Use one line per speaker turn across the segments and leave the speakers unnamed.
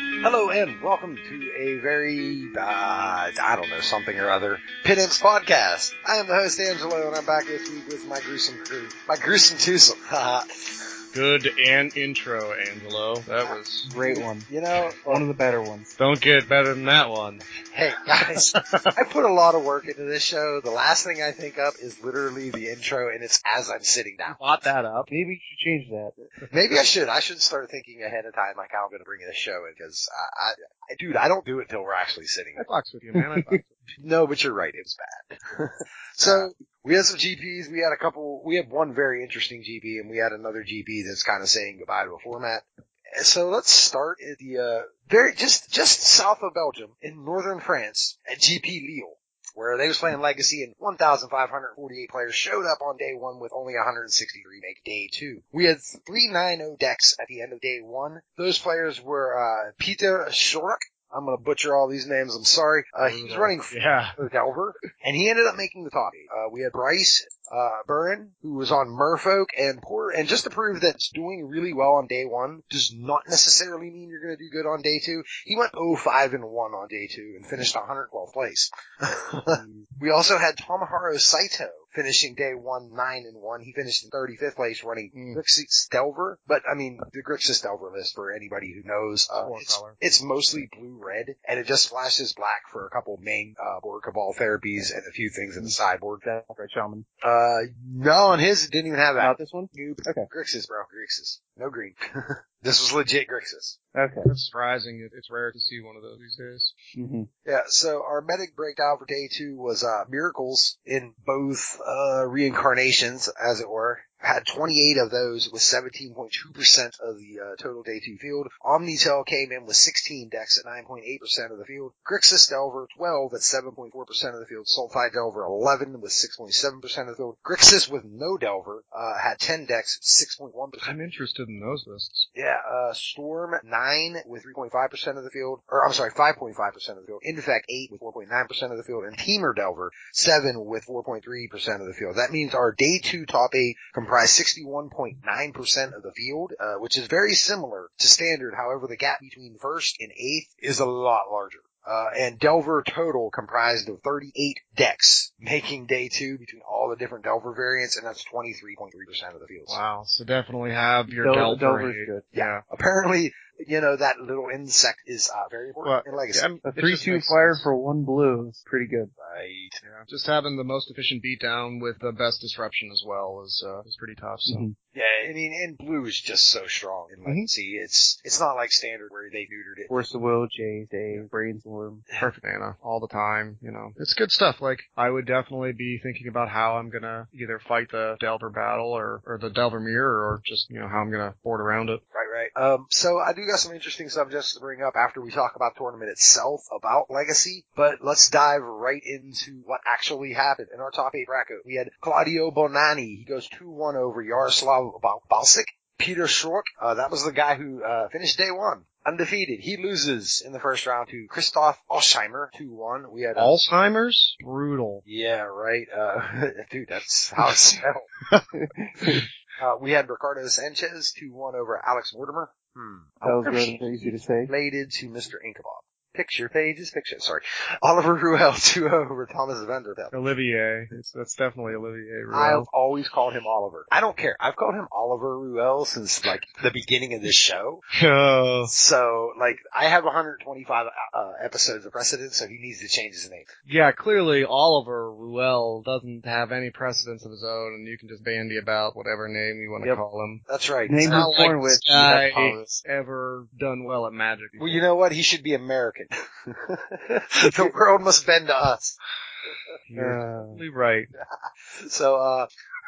and welcome to a very, uh, I don't know, something or other, Pittance podcast. I am the host, Angelo, and I'm back this week with my gruesome crew, my gruesome twosome.
Good and intro, Angelo. That was
Great one.
you know,
One of the better ones.
don't get better than that one.
hey guys, I put a lot of work into this show. The last thing I think up is literally the intro, and it's as I'm sitting down.
Bought that up.
Maybe you should change that.
Uh,
Maybe I should. I should start thinking ahead of time, like how I'm going to bring this show in, because I, I, I, dude, I don't do it till we're actually sitting.
I box with you, man. I box with
No, but you're right. It was bad. so we had some GPs. We had a couple. We had one very interesting GP, and we had another GP that's kind of saying goodbye to a format. So let's start at the uh, very just just south of Belgium in northern France at GP Lille, where they was playing Legacy, and 1,548 players showed up on day one with only 163 make day two. We had 390 decks at the end of day one. Those players were uh, Peter Schork. I'm gonna butcher all these names. I'm sorry. Uh, he was running
you. Yeah.
with Delver, and he ended up making the top eight. Uh, we had Bryce uh, Burren, who was on Merfolk and Poor, and just to prove that doing really well on day one does not necessarily mean you're going to do good on day two. He went 05 and 1 on day two and finished 112th place. we also had Tomoharo Saito finishing day one, nine and one. He finished in 35th place running Grixis Delver, but I mean, the Grixis Delver list for anybody who knows, uh,
Four
it's,
color.
it's mostly blue-red, and it just flashes black for a couple main, uh, board cabal therapies and a few things in the sideboard.
That's right, Shaman.
Uh, no, on his, it didn't even have that.
Not this one?
Noob.
Okay.
Grixis, bro. Grixis. No green. this was legit Grixis.
Okay.
That's surprising. It- It's rare to see one of those these days.
Mm-hmm.
Yeah, so our medic breakdown for day two was, uh, miracles in both, uh, reincarnations, as it were. Had 28 of those with 17.2% of the uh, total day two field. Omnitel came in with 16 decks at 9.8% of the field. Grixis Delver 12 at 7.4% of the field. Sulfide Delver 11 with 6.7% of the field. Grixis with no Delver, uh, had 10 decks, 6.1%.
I'm interested in those lists.
Yeah, uh, Storm 9 with 3.5% of the field, or I'm sorry, 5.5% of the field, Infect 8 with 4.9% of the field, and Teamer Delver 7 with 4.3% of the field. That means our day 2 top 8 comprise 61.9% of the field, uh, which is very similar to standard, however the gap between first and eighth is a lot larger. Uh, and Delver total comprised of 38 decks, making day two between all the different Delver variants, and that's 23.3% of the field.
Wow. So definitely have your Delver.
Del- Delver's good.
Yeah.
apparently, you know, that little insect is uh, very important in Legacy.
I'm-
A
it just
3-2
makes
flyer
sense.
for one blue is pretty good.
Right.
Yeah. Just having the most efficient beatdown with the best disruption as well is uh, is pretty tough. So
Mhm.
Yeah, I mean, and blue is just so strong in Legacy. It's it's not like standard where they neutered it.
Force of Will, Jay's Day, Brainstorm.
perfect mana all the time. You know, it's good stuff. Like I would definitely be thinking about how I'm gonna either fight the Delver battle or or the Delver mirror or just you know how I'm gonna board around it.
Right, right. Um, so I do got some interesting stuff just to bring up after we talk about tournament itself about Legacy, but let's dive right into what actually happened in our top eight bracket. We had Claudio Bonani. He goes 2-1 over Yaroslav Bal- Balsic. Peter Schrock, uh, that was the guy who uh, finished day one undefeated. He loses in the first round to Christoph Oshheimer 2-1. We had uh,
Alzheimer's brutal.
Yeah, right. Uh, dude, that's how it's spelled. uh, we had Ricardo Sanchez 2-1 over Alex Mortimer. Hmm.
That was rather easy to say.
Related to Mr. Inkabob. Picture pages, picture, sorry. Oliver Ruel 2-0 over Thomas Vanderbilt.
Olivier. It's, that's definitely Olivier. Rouault.
I've always called him Oliver. I don't care. I've called him Oliver Ruel since like the beginning of this show.
Oh,
So like I have 125 uh, episodes of precedent, so he needs to change his name.
yeah, clearly Oliver Ruel doesn't have any precedence of his own, and you can just bandy about whatever name you want to
Yep.
call him.
That's right.
Name
not
was
like
born
this
with.
guy.
you have powers.
Ever done well at magic?
Well, you know what? He should be American. the world must bend to us.
You're
Uh,
totally right.
So, uh,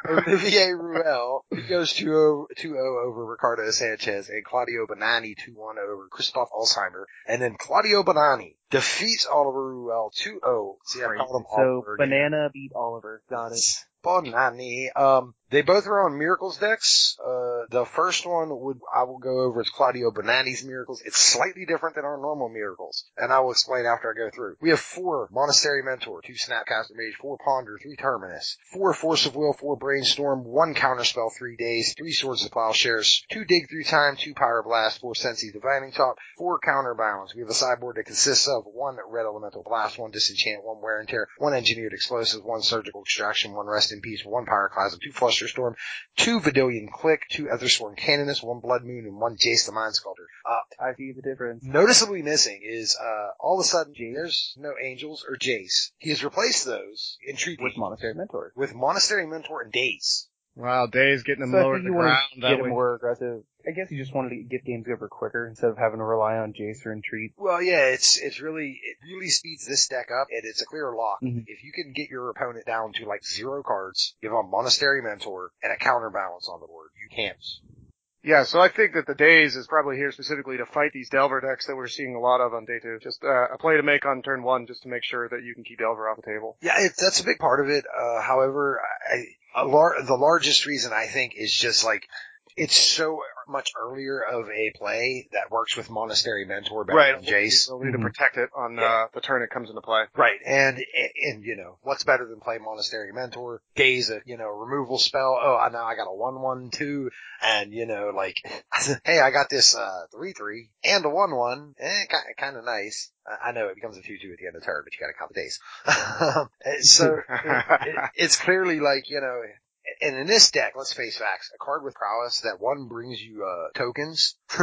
Olivier Ruel he goes 2-0 2-0 over Ricardo Sanchez and Claudio Bonani 2-1 over Christoph Alzheimer. And then Claudio Bonani defeats Oliver Ruel 2-0. See, I called him
so
Oliver. again.
Banana beat Oliver. Got it.
Bonani. Um, They both are on miracles decks. Uh, the first one would I will go over is Claudio Bonanni's miracles. It's slightly different than our normal miracles, and I will explain after I go through. We have four Monastery Mentor, two Snapcaster Mage, four Ponder, three Terminus, four Force of Will, four Brainstorm, one Counterspell, three Days, three Swords of Plowshares, two Dig Through Time, two Pyroblast, four Sensi Divining Top, four Counterbalance. We have a sideboard that consists of one Red Elemental Blast, one Disenchant, one Wear and Tear, one Engineered Explosive, one Surgical Extraction, one Rest in Peace, one Pyroclasm, two Flusterstorm, two Vidillion Click, two Ethersworn Canonist, one Blood Moon, and one Jace the Mind Sculptor. Uh,
I see the difference.
noticeably missing is, uh, all of a sudden, there's no Angels or Jace. He has replaced those in treaty
With Monastery Mentor.
with Monastery Mentor and Days.
Wow, Dave's getting them
So I
lower to
think
the
you wanted
ground.
to
That
get
way,
him more aggressive. I guess you just wanted to get games over quicker instead of having to rely on Jace or Entreat.
Well, yeah, it's it's really it really speeds this deck up, and it's a clear lock.
Mhm.
If you can get your opponent down to like zero cards, give them a Monastery Mentor and a counterbalance on the board, you can't.
Yeah, so I think that the days is probably here specifically to fight these Delver decks that we're seeing a lot of on day two. Just uh, a play to make on turn one, just to make sure that you can keep Delver off the table.
Yeah, it, that's a big part of it. Uh, however, I, a lar- the largest reason I think is just like it's so much earlier of a play that works with Monastery Mentor better than Jace.
You'll need
Mhm.
to protect it on
Yeah.
uh, the turn it comes into play.
Right, and and you know what's better than play Monastery Mentor? Gaze a you know removal spell. Oh, I now I got a one one two, and you know like, hey, I got this uh three three and a one one. Eh, kind of nice. I I know it becomes a two two at the end of the turn, but you got to count the days. And so it- it's clearly like you know. And in this deck, let's face facts, a card with prowess that one brings you uh tokens,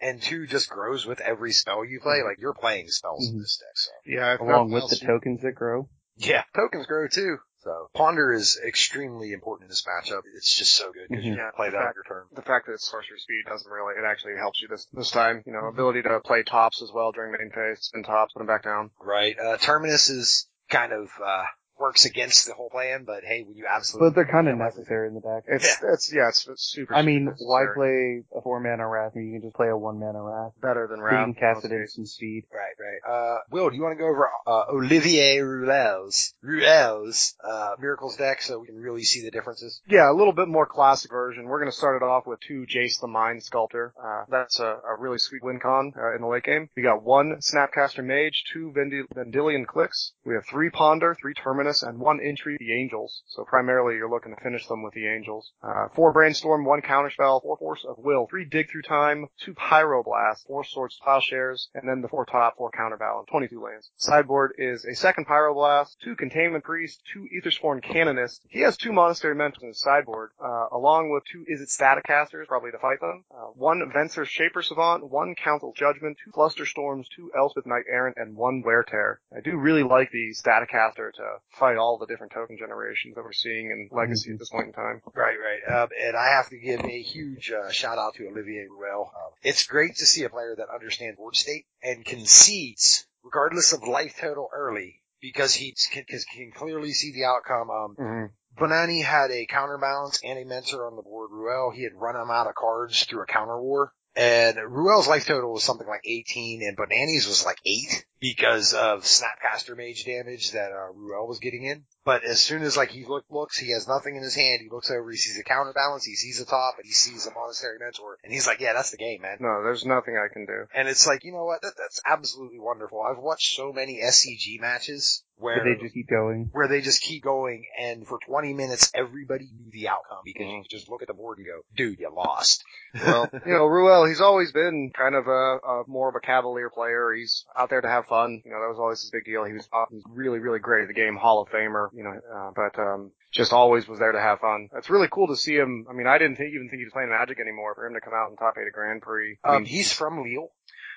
and two just grows with every spell you play. Like you're playing spells in
Mhm.
this deck, so.
yeah, if
Along
nothing
with
else,
the tokens that grow.
Yeah, tokens grow too. So ponder is extremely important in this matchup. It's just so good
Mm-hmm.
because you
Mhm.
can play that on your turn.
The fact that it's sorcery speed doesn't really, it actually helps you this, this time. You know, ability to play tops as well during main phase, spin tops, put them back down.
Right. Uh, Terminus is kind of uh, works against the whole plan, but hey, when you absolutely
But they're kind of necessary in the deck.
It's, it's, yeah, it's, it's super.
I mean,
super
why
necessary.
play a four mana Wrath when you can just play a one mana Wrath?
better than
You can
Wrath?
cast it at some speed.
Right, right. Uh, Will, do you want to go over uh, Olivier Rouel's Rouel's uh, miracles deck so we can really see the differences?
Yeah, a little bit more classic version. We're going to start it off with two Jace the Mind Sculptor. Uh, that's a, a really sweet win con uh, in the late game. We got one Snapcaster Mage, two Vendi- Vendilion Clicks. We have three Ponder, three Terminus, and one Entry, the Angels. So primarily you're looking to finish them with the Angels. Uh, four Brainstorm, one Counterspell, four Force of Will, three Dig Through Time, two Pyroblast, four Swords Plowshares, and then the four Top, four Counterbalance, 22 lands. Sideboard is a second Pyroblast, two Containment Priest, two Ethersworn Canonist. He has two Monastery Mentors in his sideboard, uh, along with two Is It Staticasters, probably to fight them, uh, one Venser Shaper Savant, one Council Judgment, two Cluster Storms, two Elspeth Knight Errant, and one Wear Tear. I do really like the Staticaster to fight all the different token generations that we're seeing in Legacy at this point in time.
Right, right. Um, and I have to give a huge uh, shout out to Olivier Rouel. Um, it's great to see a player that understands board state and concedes regardless of life total early because he can, can- can clearly see the outcome. Um,
Mm-hmm.
Bonani had a counterbalance and a mentor on the board. Ruel, he had run him out of cards through a counter war. And Ruel's life total was something like 18 and Bonani's was like 8 because of Snapcaster mage damage that uh, Ruel was getting in. But as soon as like he look, looks, he has nothing in his hand, he looks over, he sees a counterbalance, he sees a top, and he sees a monastery mentor. And he's like, yeah, that's the game, man.
No, there's nothing I can do.
And it's like, you know what, that, that's absolutely wonderful. I've watched so many SCG matches where
But they just keep going.
where they just keep going and for 20 minutes everybody knew the outcome because you could just look at the board and go, dude, you lost.
well, you know, Ruel, he's always been kind of a, a more of a cavalier player. He's out there to have fun. You know, that was always his big deal. He was uh, he's really, really great at the game, Hall of Famer. You know, uh, but um, just always was there to have fun. It's really cool to see him. I mean, I didn't think, even think he was playing Magic anymore. For him to come out and top eight a Grand Prix, I
Um,
mean,
he's from Lille.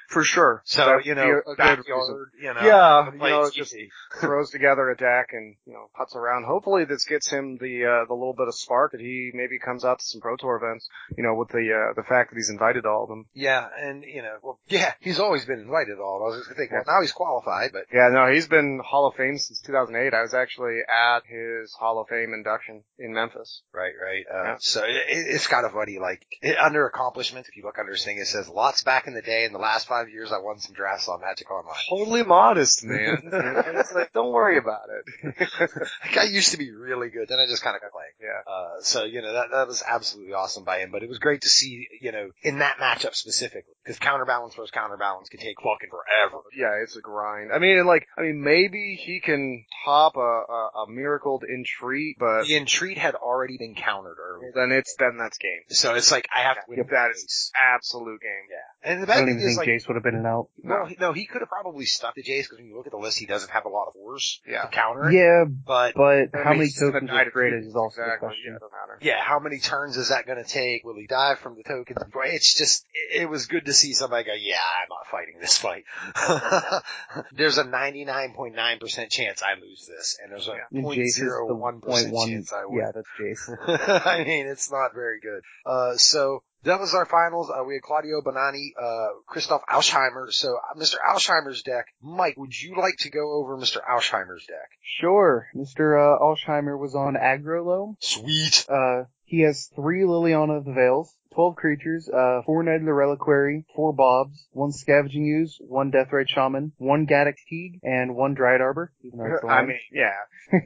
for sure.
So,
That'd
you know,
be a- a good reason.
backyard, you know.
yeah,
the
you
place
know,
is
just
easy.
throws together a deck and you know puts around. Hopefully, this gets him the uh, the little bit of spark that he maybe comes out to some pro tour events. You know, with the uh, the fact that he's invited to all of them.
Yeah, and you know, well, yeah, he's always been invited to all of us. I was thinking, well, now he's qualified, but
Yeah, no, he's been Hall of Fame since 2008. I was actually at his Hall of Fame induction in Memphis.
right, right. Uh,
Yeah.
So it, it- it's kind of funny. Like it, under accomplishments, if you look under his thing, it says lots back in the day in the last five five years, I won some drafts on Magic Online.
Totally modest, man. You know, it's like, don't worry about it.
Like, I used to be really good, then I just kind of got playing.
yeah.
Uh, so you know that that was absolutely awesome by him, but it was great to see you know in that matchup specifically because counterbalance versus counterbalance can take fucking forever.
Yeah, it's a grind. I mean, and like, I mean, maybe he can top a, a, a miracled entreat, but
The entreat had already been countered earlier,
then it's, then that's game.
so it's like I have to win
Yep, that
this.
is absolute game.
And the
I
bad
don't
thing
even
is like.
think Jace would have been an out.
Well, he, no, he could have probably stuck to Jace because when you look at the list, he doesn't have a lot of fours
Yeah.
to counter it.
Yeah,
But
but
That
how many
makes him a
tokens
knight
are
of
created
trees.
is also the
exactly. Yeah,
question.
it doesn't matter.
yeah, how many turns is that going to take? Will he die from the tokens? Boy, It's just, it, it was good to see somebody go, yeah, I'm not fighting this fight. there's a 99.9% chance I lose this, and there's a
And Jace is the
0.01%
0.1
chance I win.
Yeah, that's Jace.
I mean, it's not very good. Uh, so that was our finals. Uh, we had Claudio Bonanni, uh, Christoph Alsheimer. So uh, Mr. Alsheimer's deck. Mike, would you like to go over Mr. Alsheimer's deck?
Sure, Mr. Uh, Alsheimer was on aggro loam.
Sweet.
Uh, he has three Liliana of the Veils, 12 creatures, uh, four Knight of the Reliquary, four Bobs, one Scavenging Ooze, one Death Ray Shaman, one Gaddock Teague, and one Dryad Arbor. even though it's a
I
line.
mean, yeah.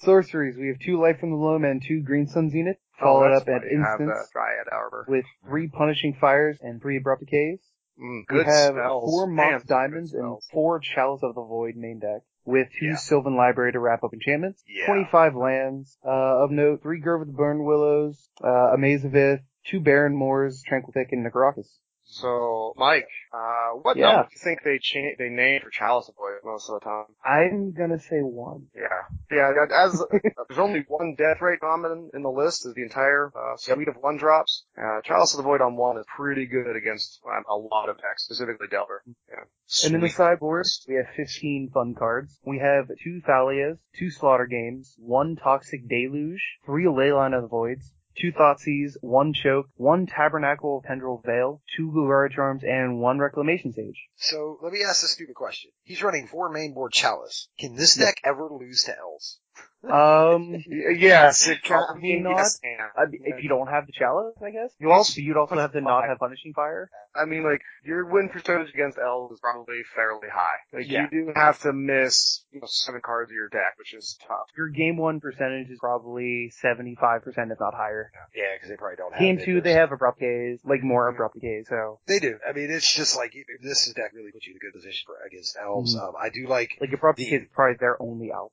Sorceries, we have two Life from the Loam and two Green Sun's Unit,
Oh,
followed
that's
up at
funny. You have
Instance
that Dryad Arbor.
with three Punishing Fires and three Abrupt Decays.
Mm,
We
good
have
spells.
four
Man,
Moth
good
Diamonds and
spells.
four Chalice of the Void main deck, with two
Yeah.
Sylvan Library to wrap up enchantments,
Yeah.
25 lands, uh, of note, three Grove of the Burn Willows, uh, a Maze of Ith, two Barren Moors, Tranquil Thick, and Necrocus.
So, Mike, uh, what
Yeah.
number do you think they cha- they name for Chalice of Void most of the time?
I'm gonna say one.
Yeah, yeah. that- As there's only one death rate common in the list, is the entire uh, suite of one drops. Uh, Chalice of the Void on one is pretty good against um, a lot of decks, specifically Delver. Yeah,
And in the sideboard, we have 15 fun cards. We have two Thalias, two Slaughter Games, one Toxic Deluge, three Leyline of the Voids, two Thoughtseize, one Choke, one Tabernacle of Tendril Veil, two Gulara Charms, and one Reclamation Sage.
So let me ask this stupid question. He's running four main board chalice. Can this
Yeah.
deck ever lose to elves?
Um,
yes, it
Probably
I mean,
not.
yes, and-
I mean, if you don't have the chalice, I guess.
You also,
You'd also have to not
Fire.
have punishing fire.
I mean, like your win percentage against elves is probably fairly high. Like
Yeah.
you do have to miss you know, seven cards of your deck, which is tough.
Your game one percentage is probably seventy five percent, if not higher.
Yeah, because they probably don't have
Game
it.
two, they have abrupt gaze, like more abrupt gaze. So
They do. I mean, it's just like this deck really puts you in a good position for against elves.
Mhm.
Um, I do like
like abrupt
The-
gaze is probably their only out.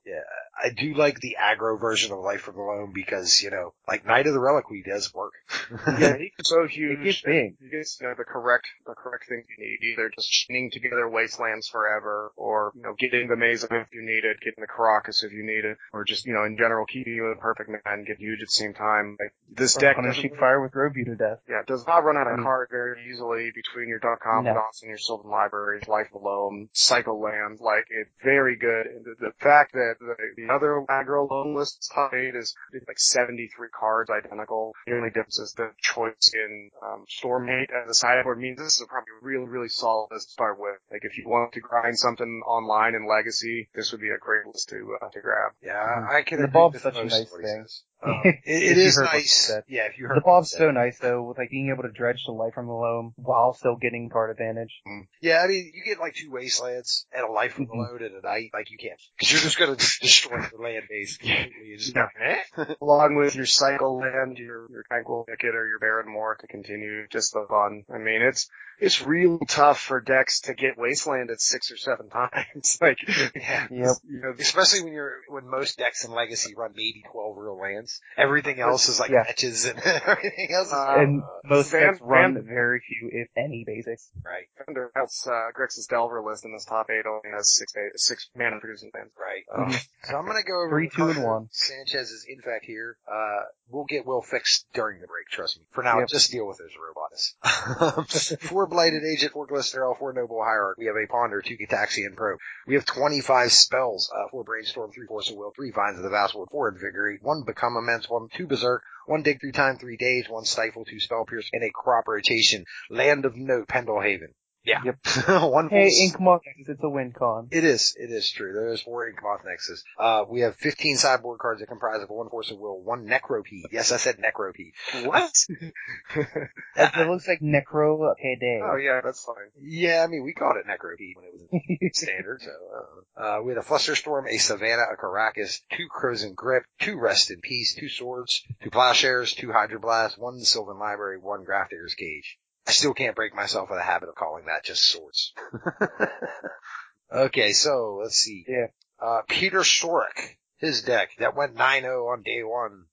I do like the aggro version of Life from the Loam because, you know, like Knight of the Reliquary does work.
Yeah, he's so huge.
It gets big.
You get you know, the correct the correct things you need. Either just chaining together wastelands forever, or you know, getting the maze if you need it, getting the Caracas if you need it, or just you know, in general, keeping you in perfect man, get huge at the same time. Like this deck doesn't
punishing fire with robe you to death.
yeah, it does not run out of
Mm.
card very easily between your Dark Confidants and your Sylvan Library, Life Alone, Psycho Land. Like, it's very good. And the, the fact that the, the other aggro loan list top eight is it's like 73 cards identical. The only difference is the choice in um, Stormhate as a sideboard means this is probably a really, really solid list to start with. Like, if you want to grind something online in Legacy, this would be a great list to, uh, to grab.
Yeah, I can
Mm. The
agree
Bob's
with
such a
most
nice
of what he
thing.
says. Um, it- it
If you
is
heard what he
nice.
said.
Yeah, if you heard.
The
what he
bob's
said.
so nice though, with like being able to dredge the light from the loam while still getting card advantage.
Yeah, I mean, you get like two wastelands and a life from
Mm-hmm.
the load and a night, like you can't, because you're just gonna just destroy the land base completely. You're just like, eh?
along with your cycle land, your your tranquil ticket or your barren moor to continue just the fun. I mean, it's it's real tough for decks to get wastelanded six or seven times. like,
Yeah.
Yep.
you know,
Especially when you're when most decks in Legacy run maybe twelve real lands. Everything else is like
Yeah.
fetches and everything else is
Uh,
And most
Van-
decks run
Van-
very few, if any, basics.
right,
under else uh, Grixis Delver list in this top eight only has six eight, six mana producing lands.
right.
Uh,
So I'm gonna go over
Three,
the
two, and
Carter
one.
Sanchez is in fact here. Uh, we'll get Will fixed during the break. Trust me. For now,
Yep.
just deal with those robots. four blighted agent, four glycerol, four noble hierarch. We have a ponder, two Gataxian probe. We have 25 spells. Uh, four brainstorm, three force of will, three vines of the vast world, four invigorate, one become immense, one two berserk, one dig through time, three days, one stifle, two spell pierce, and a crop rotation. Land of note, Pendlehaven. Yeah.
Yep.
One
Hey,
full
Ink Moth, it's a win con.
It is. It is true. There is four Inkmoth Nexus. Uh, we have 15 sideboard cards that comprise of one Force of Will, one Necropede. Yes, I said Necropede.
What?
That, that looks like Necro Payday.
oh yeah, that's fine.
Yeah, I mean, we called it Necropede when it was in standard, so, uh, uh, we had a Flusterstorm, a Savannah, a Caracas, two Crimson Grip, two Rest in Peace, two Swords, two Plowshares, two Hydroblast, one Sylvan Library, one Graft Digger's Cage. I still can't break myself of the habit of calling that just Swords. okay, so, let's see.
Yeah.
Uh, Peter Sorek, his deck, that went 9-0 on day one.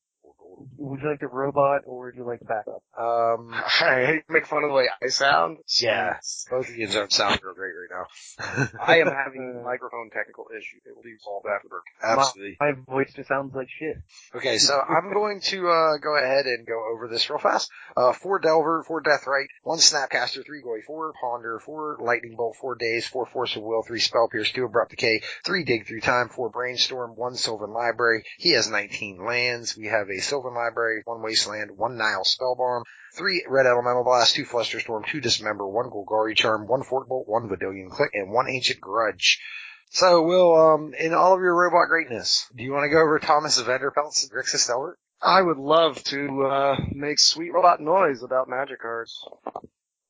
Would you like the robot or would you like the backup?
Um,
I hate to make fun of the way I sound.
Yeah. both of you don't sound real great right now.
I am having microphone technical issue. It will be solved after.
Absolutely.
My voice just sounds like shit.
Okay, so I'm going to uh, go ahead and go over this real fast. Uh, four Delver, four Deathrite, one Snapcaster, three Goy, four Ponder, four Lightning Bolt, four Days, four Force of Will, three Spell Pierce, two Abrupt Decay, three Dig Through Time, four Brainstorm, one Sylvan Library. He has 19 lands. We have a Sylvan Library, one Wasteland, one Nile Spellbomb, three Red Elemental Blast, two Flusterstorm, two Dismember, one Golgari Charm, one Fort Bolt, one Vidillion Click, and one Ancient Grudge. So, Will, um, in all of your robot greatness, do you want to go over Thomas Vanderpelt's Grixis Delver?
I would love to uh, make sweet robot noise about magic cards.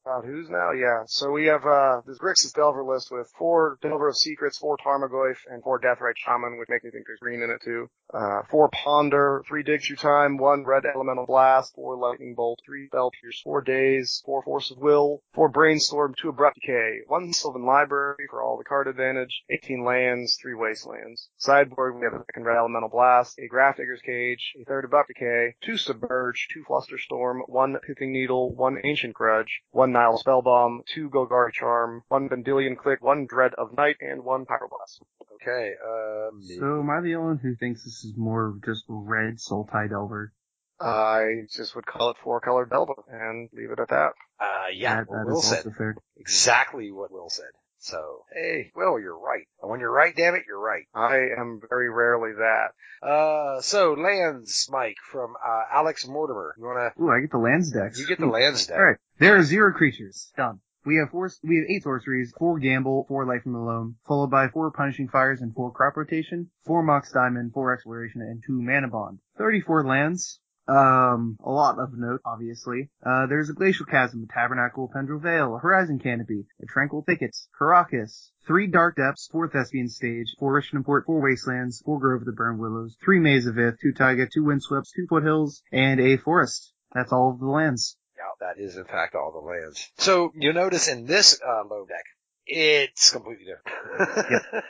About who's now? Yeah. So we have uh, this Grixis Delver list with four Delver of Secrets, four Tarmogoyf, and four Deathrite Shaman, which makes me think there's green in it too. Uh, four Ponder, three Dig Through Time, one Red Elemental Blast, four Lightning Bolt, three Bell Pierce, four Days, four Force of Will, four Brainstorm, two Abrupt Decay, one Sylvan Library for all the card advantage, 18 lands, three Wastelands. Sideboard, we have a second Red Elemental Blast, a Graft Digger's Cage, a third Abrupt Decay, two Submerge, two Flusterstorm, one Pithing Needle, one Ancient Grudge, one Nile Spellbomb, two Golgari Charm, one Vendilion Click, one Dread of Night, and one Pyroblast.
Okay, um,
So am I the only one who thinks this is more of just red soul tide elver?
I just would call it four color Delver and leave it at that.
uh, yeah,
that, that
Will
is
said
also fair.
exactly what Will said. So, hey, Will, you're right. And when you're right, damn it, you're right.
I am very rarely that.
Uh, so lands, Mike, from, uh, Alex Mortimer. You wanna,
Ooh, I get the lands decks.
you get the lands deck.
All right, there are zero creatures. Done. We have four. We have eight sorceries, four gamble, four life from the loam, followed by four punishing fires and four crop rotation, four mox diamond, four exploration, and two mana bond. Thirty-four lands. Um, a lot of note, obviously. Uh, there's a glacial chasm, a tabernacle, Pendrel Vale, a horizon canopy, a tranquil thickets, Caracas, three dark depths, four thespian stage, four Richmond Port, four wastelands, four grove of the burned willows, three maze of ith, two taiga, two windsweeps, two foothills, and a forest. That's all of the lands.
Yeah, that is in fact all the lands. So you'll notice in this, uh, low deck, it's completely different.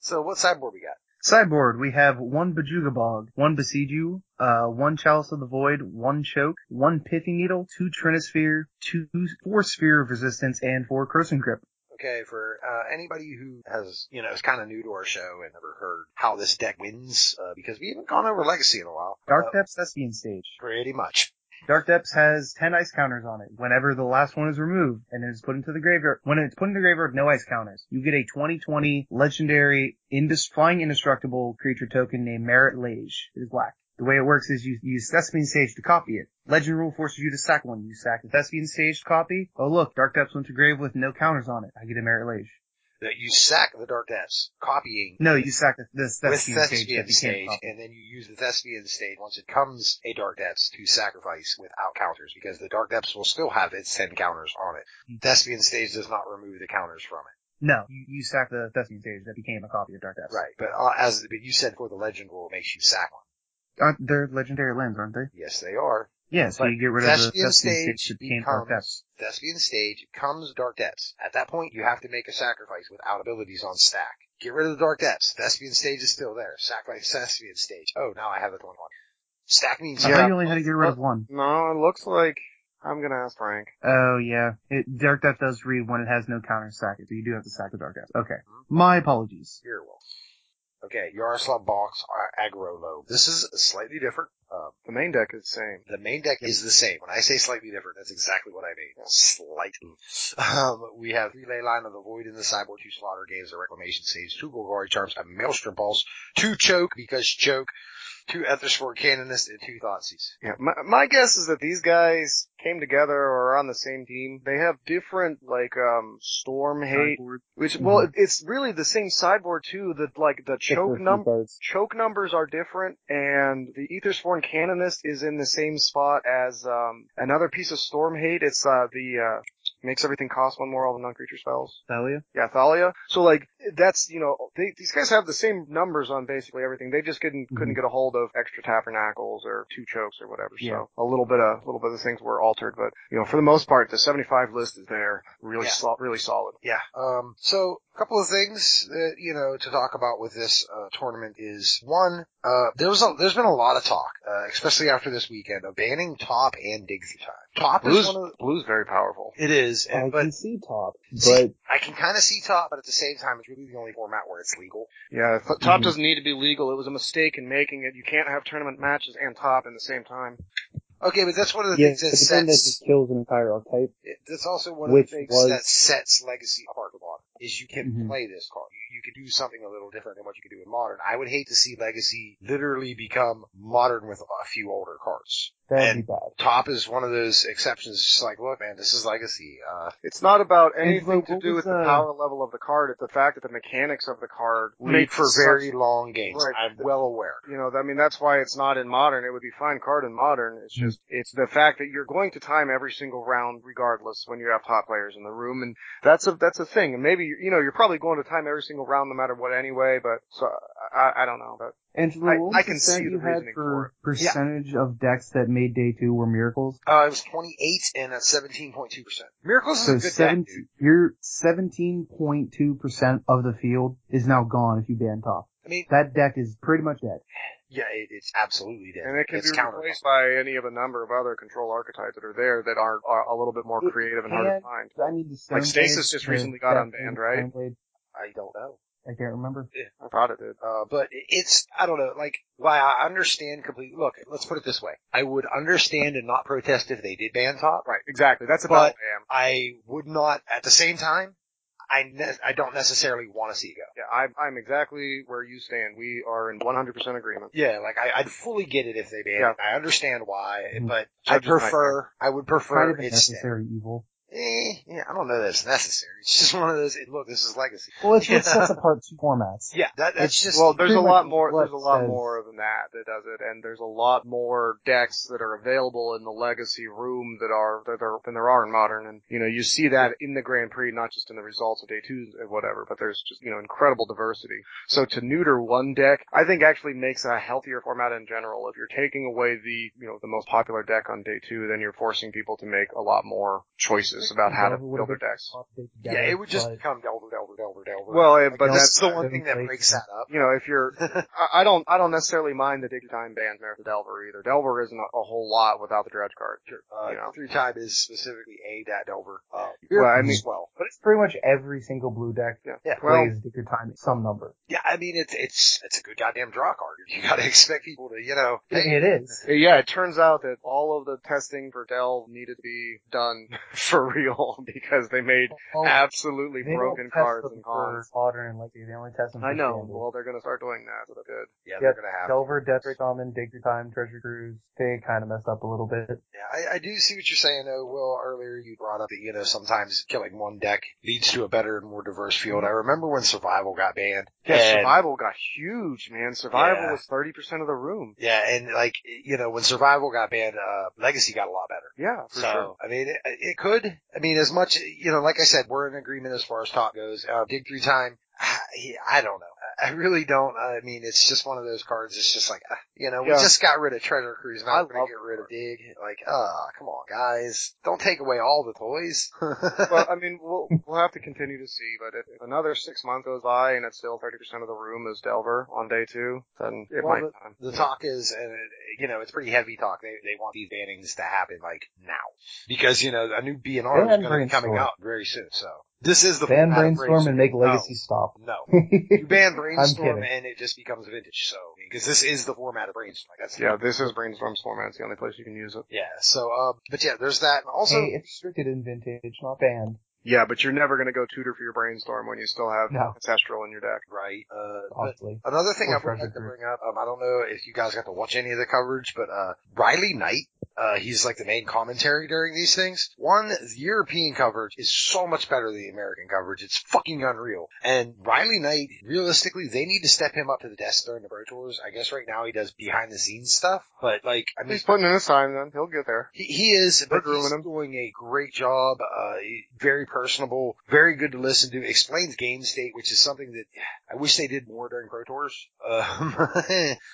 So what sideboard we got?
Sideboard, we have one Bajugabog, one Besiege You, uh, one Chalice of the Void, one Choke, one Pithy Needle, two Trinisphere, two, four Sphere of Resistance, and four Croson Grip.
okay, for uh, anybody who has, you know, is kind of new to our show and never heard how this deck wins, uh, because we haven't gone over Legacy in a while.
Dark
Uh,
Depths Thespian Stage.
pretty much.
Dark Depths has 10 ice counters on it whenever the last one is removed and is put into the graveyard. When it's put into the graveyard, no ice counters. You get a 2020 legendary indis- flying indestructible creature token named Merit Lage. It is black. The way it works is you use Thespian Sage to copy it. Legend rule forces you to sack one. You sack the Thespian Sage to copy. Oh look, Dark Depths went to grave with no counters on it. I get a Merit Lage.
That you sack the Dark Depths, copying
No, you sack the, the
with
Thespian, Sage that
Thespian
you can't
Stage,
copy.
and then you use the Thespian Stage once it comes a Dark Depths to sacrifice without counters, because the Dark Depths will still have its 10 counters on
Hmm.
it. Thespian Stage does not remove the counters from it.
No, you, you sack the Thespian Sage that became a copy of Dark Depths.
Right. But uh, as but you said for the Legend rule, it makes you sack one.
Aren't, they're legendary lands, aren't they?
Yes, they are.
Yeah, so
But
you get rid of the
Thespian
Thespian
stage
stage that became Dark Depths.
becomes Thespian stage comes Dark Depths. At that point, you have to make a sacrifice without abilities on stack. Get rid of the Dark Depths. Thespian stage is still there. Sacrifice Thespian stage. Oh, now I have the one one. Stack means
I
you
thought
have
you only had to get rid of one.
No, it looks like I'm gonna ask Frank.
Oh yeah, it, Dark Death does read when it has no counter sack it, so you do have to sack the Dark Death. Okay, my apologies.
here. Well, okay, Yaroslav Box uh, aggro lobe. This is slightly different. Um,
The main deck is the same.
the main deck is the same. When I say slightly different, that's exactly what I mean. Slightly. Um, we have three ley line of the void in the sideboard, two slaughter games, a reclamation saves, two Golgari charms, a maelstrom pulse, two choke because choke, two Ethersport canonists and two Thoughtseize.
Yeah, my, my guess is that these guys came together or are on the same team. They have different, like, um, storm hate,
Sideboard.
which, well, it- it's really the same sideboard too, that like the choke number,
cards.
choke numbers are different, and the Ethersworn Canonist is in the same spot as um, another piece of Storm Hate. It's uh, the uh, makes everything cost one more all the non-creature spells.
Thalia.
Yeah, Thalia. So like that's you know they, these guys have the same numbers on basically everything. They just couldn't
Mm-hmm.
couldn't get a hold of extra tabernacles or two chokes or whatever.
Yeah.
So a little bit of a little bit of things were altered, but you know for the most part the 75 list is there really
Yeah.
sol- really solid.
Yeah. Um, so a couple of things that, you know, to talk about with this uh, tournament is one, uh, there was a, there's been a lot of talk, uh, especially after this weekend of banning top and dig through time. Top is
Blues
one of the,
blues very powerful.
it is,
I
Eh,
and, but
can see top,
See-
but
I can kind of see top, but at the same time, it's really the only format where it's legal.
Yeah, top
Mm-hmm.
Mhm.
doesn't need to be legal. It was a mistake in making it. You can't have tournament matches and top in the same time.
Okay, but that's one of the
yeah,
things that
but then that
sets.
just kills an entire archetype.
it- That's also one of
Which
the things
was- Mm-hmm.
that sets Legacy apart from Modern is you can
Mhm.
play this card. You, you can do something a little different than what you can do in Modern. I would hate to see Legacy literally become Modern with a few older cards.
That'd
And-
be bad.
Top is one of those exceptions. It's just like, look, man, this is Legacy. Uh,
It's not about
And
anything
what-
to
what
do
was,
with the
uh,
power level of the card. It's the fact that the mechanics of the card lead
make for
to
very
such-
long games.
Right.
I'm well aware.
You know, I mean, that's why it's not in modern. It would be fine card in modern. It's just, it's the fact that you're going to time every single round regardless when you have top players in the room. And that's a, that's a thing. And maybe, you know, you're probably going to time every single round no matter what anyway, but so I, I don't know, but
And for the
I-
what was
I
the
can
stat
see the
you had
reasoning for
for
it.
percentage of decks that made day two were miracles.
Uh, it was 28 and that's 17.2%. Miracles
So
is a good
seven,
deck, dude.
your seventeen point two percent of the field is now gone if you ban top.
I mean,
That deck is pretty much dead.
yeah, it, it's absolutely dead.
And it can
it's
be
counter-
replaced by any of a number of other control archetypes that are there that are, are a little bit more
It
creative and hard to
can.
find.
I mean, the
Like,
Stoneblade-
Stasis just
the
recently got
Death
unbanned,
Blade,
right?
Stoneblade,
I don't know.
I can't remember.
I thought it did.
Uh, but it's, I don't know, like, why I understand completely, look, let's put it this way. I would understand and not protest if they did ban top.
Right, exactly. That's about
But-
what I am.
I would not, at the same time, I, ne- I don't necessarily want to see it go.
Yeah, I'm, I'm exactly where you stand. We are in 100% agreement.
Yeah, like, I, I'd fully get it if they banned
Yeah.
it. I understand why,
Mhm.
but I
Judge's
prefer, I would
Kind
prefer
of a
it's,
necessary evil.
eh, yeah, I don't know that it's necessary. It's just one of those, it, look, this is legacy.
Well, it's
Yeah.
what sets apart two formats.
Yeah, that, that's
It's-
just,
Well, there's a
pretty
lot
much
more.
what
There's a lot
says-
more than that that does it, and there's a lot more decks that are available in the legacy room that are that are than there are in modern. And you know, you see that in the Grand Prix, not just in the results of day two and whatever. But there's just you know incredible diversity. So to neuter one deck, I think actually makes a healthier format in general. If you're taking away the you know the most popular deck on day two, then you're forcing people to make a lot more choices about how to build
Whatever
their
they
decks.
thought they could
yeah,
get,
it would just
but-
become delver, delver, delver, delver.
Well, eh,
Like,
but
this
that's
is the one thing that
Different
breaks that
places.
up.
you know, if you're, I, I don't, I don't necessarily mind the dig time ban there for Delver either. Delver isn't a, a whole lot without the dredge card.
Uh,
You know.
Three time is specifically aimed at Dover. Uh,
Well, I mean-
as well. But it's,
pretty much every single blue deck
Yeah.
Yeah.
Well,
plays Dig Your Time at some number.
yeah, I mean, it's, it's, it's a good goddamn draw card. You gotta expect people to, you know, hey,
It is.
yeah, it turns out that all of the testing for Delve needed to be done for real because they made
Well,
absolutely
they
broken
don't test
cards
them
and cons.
For modern and legacy, they only test them for
I know.
standard.
Well, they're gonna start doing that. So they're good.
yeah,
Yeah,
they're gonna have.
Delver, Deathrick Shaman, Dig Your Time, Treasure Cruise, they kind of messed up a little bit.
Yeah, I, I do see what you're saying though, Will. Earlier you brought up that, you know, sometimes killing one deck leads to a better and more diverse field. I remember when Survival got banned.
Yeah,
and-
survival got huge, man. Survival
Yeah.
was thirty percent of the room.
Yeah, and like, you know, when Survival got banned, uh, Legacy got a lot better.
Yeah, for
so,
sure.
I mean, it, it could. I mean, as much, you know, like I said, we're in agreement as far as talk goes. Uh, dig through time. I, I don't know. I really don't. I mean, it's just one of those cards. It's just like, uh, you know, we
Yeah.
just got rid of Treasure Cruise. Now
I
we're going
love
to get rid of Dig. Like, uh, come on, guys. Don't take away all the toys.
well, I mean, we'll we'll have to continue to see. But if, if another six months goes by and it's still thirty percent of the room is Delver on day two, then it
Well,
might. be time.
the talk is, and you know, it's pretty heavy talk. They they want these bannings to happen like now because you know a new B and R
Ban
is going to be coming
Brainstorm.
out very soon. So this is the Oh.
Ban
format of
Brainstorm and make Legacy stop.
No, no.
you
You ban brainstorm
kidding.
and it just becomes vintage. So because this is the format of brainstorm. Like, that's
yeah, this is Brainstorm's format. It's the only place you can use it.
yeah. So um, but yeah, there's that. And Also,
hey, it's restricted in vintage, not banned.
Yeah, but you're never going to go tutor for your brainstorm when you still have
No.
ancestral in your deck.
right? Uh, but
Honestly.
another thing
Or
I would
Treasure
like to
Cruise.
bring up, um, I don't know if you guys got to watch any of the coverage, but uh, Riley Knight, uh, he's like the main commentary during these things. One, the European coverage is so much better than the American coverage. It's fucking unreal. And Riley Knight, realistically, they need to step him up to the desk during the Pro Tours. I guess right now he does behind the scenes stuff, but like, I mean,
He's putting in his time then. He'll get there.
he, he is, but
grooming
he's
him.
doing a great job. Uh, he- very personable, very good to listen to. Explains game state, which is something that I wish they did more during Pro Tours. Um,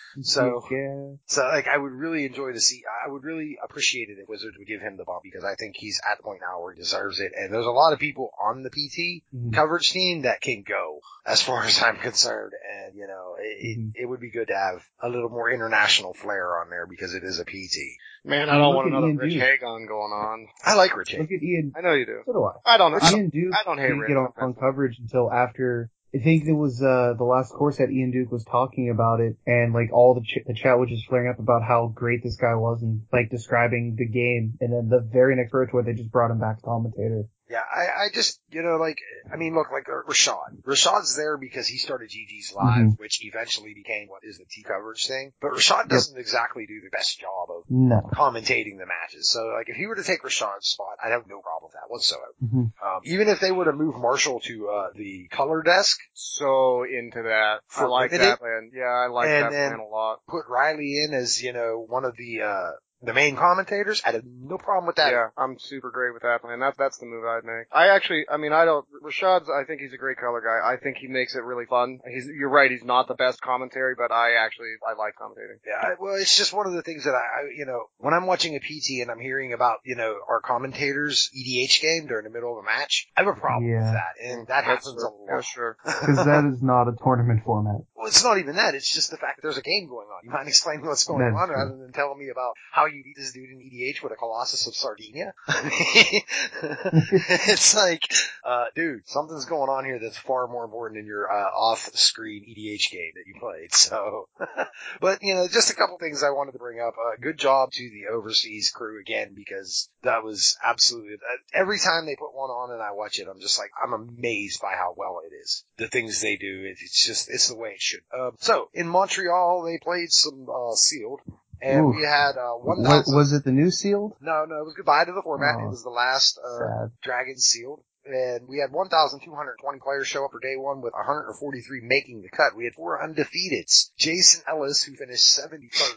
so,
yeah.
so like I would really enjoy to see. I would really appreciate it if Wizards would give him the bump because I think he's at the point now where he deserves it. And there's a lot of people on the PT
Mhm.
coverage team that can go, as far as I'm concerned. And you know, it,
Mhm.
it, it would be good to have a little more international flair on there because it is a PT.
Man, I
Look
don't want
at
another
Ian
Rich
Duke.
Hagon going on.
I like Rich. Hagan.
Look at Ian.
I know you do.
So do I.
I don't know. I don't,
Ian Duke
I don't hate
didn't
Rich.
get on on coverage until after. I think it was uh, the last course that Ian Duke was talking about it, and like all the ch- the chat was just flaring up about how great this guy was and like describing the game. And then the very next road tour, they just brought him back to commentator.
Yeah, I, I just, you know, like, I mean, look, like uh, Rashad. Rashad's there because he started GG's Live, which eventually became what is the T coverage thing. But Rashad doesn't exactly do the best job of
No.
commentating the matches. So, like, if he were to take Rashad's spot, I'd have no problem with that whatsoever.
Mhm.
Um, even if they were to move Marshall to uh, the color desk,
So into that. I
For
like
limited?
that plan. Yeah, I like
And
that
then-
plan a lot.
put Riley in as, you know, one of the uh, the main commentators, I'd have no problem with that.
Yeah, I'm super great with that plan. That, that's the move I'd make. I actually, I mean, I don't, Rashad's, I think he's a great color guy. I think he makes it really fun. He's, you're right, he's not the best commentary, but I actually, I like commentating.
Yeah, I- well, it's just one of the things that I, I, you know, when I'm watching a PT and I'm hearing about, you know, our commentators' EDH game during the middle of a match, I have a problem
Yeah.
with that, and that
That's
happens
true.
a
Yeah,
lot.
sure.
Because that is not a tournament format.
Well, it's not even that; it's just the fact that there's a game going on. You mind explaining what's going
That's
on
true.
rather than telling me about how you beat this dude in EDH with a Colossus of Sardinia? it's like, uh, dude, something's going on here that's far more important than your uh, off-screen EDH game that you played. So. But you know, just a couple things I wanted to bring up. Uh, good job to the overseas crew again because that was absolutely uh, every time they put one on and I watch it, I'm just like I'm amazed by how well it is. The things they do, it, it's just it's the way it should. Uh, so in Montreal, they played some uh, sealed, and
Ooh.
we had uh, one.
Wa-
thousand-
was it the new sealed?
no, no, it was goodbye to the format.
Oh.
It was the last uh,
Sad.
Dragon Sealed. And we had 1,220 players show up for day one with 143 making the cut. We had four undefeateds. Jason Ellis, who finished 73rd.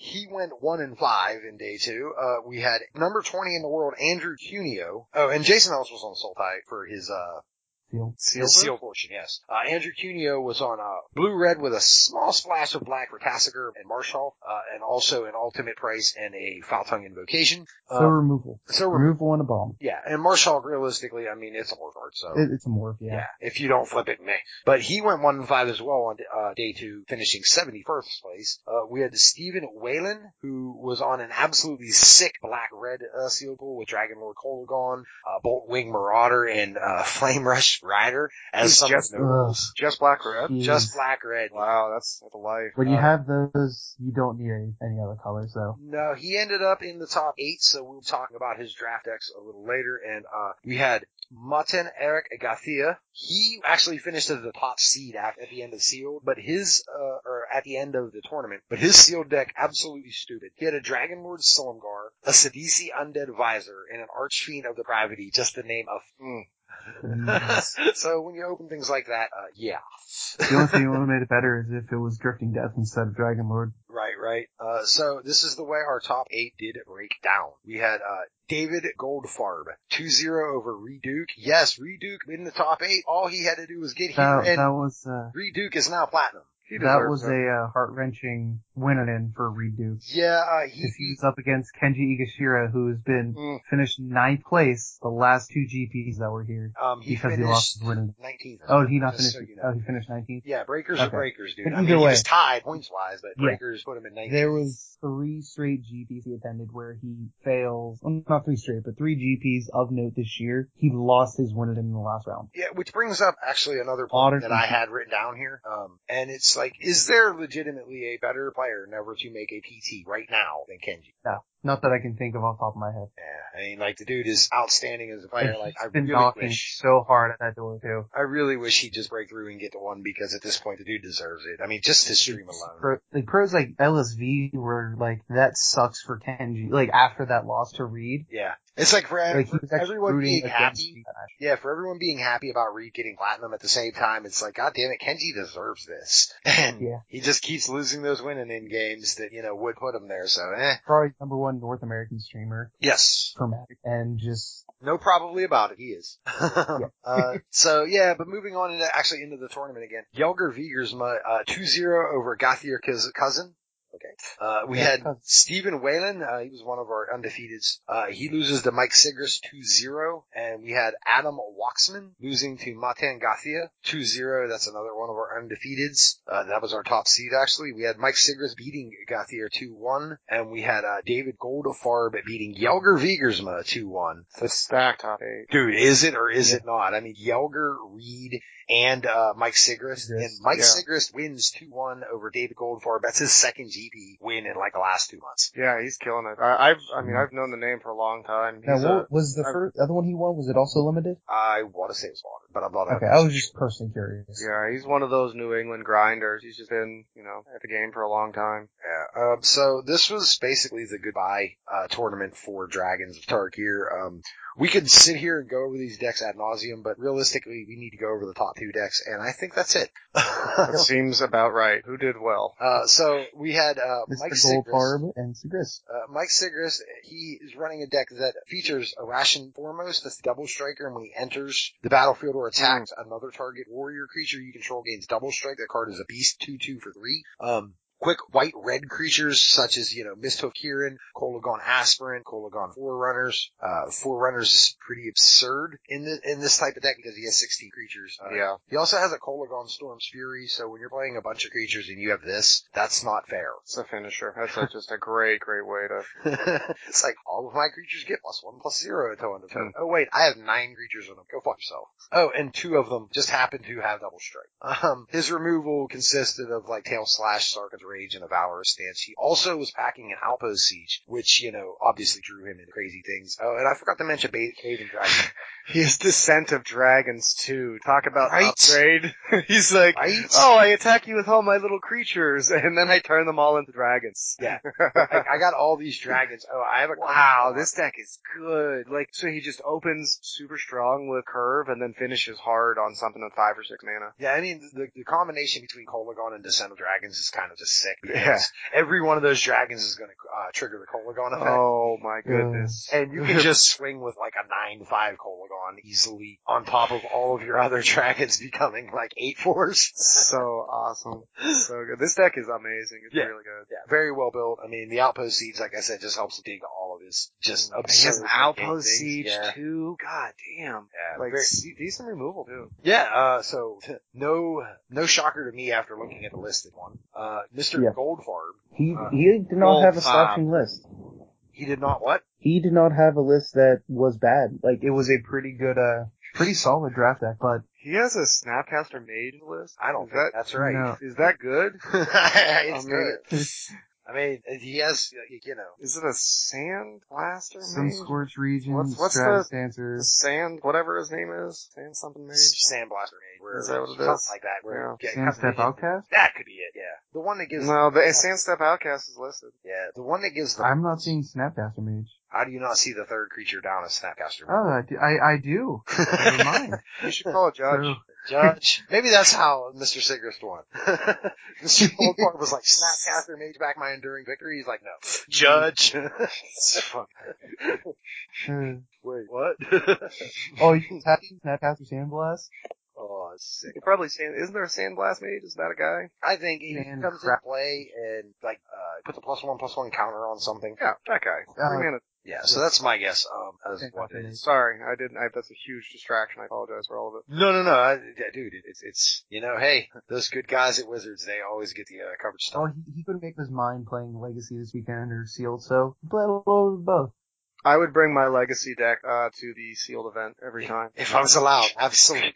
He went one and five in day two. Uh, we had number 20 in the world, Andrew Cuneo. Oh, and Jason Ellis was on Sultai for his, uh,
Sealed.
his seal portion, yes. Uh, Andrew Cuneo was on, uh, blue red with a small splash of black for Tassiger and Marshall, uh, and also an ultimate price and a foul tongue invocation.
So
Uh,
removal.
so we're
Removal and a bomb.
yeah, and Marshall, realistically, I mean, it's a war card, so.
It, it's a morph, yeah.
Oh. yeah. if you don't flip it, meh. But he went one and five as well on uh, day two, finishing seventy first place. Uh, we had Stephen Whalen, who was on an absolutely sick black red uh, seal goal with Dragon Lord Kolagon, uh, Bolt Wing Marauder, and uh, Flame Rush Rider as
He's
some
just-
of the
Just Black Red?
Jeez.
just black red.
Wow, that's, that's a life.
When you
Uh,
have those, you don't need any, any other colors though.
No, he ended up in the top eight, so we'll talk about his draft decks a little later. And uh, we had Martin Eric Agathia. He actually finished as the top seed at, at the end of sealed, but his uh, or at the end of the tournament, but his sealed deck absolutely stupid. He had a Dragon Lord Silumgar, a Sidisi Undead Visor, and an Archfiend of the Gravity, just to name a.
mm.
F- so when you open things like that, uh, yeah.
the only thing that would have made it better is if it was Drifting Death instead of Dragon Lord.
Right, right. Uh, so this is the way our top eight did break down. We had, uh, David Goldfarb, 2-0 over Reduke. Yes, Reduke in the top eight. All he had to do was get here,
That,
and
that was, uh,
Reduke is now platinum.
He
that
deserves
was
it.
a uh, heart wrenching win and in for Reed Duke.
Yeah, uh, he,
Because he was up against Kenji Igashira, who's been
Mm.
finished ninth place the last two GPs that were here
um, he
because
finished
he lost his winning.
19th.
Oh, did he not
Just
finish?
so you know.
Oh, he finished 19th.
Yeah, breakers are
Okay.
breakers, dude.
But
I mean,
either
he
way-
was tied points wise, but
Yeah.
breakers put him in 19th.
There was three straight GPs he attended where he fails. Well, not three straight, but three GPs of note this year. He lost his win in the last round.
Yeah, which brings up actually another
Otter-
point that I had written down here. Um, and it's like, is there legitimately a better player never to make a PT right now than Kenji?
No. Not that I can think of off the top of my head.
Yeah, I mean, like the dude is outstanding as a player. Like I
He's been
really
knocking
wish,
so hard at that door too.
I really wish he'd just break through and get to one because at this point the dude deserves it. I mean, just his stream alone.
Pro, the pros like LSV were like that sucks for Kenji. Like after that loss to Reed,
Yeah, it's like for,
like he
for
was actually
everyone
rooting
being
against
happy.
Reed that match.
Yeah, for everyone being happy about Reed getting platinum at the same time, it's like, God damn it, Kenji deserves this. And
Yeah.
he just keeps losing those winning in games that, you know, would put him there, so eh.
Probably number one North American streamer
Yes.
for Matt, and just
No probably about it, he is. uh, so yeah, but moving on into, actually into the tournament again. Jelger Viger's mu- uh, 2-0 over Gauthier Kiz- Cousin. Okay. Uh, we
Yeah,
had
Cousin.
Stephen Whalen, uh, he was one of our undefeateds. Uh, he loses to Mike Sigris 2-0, and we had Adam Waxman losing to Matan Gathia 2-0. That's another one of our undefeateds. Uh, that was our top seed actually. We had Mike Sigris beating Gauthier 2-1, and we had, uh, David Goldefarb beating Jelger Vigersma 2-1.
It's a stacked top eight.
Dude, is it or is it not? I mean, Yelger, Reed, and uh, Mike Sigrist.
Yes.
And Mike
Yeah.
Sigrist wins 2-1 over David Goldfarb. That's his second GP win in like the last two months.
Yeah, he's killing it. I, I've, I mean, I've known the name for a long time.
Now,
He's
what
a,
Mm-hmm. was the
I-
first other one he won? Was it also limited?
I want to say it's water, but I'm not
Okay, I was just personally curious.
yeah, he's one of those New England grinders. He's just been, you know, at the game for a long time.
Yeah. Um, so this was basically the goodbye uh, tournament for Dragons of Tarkir. Um, we could sit here and go over these decks ad nauseum, but realistically, we need to go over the top two decks, and I think that's it.
Seems about right. Who did well?
uh, so we had uh, Mike
Mr.
Sigrist.
Goldfarb and Sigris.
Uh, Mike Sigrist, he is running a deck that features a ration foremost, that's double striker, and when he enters the battlefield or attacks another target warrior creature you control gains double strike. That card is a beast, 2-2 for 3. Um, quick white red creatures such as, you know, Misthoof Kieran, Kolagon Aspirant, Kolagon Forerunners. Uh, Forerunners is pretty absurd in this, in this type of deck because he has 16 creatures. Uh,
Yeah.
He also has a Kolagon Storm's Fury, so when you're playing a bunch of creatures and you have this, that's not fair.
It's a finisher. That's a, just a great, great way to
it's like all of my creatures get plus one plus zero until end of turn. Oh wait, I have nine creatures on them. Go fuck yourself. Oh, and two of them just happen to have double strike. Um, his removal consisted of like tail slash, Sarkin's rage, and Devourer's stance. He also was packing an outpost siege, which you know obviously drew him into crazy things. Oh, and I forgot to mention ba- Caven Dragon.
His Descent of Dragons too. Talk about
Right?
upgrade. He's like,
Right?
oh, I attack you with all my little creatures, and then I turn them all into dragons.
Yeah. I, I got all these dragons. Oh, I have a
Wow, this deck is good. Like, so he just opens super strong with curve and then finishes hard on something with five or six mana.
Yeah, I mean, the, the combination between Kolagon and Descent of Dragons is kind of just sick. because
Yeah.
Every one of those dragons is going to uh, trigger the Kolagon effect.
Oh my goodness.
And you can just swing with like a 9-5 Kolagon easily on top of all of your other dragons becoming like 8-4s.
so awesome. So good. This deck is amazing. It's
Yeah.
really good.
Yeah, very well built. I mean, the Outpost Siege, like I said, just helps dig all of this just
He has
absurd.
an
like,
outpost
things.
siege
Yeah.
too. God damn.
Yeah,
Like,
very-
see- decent removal too.
Yeah, uh, so no, no shocker to me after looking at the listed one. Uh, Mr.
Yeah.
Goldfarb,
He
Uh,
he did not
Gold
have a
Farb.
slashing list.
he did not what?
He did not have a list that was bad. Like it was a pretty good, uh, pretty solid draft deck. But
He has a Snapcaster Mage list.
I don't
Is
think
that-
that's right.
No.
Is that good?
it's
I mean,
good. I mean, he has, you know,
Is it a sand blaster?
some
mage?
Scorch regions,
What's- what's the-
Stratus dancers.
Sand, whatever his name is, sand something mage.
sandblaster mage. Where,
Is that what it
something
is?
like that. Where yeah.
Sand Step Outcast?
That could be it. Yeah, the one that gives.
No, the sand step outcast is listed.
Yeah, the one that gives the.
I'm not seeing Snapcaster Mage.
how do you not see the third creature down as snapcaster?
Oh, I do. I, I do. Never mind.
You should call a judge.
So-
Judge. Maybe that's how Mr. Sigrist won. Mr. Goldfarb was like, Snapcaster mage back my enduring victory. He's like, no. Judge.
Uh,
Wait, what?
oh, you can tap Snapcaster Sandblast?
oh, that's sick.
You probably sand. Isn't there a sand blast mage? Is that a guy?
I think he
Man,
comes
crap.
in play and like uh puts a plus one plus one counter on something.
Yeah, that guy.
Uh,
Three mana.
Yeah, so that's my guess. Um, as
Okay,
what it
okay.
is.
Sorry, I didn't. I, that's a huge distraction. I apologize for all of it.
No, no, no, I, yeah, dude. it- It's it's you know, hey, those good guys at Wizards, they always get the uh, coverage
Oh,
stuff.
he, he couldn't make up his mind playing Legacy this weekend or Sealed, so he played a little bit of both.
I would bring my legacy deck uh, to the sealed event every time.
If I was allowed, absolutely.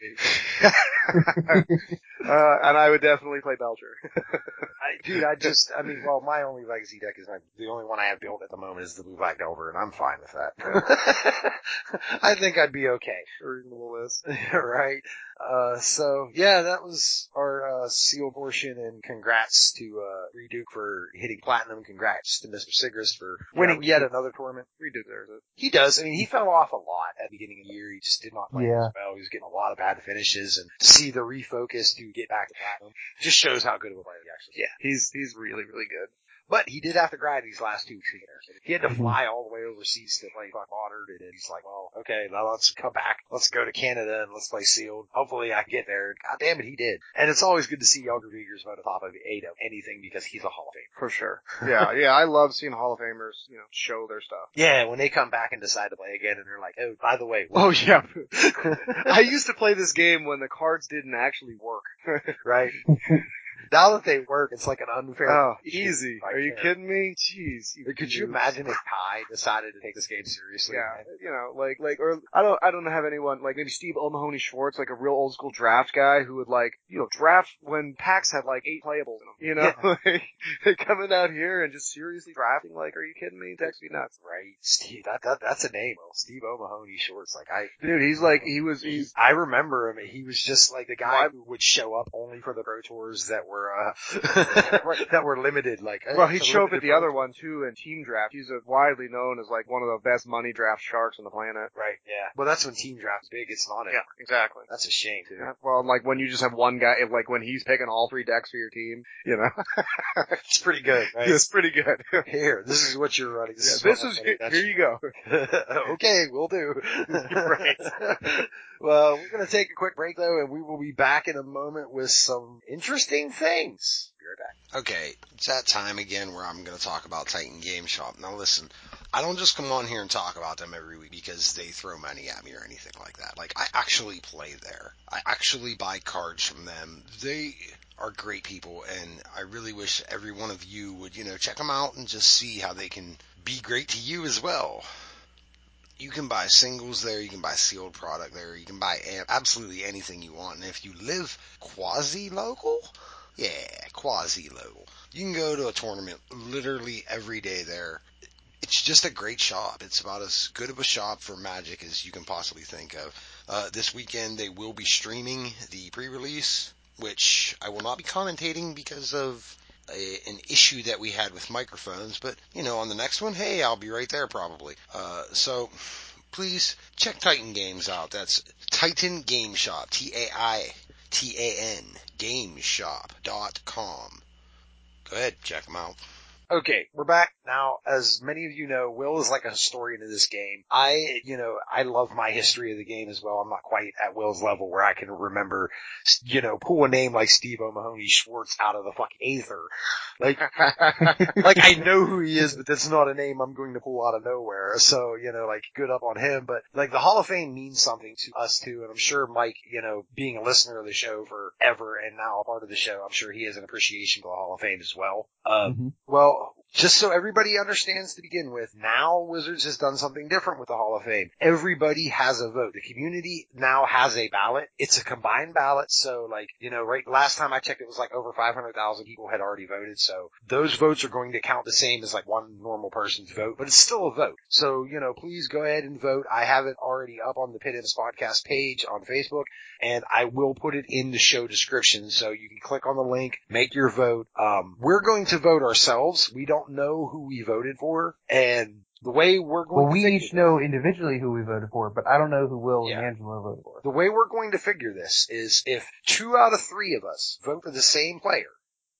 Uh, and I would definitely play Belcher.
I, dude, I just, I mean, well, my only legacy deck is my, the only one I have built at the moment is the blue black delver, and I'm fine with that. I think I'd be okay.
A reasonable list.
right? Uh, so yeah, that was our uh, seal portion, and congrats to uh, Reed Duke for hitting platinum. Congrats to Mr. Sigrist for winning yet another tournament.
We deserve it.
He does. I mean, he fell off a lot at the beginning of the year. He just did not play
Yeah.
as well. He was getting a lot of bad finishes, and to see the refocus to get back to platinum just shows how good of a player he actually. is.
Yeah, he's he's really really good.
But he did have to grind these last two weeks to get there. He had to
Mhm.
fly all the way overseas to play fuck Otter, and then he's like, well, okay, now let's come back. Let's go to Canada and let's play sealed. Hopefully I can get there. God damn it, he did. And it's always good to see Younger Vigors about the top of eight of anything because he's a Hall of Famer.
For sure. Yeah, yeah, I love seeing Hall of Famers, you know, show their stuff.
Yeah, when they come back and decide to play again and they're like, oh, by the way,
Oh yeah. I used to play this game when the cards didn't actually work.
right? now that they work, it's like an unfair.
Oh, easy.
I
Are you
can't.
kidding me? Jeez.
Could you
noobs.
imagine if Ty decided to take this game seriously?
Yeah, you know, like, like, or I don't, I don't have anyone like maybe Steve O'Mahony Schwartz, like a real old school draft guy who would like, you know, draft when packs had like eight playables in them. You know, like coming out here and just seriously drafting. Like, are you kidding me? Text me nuts,
Right, Steve. That, that that's a name. Steve O'Mahony Shorts. Like I,
dude. He's like, he was, he's
I remember him. He was just like the guy who would show up only for the pro tours that were uh, that were limited. Like, uh,
Well, he'd
it's a
show up
limited
at the
pro
other
tour.
one too in Team Draft. He's a widely known as like one of the best money draft sharks on the planet.
right? Yeah. Well, that's when team draft's big. It's not it.
exactly.
That's a shame too.
Yeah, well, like when you just have one guy, like when he's picking all three decks for your team, you know,
It's pretty good, right?
it's pretty good. Yeah,
Here, this is what you're running. This is,
this
what
is
I'm
here,
running. That's
you go.
okay, we'll do.
Right.
well, we're gonna take a quick break though, and we will be back in a moment with some interesting things. Be right back. Okay, it's that time again where I'm gonna talk about Titan Game Shop. Now listen, I don't just come on here and talk about them every week because they throw money at me or anything like that. Like I actually play there. I actually buy cards from them. They are great people and I really wish every one of you would, you know, check them out and just see how they can be great to you as well you can buy singles there, you can buy sealed product there, you can buy a- absolutely anything you want. And if you live quasi local, yeah, quasi local, you can go to a tournament literally every day there. It's just a great shop. It's about as good of a shop for Magic as you can possibly think of. Uh, this weekend they will be streaming the pre-release, which I will not be commentating because of a, an issue that we had with microphones, but you know, on the next one, hey, I'll be right there probably. Uh, so please check Titan Games out. That's Titan Game Shop, T A I T A N GameShop.com. Go ahead, check them out. Okay, we're back now. As many of you know, Will is like a historian of this game. I, you know, I love my history of the game as well. I'm not quite at Will's level where I can remember, you know, pull a name like Steve O'Mahony Schwartz out of the fucking aether. Like, like I know who he is, but that's not a name I'm going to pull out of nowhere. So, you know, like good up on him, but like the Hall of Fame means something to us too. And I'm sure Mike, you know, being a listener of the show forever and now a part of the show, I'm sure he has an appreciation for the Hall of Fame as well. Um, well, just so everybody understands to begin with, now Wizards has done something different with the Hall of Fame. Everybody has a vote. The community now has a ballot. It's a combined ballot. So like, you know, right last time I checked, it was like over 500,000 people had already voted. So those votes are going to count the same as like one normal person's vote, but it's still a vote. So, you know, please go ahead and vote. I have it already up on the Pit Ends podcast page on Facebook and I will put it in the show description so you can click on the link, make your vote. Um, we're going to vote ourselves. We don't know who we voted for, and the way we're going
Well, we
to figure
each know individually who we voted for, but I don't know who Will
Yeah.
and Angelo voted for.
the way we're going to figure this is if two out of three of us vote for the same player,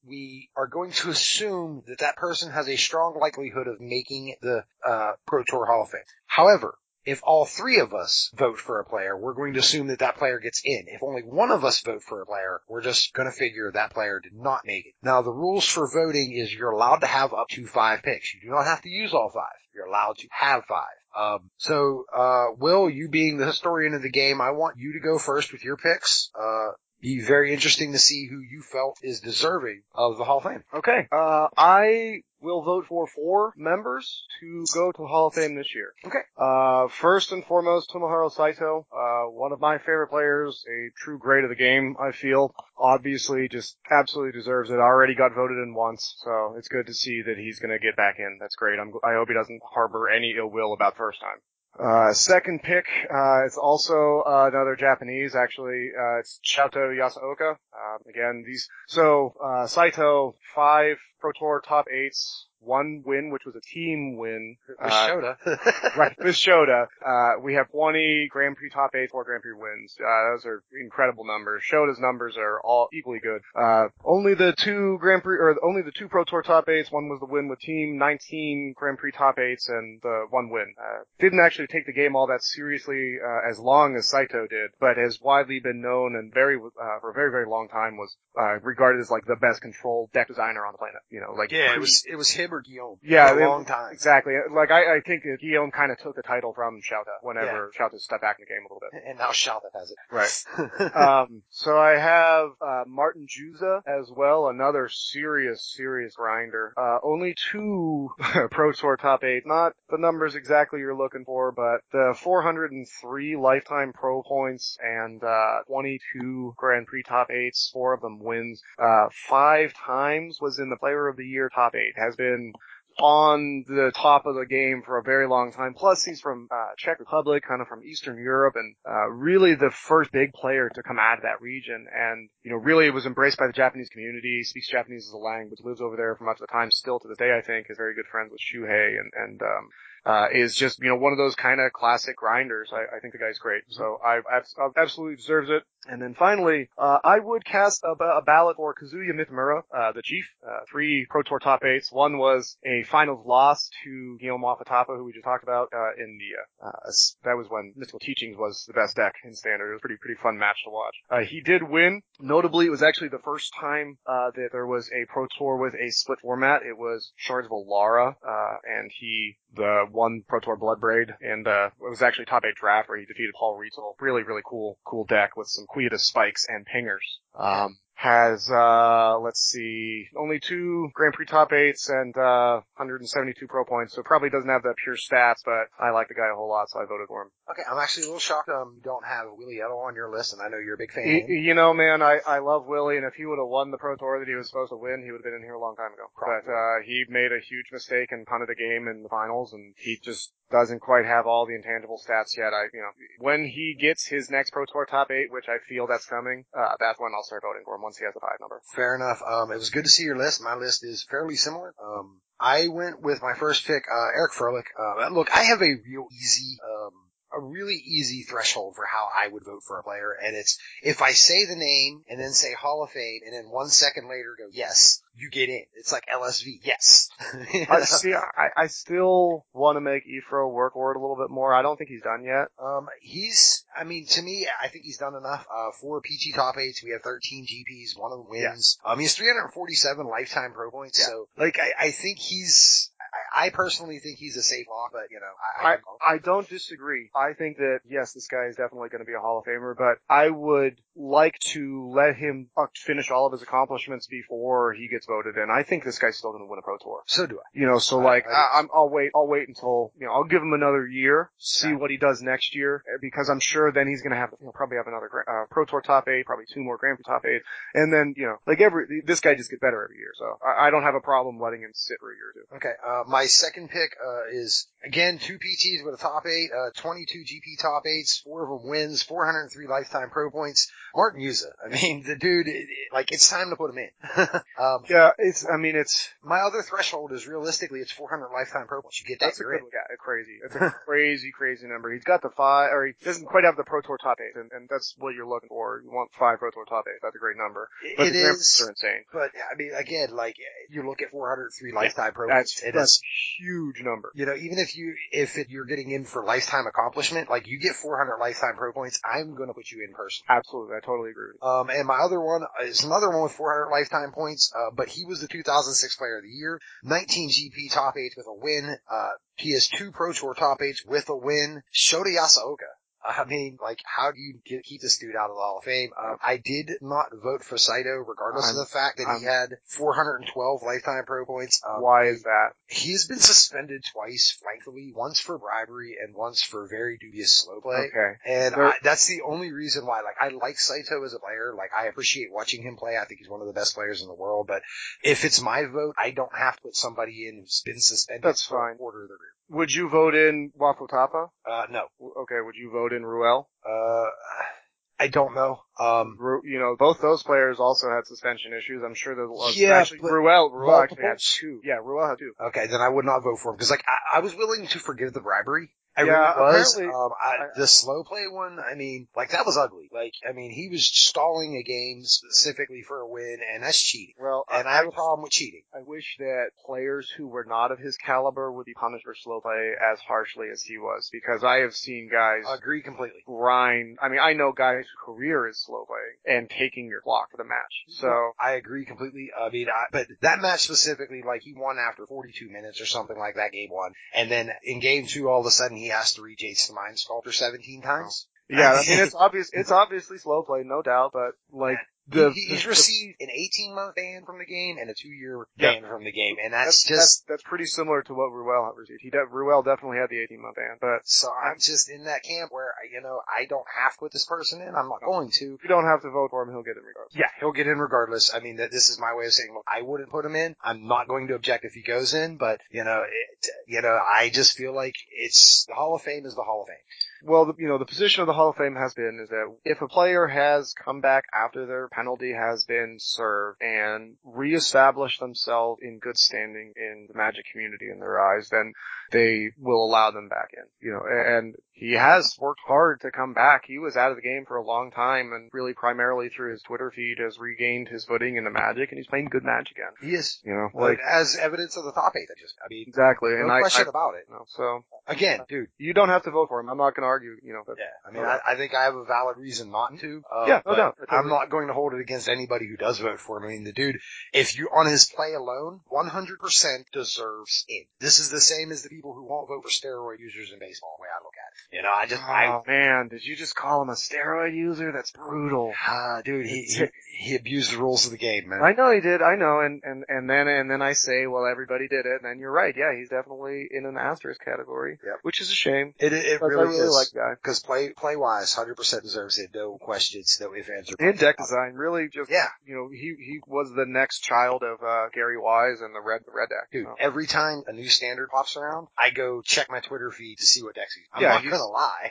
we are going to assume that that person has a strong likelihood of making the uh, Pro Tour Hall of Fame. However, if all three of us vote for a player, we're going to assume that that player gets in. If only one of us vote for a player, we're just going to figure that player did not make it. Now, the rules for voting is you're allowed to have up to five picks. You do not have to use all five. You're allowed to have five. Um, so, uh, Will, you being the historian of the game, I want you to go first with your picks. Uh, be very interesting to see who you felt is deserving of the Hall of Fame.
Okay. Uh, I will vote for four members to go to the Hall of Fame this year. Okay. Uh, first and foremost, Tomohiro Saito, uh, one of my favorite players, a true great of the game, I feel. Obviously, just absolutely deserves it. Already got voted in once, so it's good to see that he's gonna get back in. That's great. I'm, I hope he doesn't harbor any ill will about first time. Uh, second pick, uh, it's also uh, another Japanese, actually. Uh, it's Shoto Yasaoka. Um, again, these, so, uh, Saito, five Pro Tour top eights, one win, which was a team win. Uh,
Shoda.
right, with Shoda. Uh, we have 20 Grand Prix top eight, four Grand Prix wins. Uh, those are incredible numbers. Shoda's numbers are all equally good. Uh, only the two Grand Prix, or only the two Pro Tour top eights. One was the win with Team, 19 Grand Prix top eights, and the one win. Uh, didn't actually take the game all that seriously uh, as long as Saito did, but has widely been known and very, uh, for a very, very long time was uh, regarded as like the best control deck designer on the planet. You know, like
yeah,
pre-
it was it was him or Guillaume.
Yeah,
for
it-
a long time.
Exactly. Uh, Like I, I think that Guillaume kind of took the title from Shouta whenever Shouta stepped back in the game a little bit.
And now Shouda has it. Right.
um, so I have uh, Martin Juza as well, another serious, serious grinder. Uh, only two Pro Tour top eight, not the numbers exactly you're looking for, but the 403 lifetime pro points and uh, 22 Grand Prix top eights, four of them wins. Uh, five times was in the Player of the Year top eight. Has been on the top of the game for a very long time. Plus, he's from uh, Czech Republic, kind of from Eastern Europe, and uh, really the first big player to come out of that region. And you know, really was embraced by the Japanese community. Speaks Japanese as a language. Lives over there for much of the time. Still to this day, I think is very good friends with Shuhei and and um, uh, is just, you know, one of those kind of classic grinders. I, I think the guy's great. So I, abs- I absolutely deserves it. And then finally, uh, I would cast a, ba- a ballot for Kazuya Mifamura, uh, the chief, uh, three Pro Tour top eights. One was a finals loss to Guillaume Maffatapa, who we just talked about, uh, in the, uh, uh, s- that was when Mystical Teachings was the best deck in standard. It was a pretty, pretty fun match to watch. Uh, he did win. Notably, it was actually the first time, uh, that there was a Pro Tour with a split format. It was Shards of Alara, uh, and he the one Pro Tour Blood Braid, and uh, it was actually top eight draft where he defeated Paul Riesel. Really, really cool, cool deck with some Quietus spikes and pingers. Um, has uh, let's see, only two Grand Prix top eights and uh, 172 pro points, so probably doesn't have the pure stats, but I like the guy a whole lot, so I voted for him.
okay, I'm actually a little shocked um you don't have Willie Edel on your list, and I know you're a big fan. of
Y-
him.
You know, man, I, I love Willie, and if he would have won the Pro Tour that he was supposed to win, he would have been in here a long time ago. But uh, he made a huge mistake and punted a game in the finals, and he just doesn't quite have all the intangible stats yet. I, you know, when he gets his next Pro Tour top eight, which I feel that's coming, uh, that's when I'll start voting for him once he has the five number.
Fair enough. Um, it was good to see your list. My list is fairly similar. Um, I went with my first pick, uh, Eric Froelich. Uh, look, I have a real easy, um, a really easy threshold for how I would vote for a player, and it's if I say the name and then say Hall of Fame, and then one second later go yes, you get in. It's like LSV, yes.
I see. I, I still want to make Ifro work for it a little bit more. I don't think he's done yet.
Um, he's, I mean, to me, I think he's done enough. Uh, four PT top eights. We have 13 GPs. One of them wins. Um, he has 347 lifetime pro points.
Yeah.
So, like, I, I think he's, I, I personally think he's a safe lock, but, you know, I, I,
I,
could be wrong.
I don't disagree. I think that yes, this guy is definitely going to be a Hall of Famer, but I would like to let him uh, finish all of his accomplishments before he gets voted in. I think this guy's still going to win a Pro Tour.
so do I.
You know, so
I-
like
I-
I, I'm, I'll wait, I'll wait until you know, I'll give him another year, see
Yeah.
what he does next year, eh, because I'm sure then he's going to have he'll probably have another gra- uh, Pro Tour top eight, probably two more Grand Prix top eight, and then you know, like every this guy just gets better every year. So I, I don't have a problem letting him sit for a year or two.
Okay, uh, my second pick, uh, is, again, two PTs with a top eight, uh, 22 GP top eights, four of them wins, 403 lifetime pro points. Martin Yuza. I mean, the dude, it, it- like, it's time to put him in. um,
Yeah, it's I mean it's
my other threshold is realistically, it's 400 lifetime pro points. You get that,
That's a
you're in.
good one. Yeah, crazy. It's a crazy, crazy number. He's got the five, or he doesn't quite have the Pro Tour top eight, and, and that's what you're looking for. You want five Pro Tour top eight. That's a great number. But
It
the Grand Prix
is,
are insane.
but I mean, again, like you look at 403 lifetime pro,
That's
it is.
that's a huge number.
You know, even if you if it, you're getting in for lifetime accomplishment, like you get 400 lifetime pro points, I'm gonna put you in person.
Absolutely, I totally agree with
Um, and my other one is another one with 400 lifetime points, uh, but he was the 2006 player of the year, 19 GP top eight with a win, uh, PS2 Pro Tour top eight with a win, Shota Yasaoka. I mean, like, how do you get, keep this dude out of the Hall of Fame? Um, I did not vote for Saito, regardless
I'm-
of the fact that he had 412 lifetime pro points. Um,
Uh, Why is that?
He's been suspended twice, frankly, once for bribery and once for very dubious slow play.
Okay.
And
There-
I, that's the only reason why, like, I like Saito as a player. Like, I appreciate watching him play. I think he's one of the best players in the world. But if it's my vote, I don't have to put somebody in who's been suspended
That's
for
fine.
a quarter of the group.
Would you vote in Waffle Tapa?
Uh, no.
W- Okay. Would you vote in Ruel?
Uh, I don't know. Um,
Ru- you know, both those players also had suspension issues. I'm sure there's a lot.
Yeah,
actually,
but-
Ruel, Ruel actually had
Multiples?
two. Yeah, Ruel had two.
okay, then I would not vote for him because, like, I, I was willing to forgive the bribery. I
Yeah,
really was.
apparently-
Um, I,
I-
the slow play one, I mean, like that was ugly. Like, I mean, he was stalling a game specifically for a win, and that's cheating.
Well,
And I have a problem with cheating.
I wish that players who were not of his caliber would be punished for slow play as harshly as he was, because I have seen guys
agree completely.
grind. I mean, I know guys whose career is slow playing and taking your clock for the match. So
I agree completely. I mean, I, but that match specifically, like he won after 42 minutes or something like that game one. And then in game two, all of a sudden he has to reach Ace the Mind Sculptor 17 times.
yeah, I mean, it's obvious. It's obviously slow play, no doubt, but like the
he, he's
the-
received an 18 month ban from the game and a two year
Yeah.
ban from the game. And that's,
That's,
just,
that's that's pretty similar to what Ruel had received. He de- Ruel definitely had the 18 month ban, but
so I'm just in that camp where, you know, I don't have to put this person in. I'm not going to.
if you don't have to vote for him, he'll get it regardless.
Yeah, he'll get in regardless. I mean, that this is my way of saying look, I wouldn't put him in. I'm not going to object if he goes in, but you know, it, you know, I just feel like it's the Hall of Fame is the Hall of Fame.
Well, the, you know, the position of the Hall of Fame has been is that if a player has come back after their penalty has been served and reestablished themselves in good standing in the Magic community in their eyes, then they will allow them back in. You know, a- and he has worked hard to come back. He was out of the game for a long time and really primarily through his Twitter feed has regained his footing in the Magic and he's playing good Magic again.
He is.
You know,
Like, as evidence of the top eight, I just, I mean,
exactly.
no
And I, I
question about it.
you know, so
Again, dude,
you don't have to vote for him. I'm not going to argue. You know, that,
yeah, I mean, I, I think I have a valid reason not to. Uh,
Yeah, no
but
doubt. I totally-
I'm not going to hold it against anybody who does vote for him. I mean, the dude, if you on his play alone, 100% deserves it. This is the same as the people who won't vote for steroid users in baseball. The way I look at it, you know, I just, I,
Oh man, did you just call him a steroid user? That's brutal.
Ah, dude, he, he he abused the rules of the game, man.
I know he did. I know, and and and then and then I say, well, everybody did it, and then you're right. Yeah, he's definitely in an asterisk category,
Yep.
which is a shame.
It it, it
But
really,
I really
is.
like the guy.
because play play wise, hundred percent deserves it. No questions, no ifs ands or
And
buts
deck
about
design really just,
Yeah.
you know, he he was the next child of uh Gary Wise and the red the red deck.
it. Dude,
So,
every time a new standard pops around, I go check my Twitter feed to see what decks he's. I'm
Yeah,
not
he's-
gonna lie.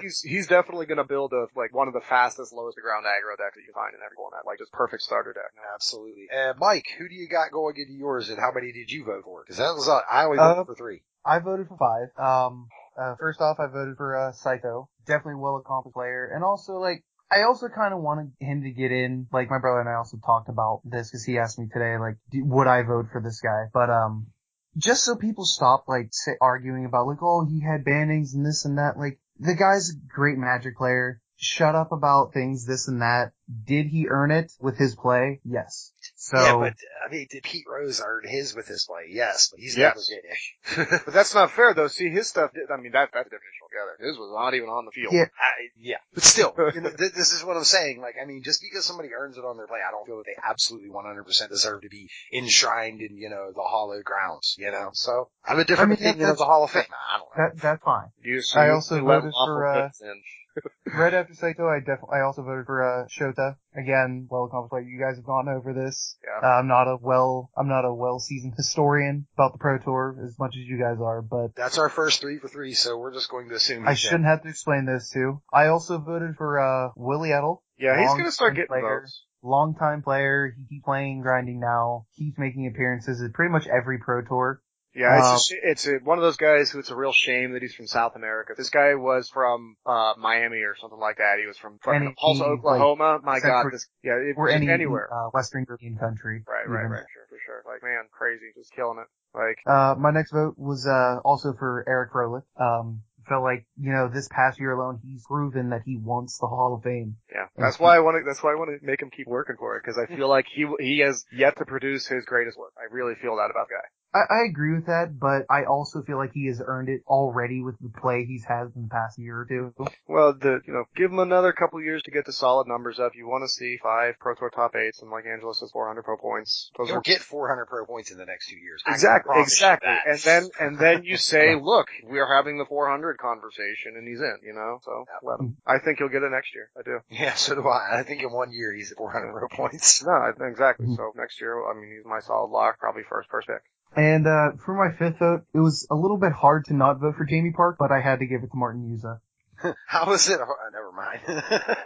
He's he's definitely gonna build a like one of the fastest lowest to ground aggro decks that you can find in every format, like just perfect starter deck.
Absolutely. Uh, Mike, who do you got going into yours, and how many did you vote for? Because that was uh, I only voted
Uh,
for three.
I voted for five. Um, uh, first off, I voted for uh, Psycho. Definitely well accomplished player, and also like I also kind of wanted him to get in. Like my brother and I also talked about this because he asked me today, like, do, would I vote for this guy? But um, just so people stop like say, arguing about like, oh, he had bannings and this and that. Like the guy's a great Magic player. Shut up about things this and that. Did he earn it with his play? Yes. So
yeah, but I mean, did Pete Rose earn his with his play? Yes, but he's
Yes.
never getting.
But that's not fair though. See, his stuff. Did, I mean, that that's different altogether. His was not even on the field.
Yeah.
I, yeah, but still, you know, th- this is what I'm saying. Like, I mean, just because somebody earns it on their play, I don't feel that they absolutely 100% deserve to be enshrined in, you know, the hollow grounds, you know? So, I have a different
I mean, that-
opinion of the Hall of Fame. I don't know.
that that's fine.
You
I also
you let
voted
lawful
for, uh,
goods in.
right after Saito, I definitely, I also voted for uh, Shota. Again, well accomplished player. You guys have gone over this.
Yeah.
Uh, I'm not a well, I'm not a well seasoned historian about the Pro Tour as much as you guys are, but
That's our first three for three, so we're just going to assume.
I
he's in.
shouldn't have to explain those two. I also voted for uh, Willie Edel.
Yeah, he's
long
gonna start
time
getting
player.
votes.
Longtime player, he keep playing, grinding now, keeps making appearances at pretty much every pro tour.
Yeah, it's
Uh,
a sh it's a, one of those guys who it's a real shame that he's from South America. This guy was from uh Miami or something like that. He was from fucking
Any-
also
E like,
Oklahoma. My
Central-
God, this yeah, it,
Or
just
any
anywhere.
uh, Western European country.
right, right,
even.
right. Sure, for sure. Like man, crazy, just killing it. Like
Uh, my next vote was, uh, also for Eric Rolick. Um, felt like, you know, this past year alone, he's proven that he wants the Hall of Fame.
yeah,
And
that's
he-
why I want to. That's why I want to make him keep working for it because I feel like he he has yet to produce his greatest work. I really feel that about the guy.
I, I agree with that, but I also feel like he has earned it already with the play he's had in the past year or two.
Well, the you know, give him another couple years to get the solid numbers up. You want to see five Pro Tour top eights, and like Angelo says, 400 pro points. Those
He'll
are
get 400 pro points in the next two years. I can
exactly,
promise you
exactly.
that.
And then and then you say, look, we're having the 400 conversation, and he's in. You know, so let him. I think he'll get it next year. I do.
yeah, so do I. I think in one year he's at 400 pro points.
No, I- exactly. So next year, I mean, he's my solid lock, probably first first pick.
And uh, for my fifth vote, it was a little bit hard to not vote for Jamie Park, but I had to give it to Martin Yuza.
How is it? Oh, never mind.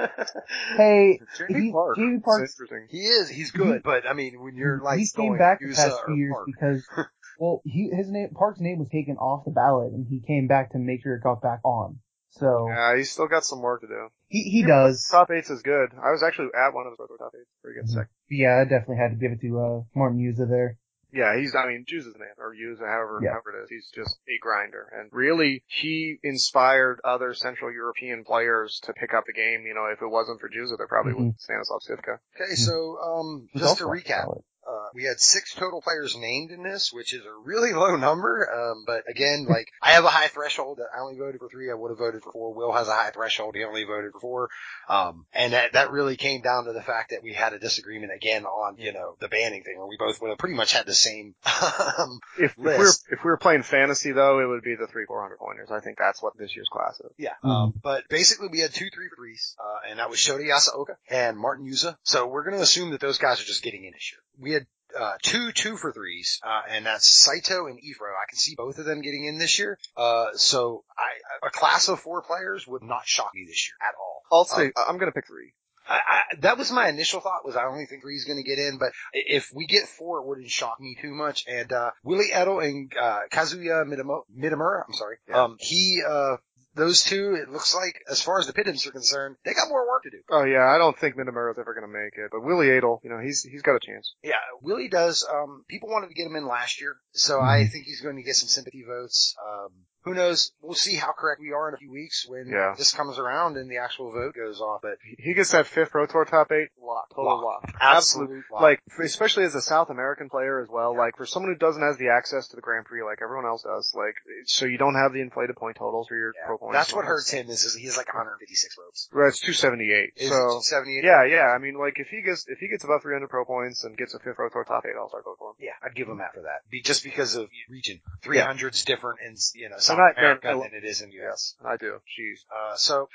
Hey,
Jamie
he-
Park.
Jamie
is
Park's-
interesting.
he is. He's good, but I mean, when you're like
he Mm-hmm. came
going
back the
Yusa
past
or
few years
Park.
because well, he his name Park's name was taken off the ballot, and he came back to make sure it got back on. So
Yeah, he's still got some work to do.
he he does.
Top eights is good. I was actually at one of his top eights. Pretty good.
Mhm.
Second.
Yeah, I definitely had to give it to uh, Martin Yuza there.
Yeah, he's, I mean, Jews is man, or Hughes, or however,
Yeah.
however it is. He's just a grinder. And really, he inspired other Central European players to pick up the game. You know, if it wasn't for Jews, they probably
Mhm.
wouldn't Stanislav Sivka.
Okay, so um,
He's
just to
also on the
recap,
ballot.
Uh, we had six total players named in this, which is a really low number. Um, but again, like I have a high threshold. I only voted for three. I would have voted for four. Will has a high threshold. He only voted for four. Um, and that, that really came down to the fact that we had a disagreement again on, you know, the banning thing where we both would have pretty much had the same, um,
If, if we were
List.
if we were playing fantasy though, it would be the three four hundred pointers. I think that's what this year's class is.
yeah. Um, but basically we had two three threes, uh, and that was Shota Yasaoka and Martin Yuza. So we're going to assume that those guys are just getting in this year. We had uh, two two for threes, uh, and that's Saito and Ifro. I can see both of them getting in this year. Uh, so I, a class of four players would not shock me this year at all.
I'll say I'm gonna pick three.
I, I, that was my initial thought was I only think three's going to get in, but i- if we get four, it wouldn't shock me too much. And, uh, Willie Edel and, uh, Kazuya Midamo- Midamura, I'm sorry,
Yeah.
um, he, uh, those two, it looks like, as far as the pittance are concerned, they got more work to do.
Oh yeah, I don't think Minamura's ever gonna make it, but Willie Adel, you know, he's he's got a chance.
Yeah, Willie does. Um, people wanted to get him in last year, so I
Mm-hmm.
think he's going to get some sympathy votes. Um, who knows? We'll see how correct we are in a few weeks when
Yeah.
this comes around and the actual vote goes off. But
He gets that fifth Pro Tour top eight lock, total
Lock.
lock.
absolute, lock.
Like, especially as a South American player as well, like, for someone who doesn't have the access to the Grand Prix like everyone else does, like, so you don't have the inflated point totals for your
Yeah.
pro points.
that's what hurts him is, is he's like 156 votes.
Right, it's 278.
Is
So,
78?
yeah, yeah, I mean, like, if he gets, if he gets above 300 pro points and gets a fifth row to our top eight, I'll start voting for him.
Yeah, I'd give him that for that. Be, just because of region. 300's different in, you know, South
not- they're-
America
they're-
than it is in the US.
I do. Jeez.
Uh, so,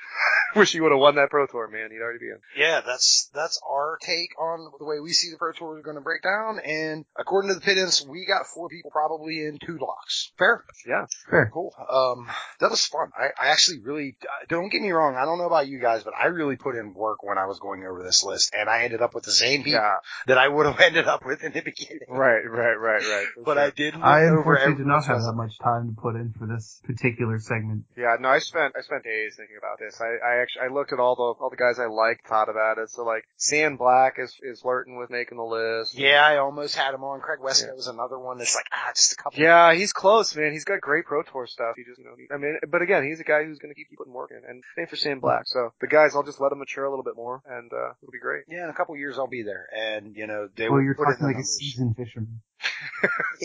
Wish you would have won that pro tour, man. He'd already be in.
yeah, that's, that's our take on the way we see the Pro Tour is going to break down. And according to the pittance, we got four people probably in two locks. Fair?
Yeah.
Fair.
Cool. Um, that was fun. I, I actually really, uh, don't get me wrong. I don't know about you guys, but I really put in work when I was going over this list and I ended up with the same people
Yeah.
that I would have ended up with in the beginning.
Right, right, right, right. for
But
sure.
I did look
I
over
unfortunately did not
everyone's
have
resume.
that much time to put in for this particular segment.
Yeah, no, I spent I spent days thinking about this. I, I actually I looked at all the all the guys I liked, thought about it. So like Sam Black is is flirting with making the list.
Yeah, I almost had him on. Craig Wesco
Yeah.
was another one that's like, ah, just a couple.
Yeah, he's close, man. He's got great pro tour stuff. He just, you know, he- I mean, but again, he's a guy who's going to keep putting work in. And same for Sam Black. So the guys, I'll just let them mature a little bit more, and uh it'll be great.
Yeah, in a couple years I'll be there, and you know they
Well,
will
you're
put in the
talking like a
numbers.
seasoned fisherman.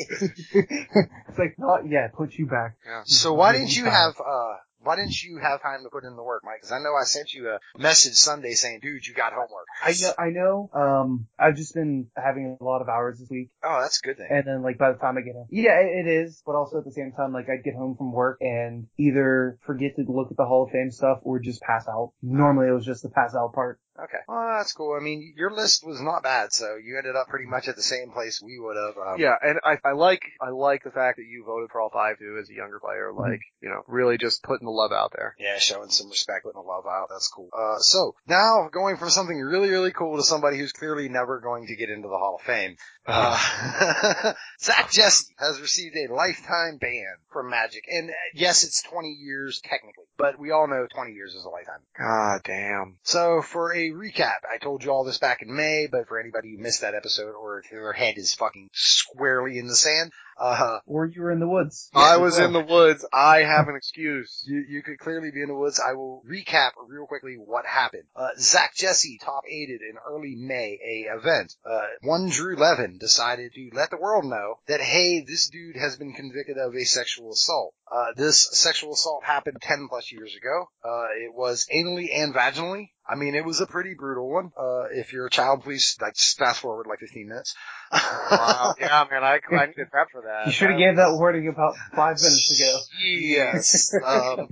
it's like not yet. Put you back.
Yeah.
So why didn't you have uh? Why didn't you have time to put in the work, Mike? Because I know I sent you a message Sunday saying, "Dude, you got homework."
I know. I know. Um, I've just been having a lot of hours this week,
Oh, that's a good thing.
and then like by the time I get home, yeah, it it is. But also at the same time, like I'd get home from work and either forget to look at the Hall of Fame stuff or just pass out. Normally, it was just the pass out part.
Okay, well that's cool. I mean, your list was not bad, so you ended up pretty much at the same place we would have. Um,
Yeah, and I, I like I like the fact that you voted for all five too as a younger player,
Mm-hmm.
like you know, really just putting the love out there.
Yeah, showing some respect, putting the love out. That's cool. Uh, so now going from something really, really cool to somebody who's clearly never going to get into the Hall of Fame. Uh, Zach Jesse has received a lifetime ban from Magic. And uh, yes, it's 20 years technically, but we all know 20 years is a lifetime.
God damn.
So for a a recap. I told you all this back in May, but for anybody who missed that episode or if their head is fucking squarely in the sand, uh,
Or you were in the woods.
I was in the woods. I have an excuse.
you, you could clearly be in the woods. I will recap real quickly what happened. Uh, Zach Jesse top aided in early May a event. Uh, one Drew Levin decided to let the world know that, hey, this dude has been convicted of a sexual assault. Uh, this sexual assault happened 10 plus years ago. Uh, it was anally and vaginally. I mean, it was a pretty brutal one. Uh, if you're a child, please, like, just fast forward like 15 minutes.
Wow. Yeah, man, I, I need to prep for that.
You should have
I-
gave that warning about five minutes ago.
Yes. Um,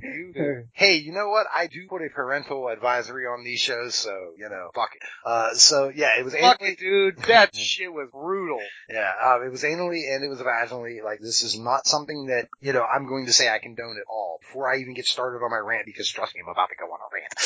hey, you know what? I do put a parental advisory on these shows, so you know, fuck it. Uh, so yeah, it was
Fuck
anally,
it, dude. That shit was brutal.
yeah, um, it was anally and it was vaginally. Like this is not something that you know I'm going to say I condone at all before I even get started on my rant because trust me, I'm about to go on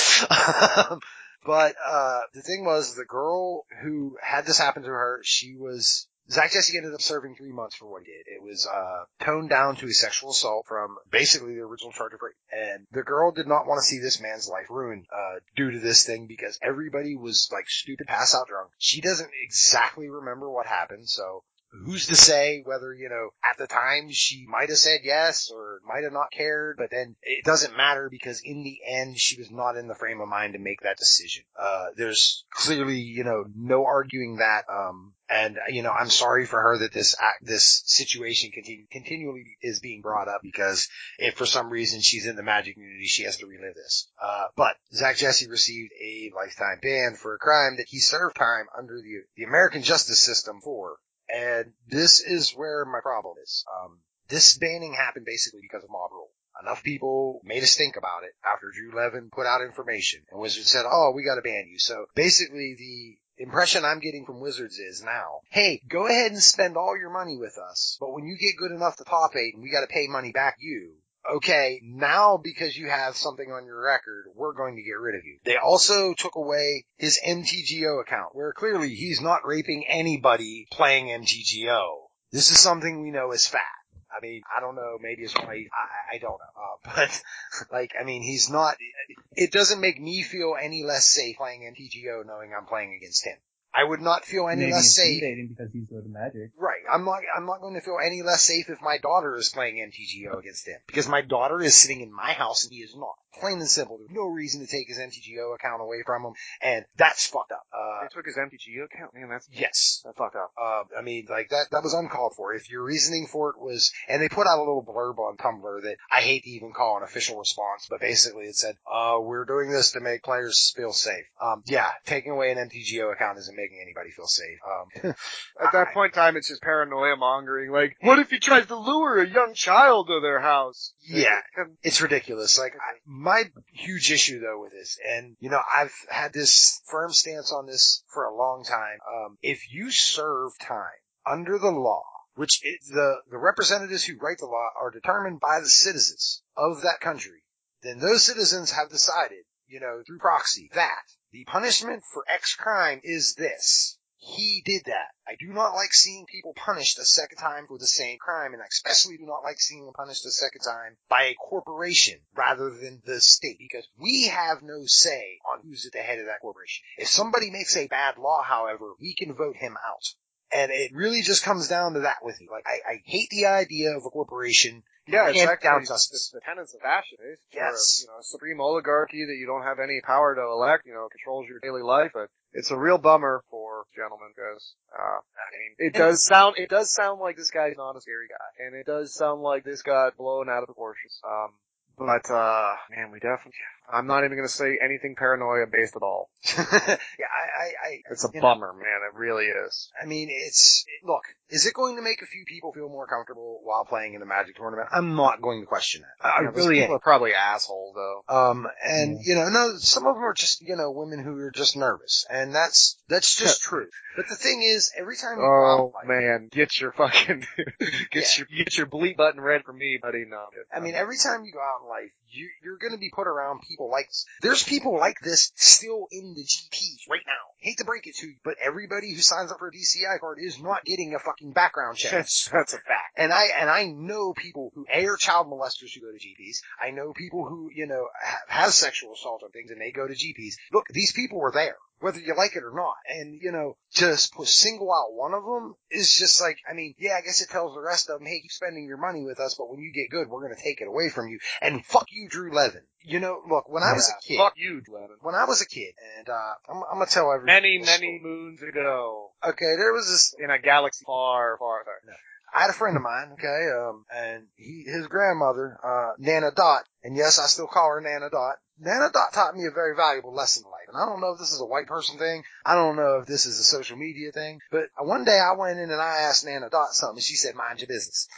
a rant. Um, But uh the thing was, the girl who had this happen to her, she was Zach Jesse ended up serving three months for what he did. It was uh, toned down to a sexual assault from basically the original charge of rape. And the girl did not want to see this man's life ruined uh, due to this thing because everybody was like stupid, pass out drunk. She doesn't exactly remember what happened, so who's to say whether, you know, at the time she might have said yes or might have not cared, but then it doesn't matter because in the end she was not in the frame of mind to make that decision. Uh, there's clearly, you know, no arguing that, um, and you know, I'm sorry for her that this act, this situation continu- continually is being brought up because if for some reason she's in the magic community, she has to relive this. Uh, but Zach Jesse received a lifetime ban for a crime that he served time under the the American justice system for and this is where my problem is. Um, this banning happened basically because of mob rule. Enough people made us think about it after Drew Levin put out information and Wizard said, oh, we gotta ban you. So basically the impression I'm getting from Wizards is now, hey, go ahead and spend all your money with us, but when you get good enough to top eight and we gotta pay money back you, okay, now because you have something on your record, we're going to get rid of you. They also took away his MTGO account, where clearly he's not raping anybody playing MTGO. This is something we know is fact. I mean, I don't know, maybe it's right, I, I don't know, uh, but, like, I mean, he's not, it doesn't make me feel any less safe playing MTGO knowing I'm playing against him. I would not feel any
Maybe
less safe
intimidating because he's good at magic.
Right. I'm not. I'm not going to feel any less safe if my daughter is playing MTGO against him because my daughter is sitting in my house and he is not. Plain and simple. There's no reason to take his MTGO account away from him, and that's fucked up. Uh,
They took his MTG account. Man, that's
yes.
that fucked up.
Uh, I mean, like that. That was uncalled for. If your reasoning for it was, and they put out a little blurb on Tumblr that I hate to even call an official response, but basically it said, "Uh, we're doing this to make players feel safe." Um, yeah, taking away an MTGO account isn't making anybody feel safe. Um,
At that point in time, it's just paranoia mongering. Like, what if he tries to lure a young child to their house?
Yeah.
And
it's ridiculous. Like I, my huge issue though with this, and you know, I've had this firm stance on this for a long time. Um, if you serve time under the law, which it, the the representatives who write the law are determined by the citizens of that country, then those citizens have decided, you know, through proxy that the punishment for X crime is this. He did that. I do not like seeing people punished a second time for the same crime, and I especially do not like seeing them punished a second time by a corporation rather than the state, because we have no say on who's at the head of that corporation. If somebody makes a bad law, however, we can vote him out. And it really just comes down to that with me. Like, I, I hate the idea of a corporation
yeah, it's
Hand
actually
down
just
justice.
the tenets of fashion. It's for a,
Yes.
you know, a supreme oligarchy that you don't have any power to elect. You know, controls your daily life. But it's a real bummer for gentlemen because, uh, I mean, it does sound it does sound like this guy's not a scary guy, and it does sound like this got blown out of proportion. Um, but uh, man, we definitely. I'm not even gonna say anything paranoia based at all.
yeah, I, I, I
It's a
you know,
bummer, man. It really is.
I mean, it's look. Is it going to make a few people feel more comfortable while playing in the Magic tournament? I'm not going to question that. I, I
Yeah, those
really
people
am.
are probably asshole though.
Um, and you know, no, some of them are just you know women who are just nervous, and that's that's just true. But the thing is, every time you
Oh
qualify,
man, get your fucking get your get your bleep button red for me, buddy. No,
I mean, every time you go out in life, you, you're going to be put around people people like this. There's people like this still in the GPs right now. Hate to break it to you, but everybody who signs up for a DCI card is not getting a fucking background check.
That's, that's a fact.
And I and I know people who a are child molesters who go to GPs. I know people who you know ha- have sexual assault and things, and they go to GPs. Look, these people were there, whether you like it or not. And you know, just put, single out one of them is just like, I mean, yeah, I guess it tells the rest of them, hey, keep spending your money with us, but when you get good, we're gonna take it away from you. And fuck you, Drew Levin. You know, look, when I was a kid,
Fuck you, Levin.
when I was a kid, and uh, I'm, I'm gonna tell everyone.
Many,
this
many moons ago,
story. Okay, there was this
in a galaxy far, far, far.
I had a friend of mine, okay, um, and he, his grandmother, uh, Nana Dot, and yes, I still call her Nana Dot. Nana Dot taught me a very valuable lesson in life, and I don't know if this is a white person thing. I don't know if this is a social media thing, but one day I went in and I asked Nana Dot something, and she said, "Mind your business,"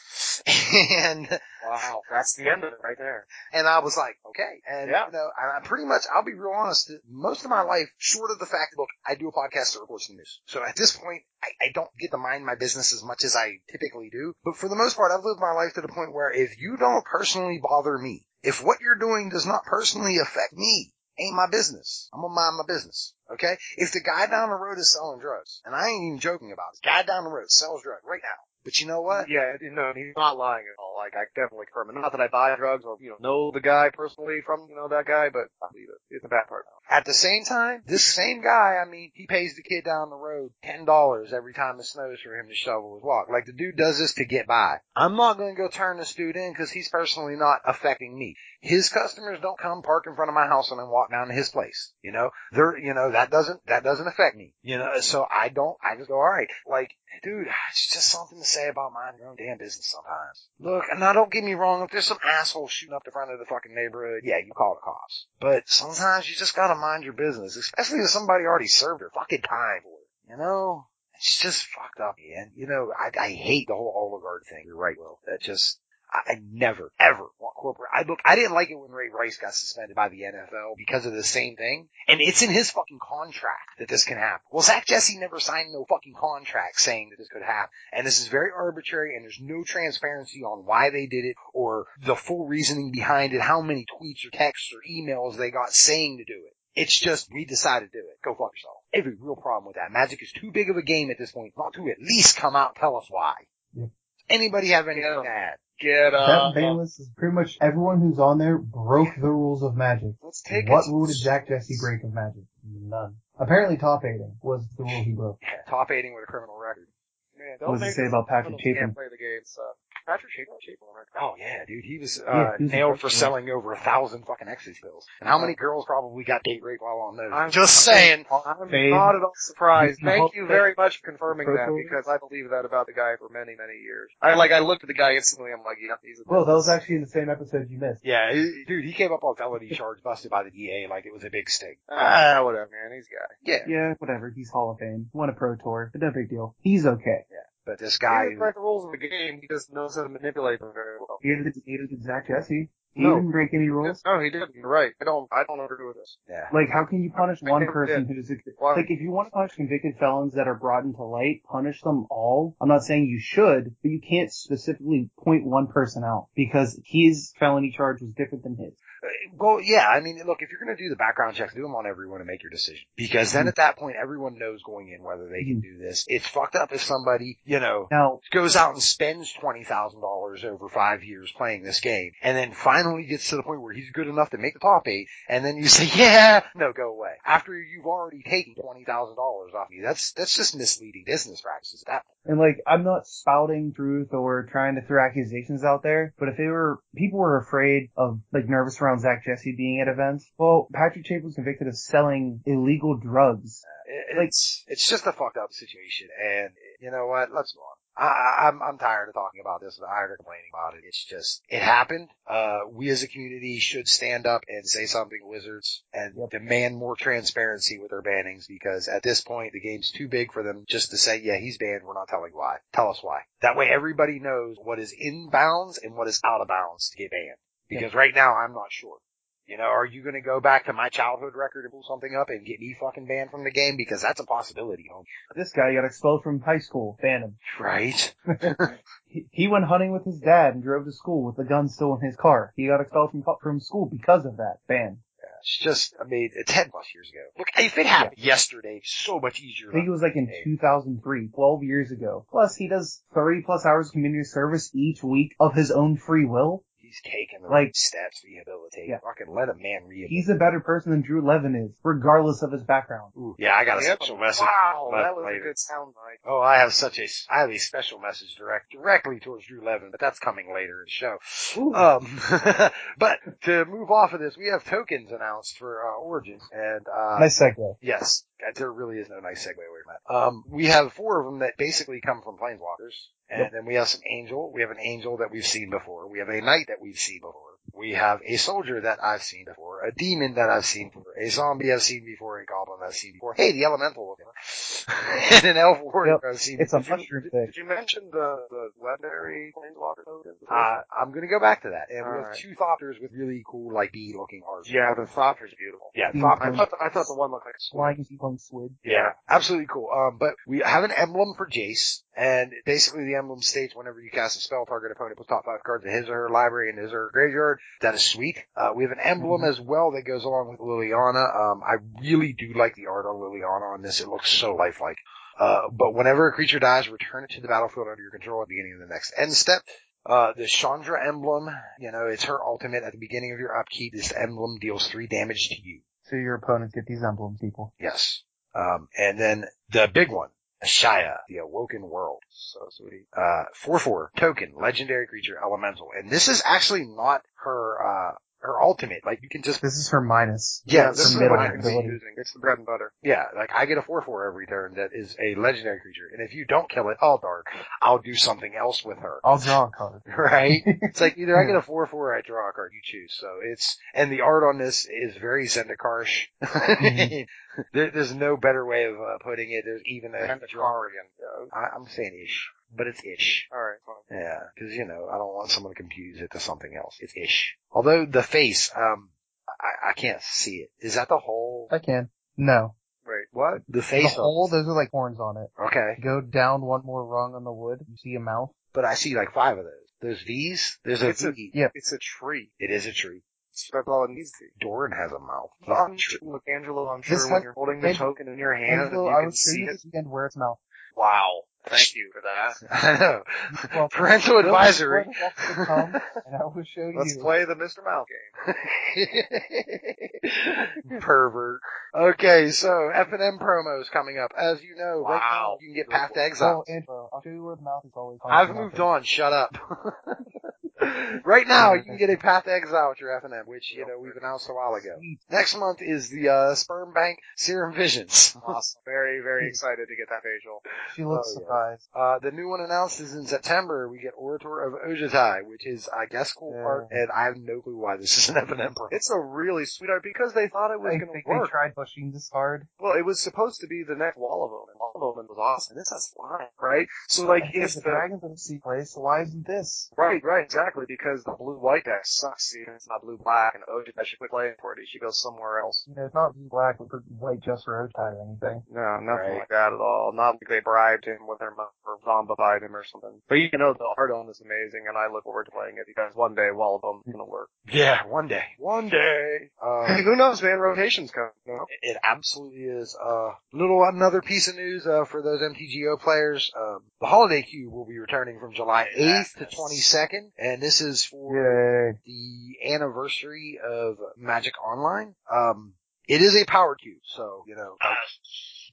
and
Wow, that's the end of it right there.
and I was like, okay. And
Yeah.
you know, and I pretty much, I'll be real honest, most of my life, short of the fact that, look, I do a podcast that reports the news. So at this point, I, I don't get to mind my business as much as I typically do. But for the most part, I've lived my life to the point where if you don't personally bother me, if what you're doing does not personally affect me, ain't my business. I'm gonna mind my business. Okay? If the guy down the road is selling drugs, and I ain't even joking about it, guy down the road sells drugs right now. But you know what?
Yeah, you know, he's not lying at all. Like, I definitely confirm it. Not that I buy drugs or, you know, know the guy personally from, you know, that guy, but I believe it. It's a bad part.
At the same time, this same guy, I mean, he pays the kid down the road ten dollars every time it snows for him to shovel his walk. Like the dude does this to get by. I'm not going to go turn this dude in because he's personally not affecting me. His customers don't come park in front of my house and then walk down to his place. You know, they're you know that doesn't that doesn't affect me. You know, so I don't. I just go all right. Like, dude, it's just something to say about mind your own damn business sometimes. Look, and now don't get me wrong. If there's some asshole shooting up the front of the fucking neighborhood, yeah, you call the cops. But sometimes you just gotta mind your business, especially if somebody already served their fucking time for it. You know. It's just fucked up, man. You know, I, I hate the whole oligarch thing. You're right, Will. That just, I, I never, ever want corporate. I look, I didn't like it when Ray Rice got suspended by the NFL because of the same thing. And it's in his fucking contract that this can happen. Well, Zach Jesse never signed no fucking contract saying that this could happen. And this is very arbitrary and there's no transparency on why they did it or the full reasoning behind it, how many tweets or texts or emails they got saying to do it. It's just, we decided to do it. Go fuck yourself. Every real problem with that. Magic is too big of a game at this point not to at least come out and tell us why.
Yep.
Anybody have anything
Yeah.
to add?
Get
That
up.
ban list is pretty much everyone who's on there broke the rules of magic.
Let's take
what
a-
rule did Jack Jesse break of magic? None. Apparently top aiding was the rule he broke.
Top aiding with a criminal record.
Oh, Man,
What does it say about Patrick
criminals
Chapin?
Can't play the game, so. Patrick Chapin? Chapin, right?
Oh yeah, dude, he was uh,
Yeah, he was a Oh.
nailed for
fucking-
selling over a thousand fucking ecstasy pills. And how many girls probably got date raped while on those?
I'm-
just saying.
I'm
Fame.
not at all surprised.
You can hope
Thank you
that-
very much for confirming that
Personally?
because I believe that about the guy for many, many years. I like I looked at the guy instantly. I'm like, yeah, he's a
Well, that was actually in the same episode you missed.
Yeah, he- dude, he came up on felony charge, busted by the DA, like it was a big sting.
ah, whatever, man. He's a guy.
Yeah,
Yeah, whatever. He's Hall of Fame. Won a pro tour. But no big deal. He's okay.
but this
He
guy,
doesn't break the rules of the game. He just knows how to manipulate them very well.
Neither did, neither did Zach Jesse. He
No.
didn't break any rules.
No, he didn't. You're right. I don't. I don't agree with this.
yeah,
Like, how can you punish
I
one
think
person who's a,
Why?
like, if you want to punish convicted felons that are brought into light, punish them all. I'm not saying you should, but you can't specifically point one person out because his felony charge was different than his.
Uh, Well, yeah, I mean, look, if you're going to do the background checks, do them on everyone and make your decision. Because
Mm-hmm.
then at that point, everyone knows going in whether they can do this. It's fucked up if somebody, you know,
Now,
goes out and spends $20,000 over five years playing this game and then finally gets to the point where he's good enough to make the top eight and then you say, yeah, no, go away. After you've already taken $20,000 off me. That's, that's just misleading business practices. That,
And like, I'm not spouting truth or trying to throw accusations out there, but if they were, people were afraid of, like, nervous around Zach Jesse being at events. Well, Patrick Chapin was convicted of selling illegal drugs.
it-
Like-
it's, it's just a fucked up situation and you know what? Let's move on. I, I- I'm I'm tired of talking about this. and I'm tired of complaining about it. It's just it happened. Uh, we as a community should stand up and say something, Wizards, and
Yep.
demand more transparency with their bannings because at this point the game's too big for them just to say, yeah, he's banned. We're not telling why. Tell us why. That way everybody knows what is in bounds and what is out of bounds to get banned. Because right now I'm not sure. You know, are you going to go back to my childhood record and pull something up and get me fucking banned from the game? Because that's a possibility, homie.
This guy got expelled from high school. Ban him.
Right?
He, he went hunting with his dad and drove to school with the gun still in his car. He got expelled from, co- from school because of that. Ban.
It's just, I mean, 10 plus years ago. Look, if it happened yesterday, so much easier.
I think it was like in
Hey.
2003, 12 years ago. Plus, he does 30 plus hours of community service each week of his own free will.
He's taking the
Like-
right steps, rehabilitate.
Yeah.
Fucking let a man rehabilitate.
He's a better person than Drew Levin is, regardless of his background.
Ooh, yeah, I got a
Yep.
special message.
Wow,
Let-
that was
later.
a good sound bite.
Oh, I have such a, I have a special message direct, directly towards Drew Levin, but that's coming later in the show.
Ooh.
Um, but to move off of this, we have tokens announced for uh, Origin, and uh,
nice segue.
yes, there really is no nice segue where that. Um, we have four of them that basically come from Planeswalkers, and
Yep.
then we have some angel. We have an angel that we've seen before. We have a knight that we've seen before. We have a soldier that I've seen before, a demon that I've seen before, a zombie I've seen before, a goblin I've seen before. Hey, the elemental, and an elf warrior I've seen.
It's a
before.
mushroom
Did,
thing.
did you mention the, the legendary planeswalker token?
Uh, I'm gonna go back to that. And we
All
have
right.
two thopters with really cool, like, bee-looking arms.
yeah, the Thopter's beautiful.
Yeah,
Mm.
Thopter-
I thought, the, I thought the one looked like a swine.
Flying Seaplane Squid.
Yeah, absolutely cool. Um, but we have an emblem for Jace, and basically the emblem states whenever you cast a spell, target opponent puts top five cards in his or her library and his or her graveyard. That is sweet. Uh, we have an emblem as well that goes along with Liliana. Um, I really do like the art on Liliana on this. It looks so lifelike. Uh, but whenever a creature dies, return it to the battlefield under your control at the beginning of the next end step. Uh, the Chandra emblem, you know, it's her ultimate at the beginning of your upkeep. This emblem deals three damage to you.
So your opponents get these emblems, people.
Yes. Um, and then the big one, Ashaya, the Awoken World.
So sweet.
Uh, 4-4, token, legendary creature, elemental. And this is actually not her, uh, her ultimate. Like, you can just,
This is her minus.
yeah,
this is
middle
what you're
ability.
using. It's the bread and butter.
yeah, like, I get a 4-4 every turn that is a legendary creature. And if you don't kill it, oh darn, I'll do something else with her.
I'll draw a card.
Right? It's like either I get a 4-4 or I draw a card, you choose. So it's, and the art on this is very Zendikarish. there, there's no better way of uh, putting it. There's even a
And the Carian. Yeah,
I, I'm saying ish, but it's ish.
all right. Fine.
Yeah, because you know I don't want someone to confuse it to something else. It's ish. Although the face, um, I, I can't see it. Is that the whole
I can. No.
Wait, what?
the
The
face?
hole, those are like horns on it.
of, okay,
Go down one more rung on the wood. You see a mouth.
but I see like five of those. There's V's. There's a
It's a-
V.
Yeah.
It's a tree.
It is a tree.
That's all it needs to be.
Doran has a mouth.
I'm sure, look, Angelo, I'm sure
This
when
one-
you're holding the
Ang-
token in your hand,
Angelo,
you
I
can
was sure
see
you
it.
this weekend where its mouth.
Wow. Thank you for that.
I know.
Well,
Parental advisory.
Go walk the tongue, and I will show
Let's
you.
play the Mr. Mouth game.
Pervert. Okay, so F and M promos coming up. As you know, right now
Wow.
you can get Path to Exile.
Oh, Angelo, I'll show you where the mouth is always.
I've moved on. Shut up. right now, you can get a Path to Exile with your F and M, which you know we've announced a while ago. Next month is the uh, Sperm Bank Serum Visions.
Awesome. Very, very excited to get that facial.
She looks
Oh, yeah.
surprised.
Uh, the new one announced is in September. We get Orator of Ojatai, which is I guess cool
Yeah.
art, and I have no clue why this is an F and M promo.
It's a really sweet art because they thought it was
I
going to
think they
work.
tried pushing this hard.
Well, it was supposed to be the next Wall of Omen. Wall of Omen was awesome. This has slime, right? So like, if
If the
the
dragons in the sea place, why isn't this?
Right, right, exactly, because the blue white deck sucks, see, it's not blue black, and Oja should quit playing for it, he should go somewhere else.
You know, it's not blue black with white just for Otai or anything.
No, nothing
Right.
like that at all. Not like they bribed him with their money or zombified him or something. But you know, the art on is amazing, and I look forward to playing it because one day Wall of Omen's gonna work.
Yeah, one day.
One day!
Um,
Who knows, man? Rotation's coming. You know?
it absolutely is. Uh, little another piece of news uh, for those MTGO players: um, the Holiday Queue will be returning from July 8th to 22nd, and this is for
Yay.
the anniversary of Magic Online. Um, it is a power cube, so you know
Ah,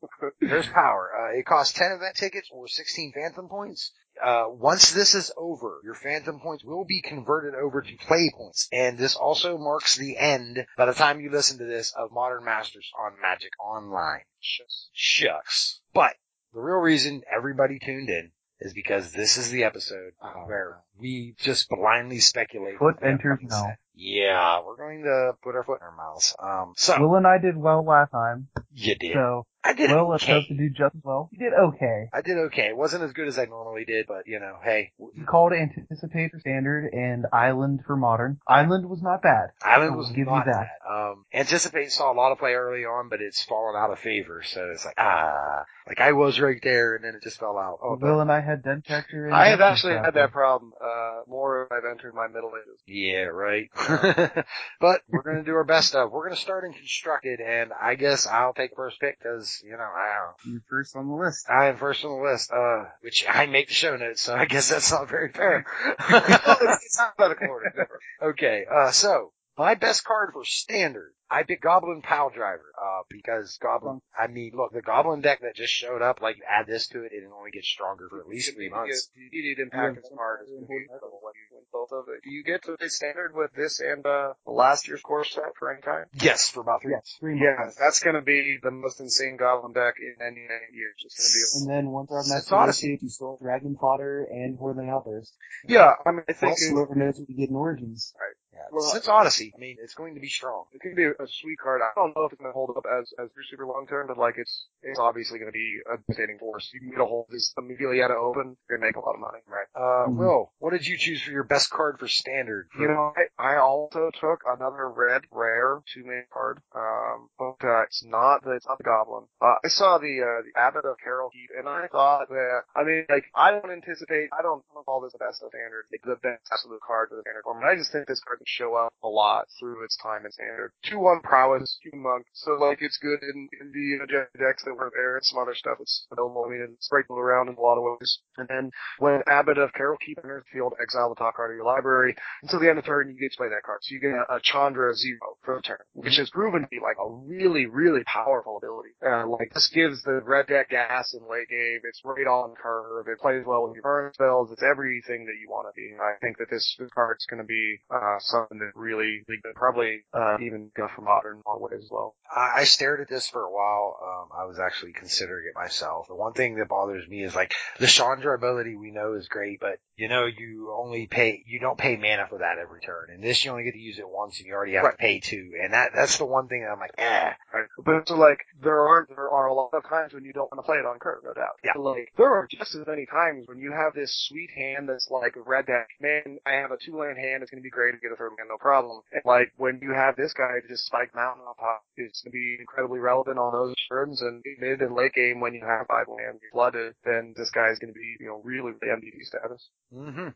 like, there's power. Uh, it costs 10 event tickets or 16 Phantom points. Uh, once this is over, your Phantom points will be converted over to play points, and this also marks the end by the time you listen to this of Modern Masters on Magic Online. Shucks. Shucks. But the real reason everybody tuned in is because this is the episode where we just blindly speculate.
Foot enters now.
Yeah, we're going to put our foot in our mouths. Um, so
Will and I did well last time,
you did.
so
I did
Well, let's hope
okay.
to do just well. You did okay.
I did okay. It wasn't as good as I normally did, but you know, hey,
You called Anticipate for Standard and Island for Modern. Island was not bad.
Island
I
was
will give you
not
that.
bad. Um, Anticipate saw a lot of play early on, but it's fallen out of favor. So it's like ah, like I was right there, and then it just fell out. Oh,
Will
but-
and I had Dead Catcher. And
I have
Neptune's
actually had
Chapter.
that problem, uh, more if I've entered my middle ages.
yeah, right. but we're gonna do our best. Of we're gonna start in constructed, and I guess I'll take first pick because you know I don't. know.
You're first on the list.
I am first on the list, uh, which I make the show notes, so I guess that's not very fair. it's not about a quarter. Okay, uh, so, my best card for standard, I picked Goblin Pile Driver, uh, because Goblin, I mean, look, the Goblin deck that just showed up, like, add this to it, and it only gets stronger for at least three months.
You you need impact as hard as incredible when you win both of it. Do you get to play standard with this and, uh, last year's core set for any time?
Yes, for about three
Yes, three months.
Yeah, that's gonna be the most insane goblin deck in any year. It's gonna
And
be.
then once our
It's
next
Odyssey.
you stole Dragon Fodder and Whirling Outburst.
Yeah, I mean, I think
Plus, whoever knows what we get in Origins.
Yeah,
Well,
since Odyssey, I mean, it's going to be strong.
It could be a sweet card. I don't know if it's gonna hold up as as your super long term, but like it's it's obviously gonna be a devastating force. You can get a hold of this immediately out of open. You're gonna make a lot of money, right?
Uh,
Mhm.
Will, what did you choose for your best card for standard?
Mm-hmm. You know, I, I also took another red rare two man card, um, but uh, it's not the it's not the goblin. Uh, I saw the uh, the abbot of Carol Heap, and I thought that I mean, like I don't anticipate, I don't, I don't call this the best of standard, like the best absolute card for the standard format. I just think this card can show up a lot through its time in standard. Two one prowess, two monk, so like it's good in, in the uh, jet decks that were there and some other stuff. It's available. I mean, it's breakable around in a lot of ways. And then when abbot of Carol Keep enters the field, exile the top card of your library. Until the end of turn, you get to play that card. So you get a, a Chandra Zero for the turn, which has proven to be like a really, really powerful ability. Uh, like this gives the red deck gas in late game. It's right on curve. It plays well with your burn spells. It's everything that you want to be. I think that this, this card's going to be uh, something that really, really good. probably uh, even go for modern in a lot of ways as well.
I, I stared at this for a while. Um, I was actually considering it myself. The one thing that bothers me is like the Chandra ability we know is great, but you know, you only pay, you don't pay mana for that every turn. And this, you only get to use it once and you already have to
Right.
pay two. And that, that's the one thing that I'm like, eh.
Right. But so like there are there are a lot of times when you don't want to play it on curve, no doubt.
Yeah.
But, like there are just as many times when you have this sweet hand that's like red deck, man, I have a two land hand, it's gonna be great to get a third land, no problem. And like when you have this guy just spike mountain on top, it's gonna be incredibly relevant on those turns and in mid and late game when you have five land flooded, then this guy is gonna be, you know, really really MVP status.
Mm-hmm.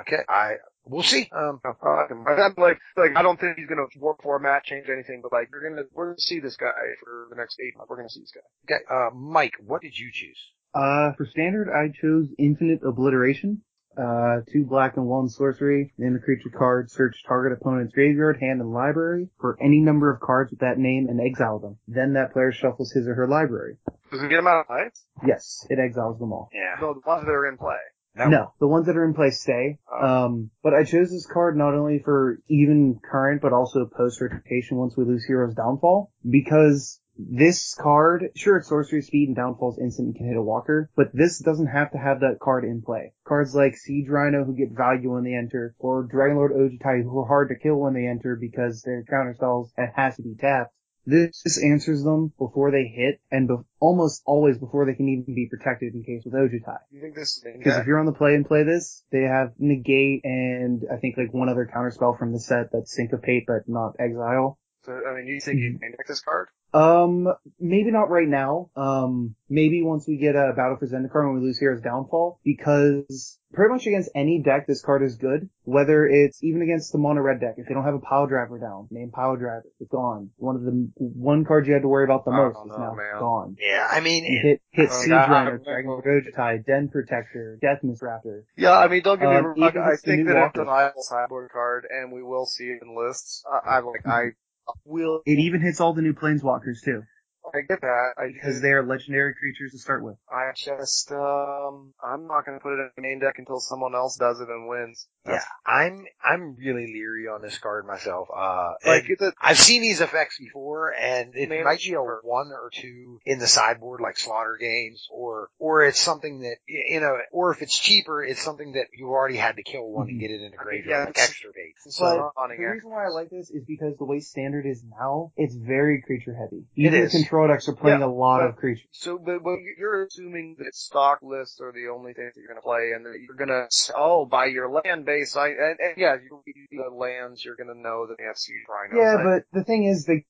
Okay. I, we'll see. Um,
Uh, I'm like like I don't think he's gonna warp format change anything, but like you're gonna we're gonna see this guy for the next eight months. We're gonna see this guy.
okay. Uh, Mike, what did you choose?
Uh, for standard, I chose Infinite Obliteration. Uh, two black and one sorcery. Name a creature card, search target opponent's graveyard, hand, and library for any number of cards with that name and exile them. Then that player shuffles his or her library.
Does it get them out of play?
Yes, it exiles them all.
Yeah.
No, the ones that are in play.
No.
No, the ones that are in play stay. Um, but I chose this card not only for even current, but also post rotation once we lose Hero's Downfall, because this card, sure, it's sorcery speed and downfall's instant and can hit a walker, but this doesn't have to have that card in play. Cards like Siege Rhino who get value when they enter, or Dragonlord Ojitai who are hard to kill when they enter because they're counter spells and has to be tapped. This just answers them before they hit, and be- almost always before they can even be protected in case with Ojitai.
You think this is in
Because if you're on the play and play this, they have negate and I think like one other counterspell from the set that's syncopate but not exile.
So, I mean, you think you can index this card?
Um, maybe not right now. Um, maybe once we get a battle for Zendikar when we lose Hero's Downfall, because pretty much against any deck this card is good. Whether it's even against the mono red deck, if they don't have a pile driver down, name pile driver, it's gone. One of the one card you had to worry about the
I
most
don't
is
know,
now
man.
gone.
Yeah. I mean,
You hit hit
Uh,
Siege
I- I-
Runner, Dragon Rojitai, Den Protector, Deathmiss Raptor.
Yeah, I mean, don't get me
Um,
wrong.
even
I
if the
think
new
that it's
walker-
a viable sideboard card, and we will see it in lists. I, I like, I will.
It even hits all the new planeswalkers too,
I get that. I
because they are legendary creatures to start with.
I just, um, I'm not gonna put it in the main deck until someone else does it and wins.
yeah. I'm, I'm really leery on this card myself. Uh,
Like, it's a,
I've seen these effects before, and it
Man,
might be a
sure.
one or two in the sideboard, like slaughter games, or or it's something that y- you know, or if it's cheaper, it's something that you already had to kill one and get it in a graveyard,
Yeah,
like
it's-
extra bait.
it's
But
not on
The
here.
reason why I like this is because the way standard is now, it's very creature heavy.
It
Even
is.
the products are playing
Yeah,
a lot
but-
of creatures.
So, but, but you're assuming that stock lists are the only things that you're going to play, and that you're going to oh by your land base. I and, and yeah, you you the lands. You're going to know that they have sea rhinos.
Yeah,
I-
but the thing is, the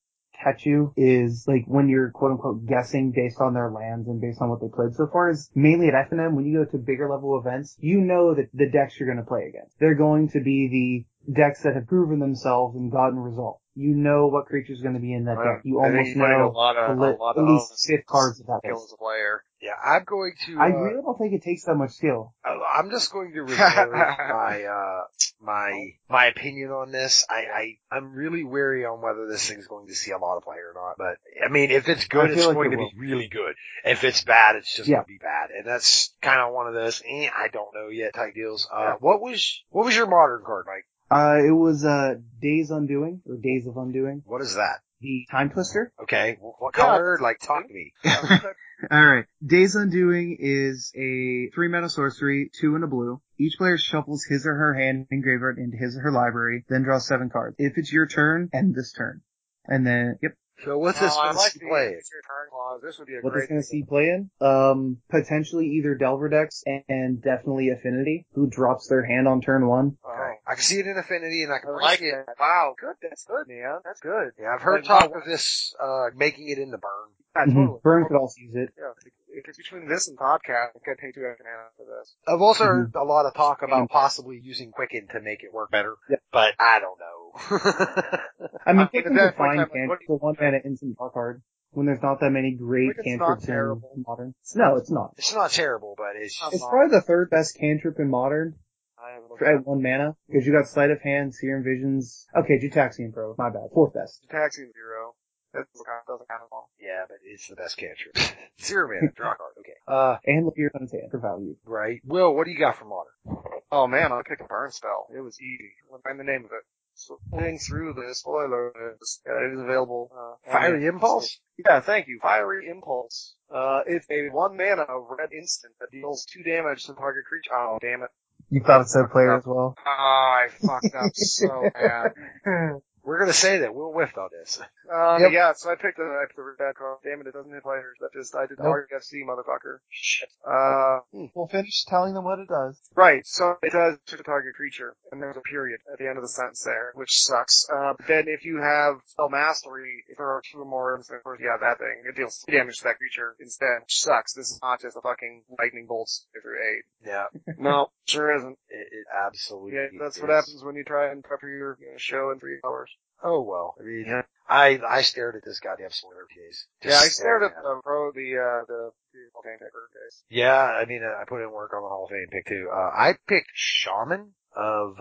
you is like when you're quote unquote guessing based on their lands and based on what they played so far is mainly at FNM when you go to bigger level events, you know that the decks you're going to play against. They're going to be the decks that have proven themselves and gotten results. You know what creature's going to be in that
I
deck. You
I think
almost
you played
know
a lot
the
of
li-
a lot
at
of
least fifth cards of that
skill
list.
as a player.
Yeah, I'm going to.
I
uh,
really don't think it takes that much skill.
I- I'm just going to reserve my uh my my opinion on this. I, I I'm really wary on whether this thing's going to see a lot of play or not. But I mean, if it's
I
good,
feel
it's
like
going
it
to be really good. If it's bad, it's just
Yeah.
going to be bad. And that's kind of one of those eh, I don't know yet type deals. Uh, what was what was your modern card, Mike?
Uh, it was, uh, Days Undoing, or Days of Undoing,
What is that?
the Time Twister.
Okay, wh- what
Yeah.
color? Like, talk to me.
All right. Days Undoing is a three mana sorcery, two and a blue. Each player shuffles his or her hand and graveyard into his or her library, then draws seven cards. If it's your turn, end this turn. And then, yep.
So what's
Oh,
this
I
one
like the
play?
it's your turn clause. This would be a
What
great.
is going to see play in? Um, potentially either Delver decks and, and definitely Affinity, who drops their hand on turn one.
Oh,
Okay. I can see it in Affinity, and I can
I like
see it.
it. Wow, good. That's good, man. That's good.
Yeah, I've heard
Like,
talk of this uh making it in the burn.
Yeah,
Mhm.
totally.
Burn could also use it.
Yeah, if it's between this and podcast, I could pay two extra mana for this.
I've also
Mm-hmm.
heard a lot of talk about possibly using Quicken to make it work better,
Yeah.
but I don't know.
I mean,
mean,
Quick
at
is
that
a
point,
fine
I'm like,
cantrip,
what do
the one mana instant draw card, when there's not that many great
Quicken's not
cantrips in
terrible.
modern. No, it's not.
it's not terrible, but it's just,
It's probably the third best cantrip in modern.
I have a little
at one mana because you got sleight of hand, seer visions. Okay, Jutaxian Pro. My bad. Fourth best.
taxi zero. That doesn't count- doesn't count at all.
yeah, but it's the best cantrip. Zero mana, draw a card. Okay. Uh,
And look at your opponent's hand for value.
right. Will, what do you got for modern?
Oh man, I picked a burn spell. It was easy. I'll find the name of it. So playing through the spoiler, is, uh, it is available. Uh, on
Fiery
the-
Impulse?
Yeah, thank you. Fiery Impulse. Uh, it's a one mana red instant that deals two damage to target creature. Oh, damn it.
You
thought it said player as
well.
Oh, I fucked up so bad.
We're gonna say that Will whiffed on this.
Um,
Yep.
yeah, so I picked the, I picked the bad card. Damn it, it doesn't hit players. That just, I did the
Nope.
RFC, motherfucker. Uh,
We'll finish telling them what it does.
right, so it does to the target creature, and there's a period at the end of the sentence there, which sucks. Uh, but then if you have spell mastery, if there are two or more instants, of course you have that thing. It deals three damage to that creature instead, which sucks. This is not just a fucking lightning bolt through eight.
Yeah,
No, sure isn't.
it, it absolutely.
Yeah, that's what
is.
happens when you try and prep your you know, show in three hours.
Oh well. I mean, I I stared at this goddamn spoiler case.
Yeah, I
Just
stared at
it.
the pro, the, uh, the, the okay, case.
Yeah, I mean, uh, I put in work on the Hall of Fame pick too. Uh, I picked Shaman of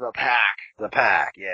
the Pack. The Pack, yeah.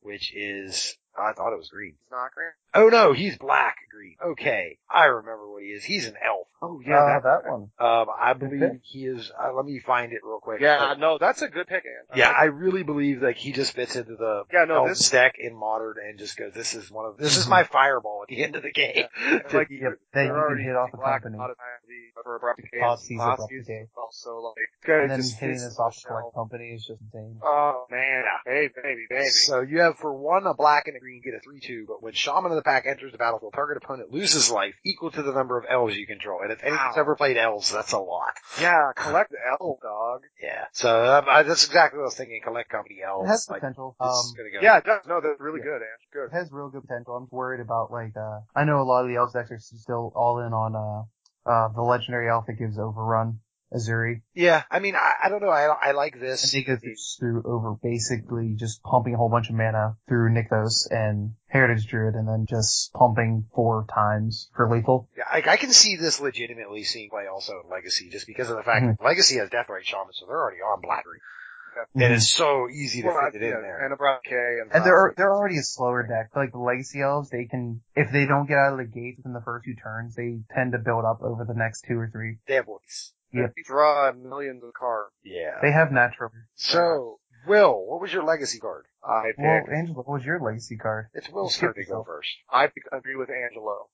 Which is, I thought it was green.
It's not great.
Oh no, he's black green. Okay, I remember what he is. He's an elf.
Oh
Yeah, that, one.
Um, I believe he is. Uh, let me find it real quick.
Yeah,
Like,
no, that's a good pick, Ann.
yeah, I really believe like he just fits into the
yeah, no,
elf
this
stack in modern and just goes, this is one of this is my fireball at the end of the game.
like
That
they're already using black a lot of times the- for abrupt decay.
Posse's abrupt
Posse's
decay.
Also, Oh, like okay, just this is the shell.
company is just insane.
Oh man, baby, baby, baby.
So you have for one a black and a green get a three two, but when Shaman of the Pack enters the battlefield, target opponent loses life equal to the number of elves you control. And if anyone's
Wow.
ever played elves, that's a lot.
yeah, collect the L dog.
Yeah. So um, I, that's exactly what I was thinking. Collect company elves.
It has
like,
potential.
Oh, this
Um,
is gonna go.
Yeah, it does. No, that's really
Yeah.
good, Ann. Good.
it has real good potential. I'm worried about like uh I know a lot of the elves decks are still all in on uh uh the legendary elf that gives overrun Azuri.
Yeah. I mean, I, I don't know. I I like
And
this.
they go through, through over basically just pumping a whole bunch of mana through Nykthos and Heritage Druid and then just pumping four times for lethal.
Yeah, I, I can see this legitimately seeing play also in Legacy, just because of the fact
Mm-hmm.
that Legacy has Death Right Shaman, so they're already on black green, and it's
Mm-hmm.
so easy to
Well,
fit it in
yeah,
there.
And abrupt decay and, uh,
And they're they're already a slower deck. Like the Legacy Elves, they can if they don't get out of the gate within the first few turns, they tend to build up over the next two or three.
they have voice.
yeah.
They draw millions of cards.
Yeah.
They have natural.
So, Will, what was your Legacy card?
I pick.
Well, Angela, what was your Legacy card?
It's Will's
Skip
turn to go
yourself.
first.
I pick- agree with Angelo.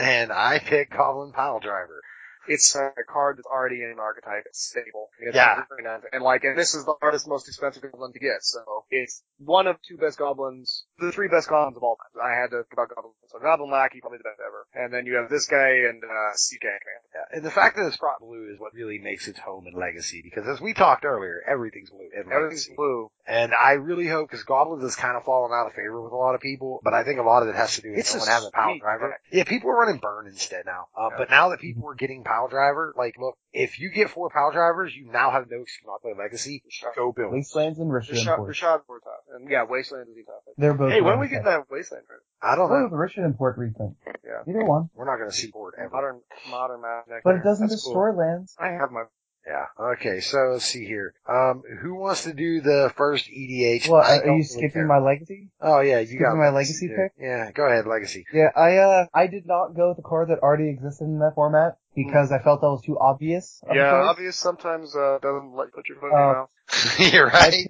and I pick Goblin Pile Driver.
It's a card that's already in an archetype. It's stable. It's
Yeah.
very nice. And like, and this is the hardest, most expensive goblin to get. So it's one of two best goblins, the three best goblins of all time. I had to think about goblins. So Goblin Lackey, probably the best ever. And then you have this guy and, uh, CK Man.
Yeah. And the fact that it's brought blue is what really makes its home in Legacy, because as we talked earlier, everything's blue in
Everything's
Legacy.
blue.
And I really hope, because Goblins has kind of fallen out of favor with a lot of people, but I think a lot of it has to do with
It's
no
a
one having Power
sweet
Driver.
deck.
Yeah, people are running Burn instead now. Uh, But now that people are getting Power Driver, like, look, if you get four Power Drivers, you now have no excuse not to play Legacy. Go build.
Wastelands and Rishon
Rashad,
Import.
Rashad Vortov. And yeah, Wasteland is tough.
They're both.
Hey, when
Rhino
are we getting
Tech.
that Wasteland? card?
I don't
Probably
know.
with the Rishon Import reprint.
Yeah.
Either one.
We're not going to see board ever.
Modern, modern map. neck
But
there.
it doesn't
That's cool.
destroy lands.
I have my
Yeah. Okay. So let's see here. Um, who wants to do the first EDH?
Well,
I
are
don't
you
really
skipping
care.
my legacy?
Oh yeah, you
skipping
got
my legacy
dude.
pick?
Yeah. Go ahead, legacy.
Yeah, I uh I did not go with the card that already existed in that format because I felt that was too obvious. of a
Yeah,
choice.
obvious sometimes uh, doesn't let put your foot in
Uh,
your mouth.
You're right.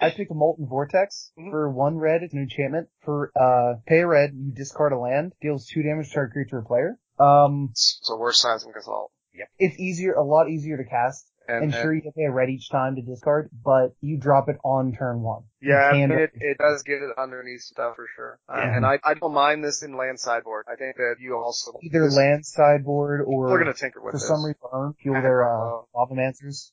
I picked Molten Vortex
Mhm.
for one red. It's an enchantment for uh pay a red. You discard a land, deals two damage to our creature or player. Um,
So worse size than Gasol.
it's easier, a lot easier to cast.
And,
And, sure, you can pay a red each time to discard, but you drop it on turn one. You
yeah, I
can-
mean, it, it does get it underneath stuff for sure. Uh,
Yeah.
And I, I don't mind this in land sideboard. I think that you also
either
this-
land sideboard
We're
or
gonna tinker with
for
this.
some reason learn fuel their uh,
Well,
Lavomancers.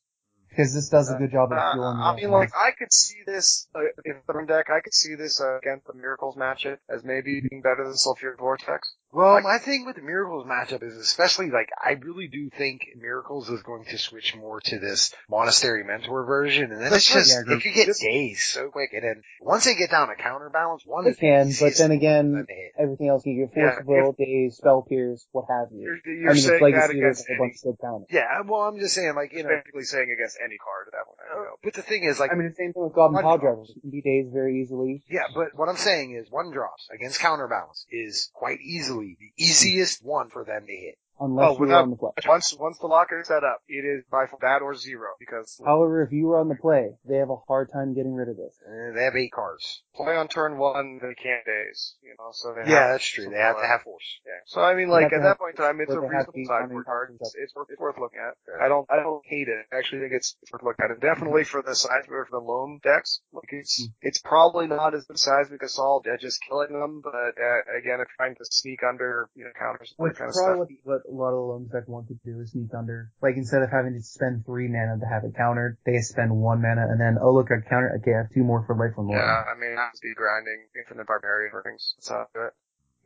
Because this does a good job
Uh,
of fueling
I
the
mean, like I could see this uh, in Thorn deck. I could see this uh, against the Miracles matchup as maybe being better than Sulfuric Vortex.
well, my thing with the miracles matchup is especially like I really do think miracles is going to switch more to this monastery mentor version, and then it's
That's right,
just
yeah, I agree.
it could get days so quick, and then once they get down a counterbalance, one
They
is the
can, but
easiest
then
one
again,
to hit.
everything else you get
Yeah,
force will, days, spell pierce, what have you.
You're, you're
I mean, it's
saying that
legacy. There's
against
a whole
any,
bunch of good counters.
Yeah. Well, I'm just saying, like you know,
basically saying against any card at that point. you know.
but the thing is, like,
Uh, I mean, the same thing with Goblin
Bunch of
Power
them.
Drivers. It can be days very easily.
Yeah, but what I'm saying is one drops against counterbalance is quite easily the easiest one for them to hit.
Unless
Oh,
you were
without-
on the play.
Once once the locker is set up, it is by far that or zero because
However, if you were on the play, they have a hard time getting rid of this.
Uh, they have eight cards.
play on turn one, they can't days, you know, so they
Yeah,
have,
that's true. They have to have force.
yeah. So I mean,
They have
like,
to
at
have-
that point in time, it's
they
a
have to
reasonable
be
sideboard
running
card.
things
It's, it's, worth, it's worth looking at. I don't, I don't hate it. I actually think it's worth looking at. And definitely for the sideboard, for the loam decks, like, it's,
Hmm.
it's probably not as good seismic assault at just killing them, but, uh, again, it's trying to sneak under, you know, counters, and
Which
that kind of
probably
stuff.
what, what a lot of the loan deck want to do is sneak under. Like instead of having to spend three mana to have it countered, they spend one mana and then oh look I counter okay I have two more for life from loan.
Yeah, I mean, I would be grinding infinite barbarian for things. That's how I do it.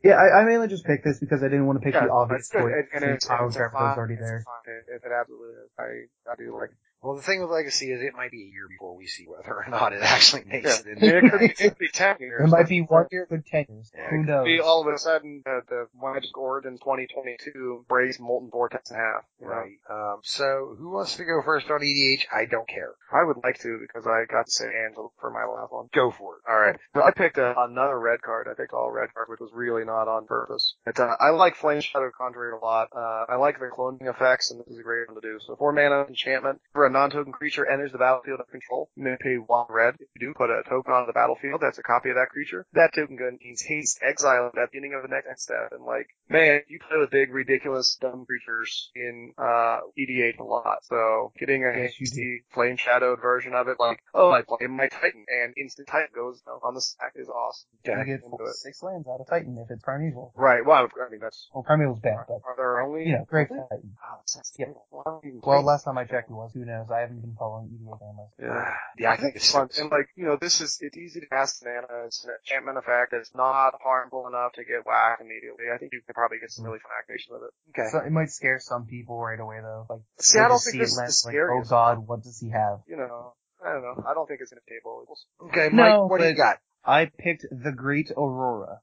Yeah, I, I mainly just picked this because I didn't want to pick the obvious
it's good.
choice.
And, and
since
it's,
Power
it's a
Driver was
fine-
already
it's a
there.
fine- It, it absolutely is. I, I do like it.
Well, the thing with Legacy is it might be a year before we see whether or not it actually
Yeah.
makes
I
it
mean,
in.
it could be, it could be 10 years.
It
but
might be one year, but ten years.
Yeah,
Who
it
knows?
maybe all of a sudden, uh, the Magic Origin 2022 breaks Molten Vortex in half. you know?
Right. Um, so who wants to go first on EDH? I don't care.
I would like to because I got to say Angel for my last one.
Go for it.
All right. So I picked a, another red card. I picked all red cards, which was really not on purpose. But, uh, I like Flame Shadow Conjurer a lot. Uh, I like the cloning effects, and this is a great one to do. So four mana enchantment for a non-token creature enters the battlefield of control. You may pay one red. If you do put a token onto the battlefield, that's a copy of that creature. That token contains haste, exile at the beginning of the next step. And like, man, you play with big, ridiculous, dumb creatures in uh EDH a lot. So getting a
Yes, you do.
hasty, flame shadowed version of it, like, oh, I play my Titan, and instant Titan goes on the stack is awesome.
You get
Into it.
six lands out of Titan if it's primeval.
Right. Well, I mean that's.
Well, primeval's bad,
Are,
but
are there only?
you know, great for Titan.
Oh, that's, that's
Yeah.
terrible. Why don't you-
Well, last time I checked, it was. Who knows? I haven't been following E EDH analysts.
Yeah.
Yeah, I think it's
fun. And like, you know, this is, it's easy to cast mana. It's an enchantment effect. It's not harmful enough to get whacked immediately. I think you could probably get some really fun activation with it.
Okay.
So it might scare some people right away though. Like
See,
they
I don't
just
think
see
this
it
is the
land, like, oh
scariest.
god, what does he have?
you know, I don't know. I don't think it's going to table. It's-
Okay, Mike,
No,
what do you got?
but- I picked the Great Aurora.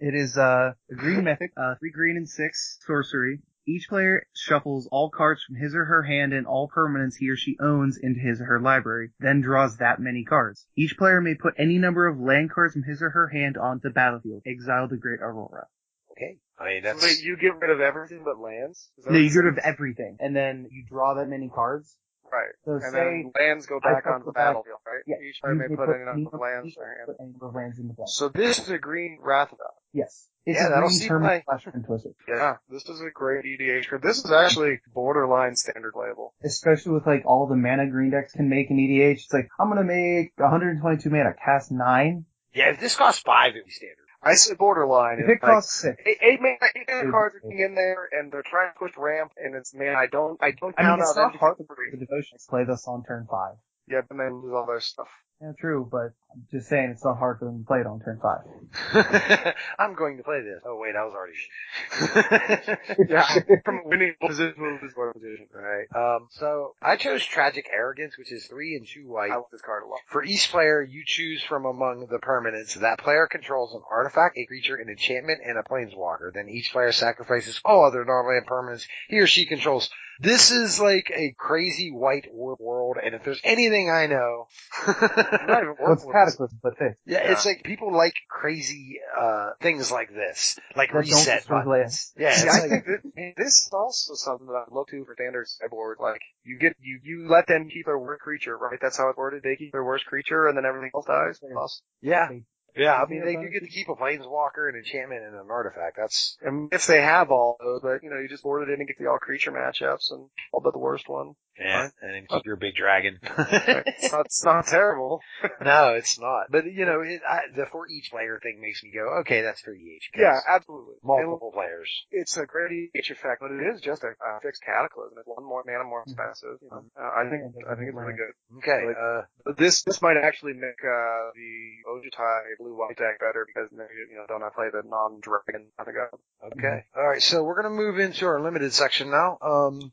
It is uh, a green mythic, uh, three green and six sorcery. Each player shuffles all cards from his or her hand and all permanents he or she owns into his or her library, then draws that many cards. Each player may put any number of land cards from his or her hand onto the battlefield. Exile the Great Aurora.
Okay. I mean,
So wait, you get rid of e- everything but lands? Is that
No,
what
you
it
get rid
says?
of everything.
And then you draw that many cards.
Right.
So
And
say
then lands go back
put
onto the
the back-
battlefield, right?
Yeah.
Each player may
You- you
put
put
any number of lands in their hand.
put any number of lands in the play.
So this is a green Wrath of God.
Yes. It's
Yeah,
a
that'll
green
see
terminal
play.
flash and twister.
Yeah, this is a great E EDH card. This is actually borderline standard label.
Especially with like all the mana green decks can make in EDH. It's like, I'm gonna make 122 mana, cast 9.
Yeah, if this costs five, it'd be standard.
I say borderline.
If
it's
it
like-
costs 6.
Eight, eight man, eight man cards are getting in there, and they're trying to push ramp, and it's man, I don't, I don't
I mean,
count
it's
out
not hard
anything for
The
free.
devotions play this on turn 5.
Yeah, and then lose all their stuff.
Yeah, true, but I'm just saying it's not hard for them to play it on turn 5.
I'm going to play this. Oh wait, I was already.
Yeah, from winning position to lose one position.
Alright, um, so I chose Tragic Arrogance, which is three and two white.
I like this card a lot.
For each player, you choose from among the permanents. That player controls an artifact, a creature, an enchantment, and a planeswalker. Then each player sacrifices all other non-land permanents he or she controls. This is like a crazy white wor- world, and if there's anything I know,
Not even
What's
worth
Cataclysm but this?
yeah, it's like people like crazy uh things like this, like
That don't
reset
destroy
buttons.
lands.
Yeah,
See,
it's
I
like-
think that, man, this is also something that I look to for standard cyborg. Like you get you you let them keep their worst creature, right? That's how it's worded. They keep their worst creature, and then everything else dies. Awesome.
yeah, yeah. I mean,
Isn't
they
that
do get to keep a planeswalker, an enchantment, and an artifact. That's
And if they have all those, but you know, you just board it in and get the all creature matchups and all but the worst one.
yeah, and then keep your big dragon.
It's not, it's not terrible.
no, it's not. But you know, it, I, the for each player thing makes me go, okay, that's thirty each. 'cause
Yeah, absolutely.
multiple players.
And it's a great EDH effect, but it is just a, a fixed cataclysm. It's one more mana
Mm-hmm.
more expensive. You know. uh, I think I think it's really good.
Okay,
Like-
uh,
But this this might actually make uh, the Ojutai blue white deck better because now you, you know don't have to play the non dragon. I think uh,
okay, All right. So we're gonna move into our limited section now. Um,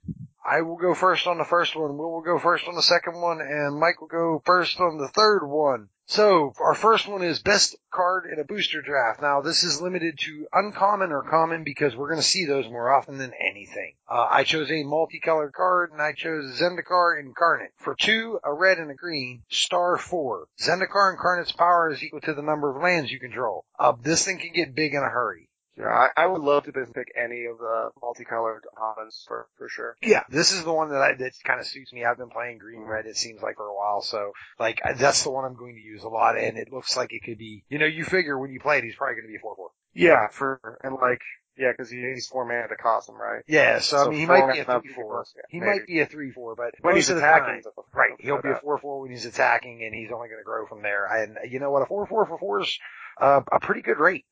I will go first on the first one. Will will go first on the second one, and Mike will go first on the third one. So our first one is best card in a booster draft. Now this is limited to uncommon or common because we're going to see those more often than anything. Uh, I chose a multicolored card and I chose Zendikar Incarnate. For two, a red and a green, star four. Zendikar Incarnate's power is equal to the number of lands you control. Uh, this thing can get big in a hurry.
yeah, I, I would love to just pick any of the multicolored commons for for sure.
Yeah, this is the one that I, that kind of suits me. I've been playing green red, it seems like for a while, so like I- that's the one I'm going to use a lot, and it looks like it could be. You know, you figure when you play it, he's probably going to be a four four.
Yeah, for and like yeah, because he he's four mana to cost him, right?
Yeah, so, I
So
mean, he
four
might be a
and a half
three
would be
four.
worse, yeah,
he
maybe.
might be a three four, but
When
most
he's
of the
attacking,
time-
he's a-
right, he'll be a
Yeah.
four four when he's attacking, and he's only going to grow from there. And you know what, a four four for four is uh, a pretty good rate,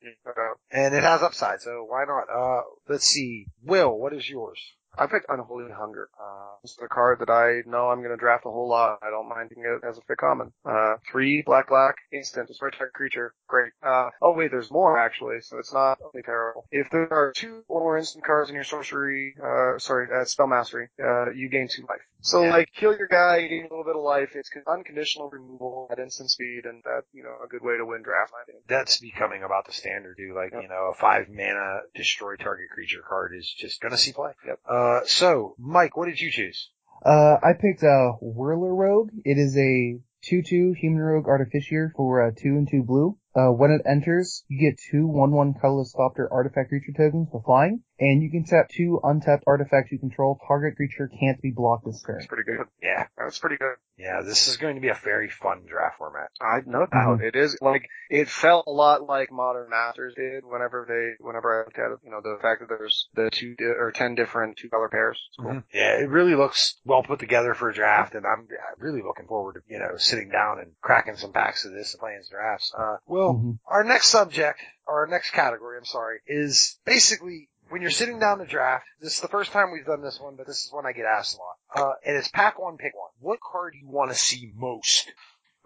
and it has upside, so why not? Uh, let's see, Will, what is yours?
I picked Unholy Hunger. Uh, this is a card that I know I'm going to draft a whole lot. I don't mind picking it as a fit common. Uh, three black black instant destroy target creature. Great. Uh, oh wait, there's more actually, so it's not only terrible. If there are two or instant cards in your sorcery, uh, sorry, uh, spell mastery, uh, you gain two life. So like, kill your guy, you gain a little bit of life. It's unconditional removal at instant speed, and that you know a good way to win draft. I think.
that's becoming about the standard too. Like,
Yep.
you know, a five mana destroy target creature card is just gonna see play.
Yep.
Uh, so, Mike, what did you choose?
Uh, I picked uh, Whirler Rogue. It is a 2-2 Human Rogue Artificier for uh, 2 and 2 blue. Uh, when it enters, you get two 1-1 colorless Sculptor artifact creature tokens for flying, and you can tap two untapped artifacts you control. Target creature can't be blocked this turn.
It's pretty good.
Yeah.
That's pretty good.
Yeah, this is going to be a very fun draft format.
I no doubt it is like it felt a lot like Modern Masters did whenever they whenever I looked at it. You know the fact that there's the two di- or ten different two color pairs. It's cool.
Yeah, it really looks well put together for a draft and I'm really looking forward to, you know, sitting down and cracking some packs of this and playing some drafts. Uh, well,
Mhm.
our next subject, or our next category, I'm sorry, is basically when you're sitting down to draft, this is the first time we've done this one, but this is one I get asked a lot. Uh, and it's pack one, pick one. What card do you want to see most?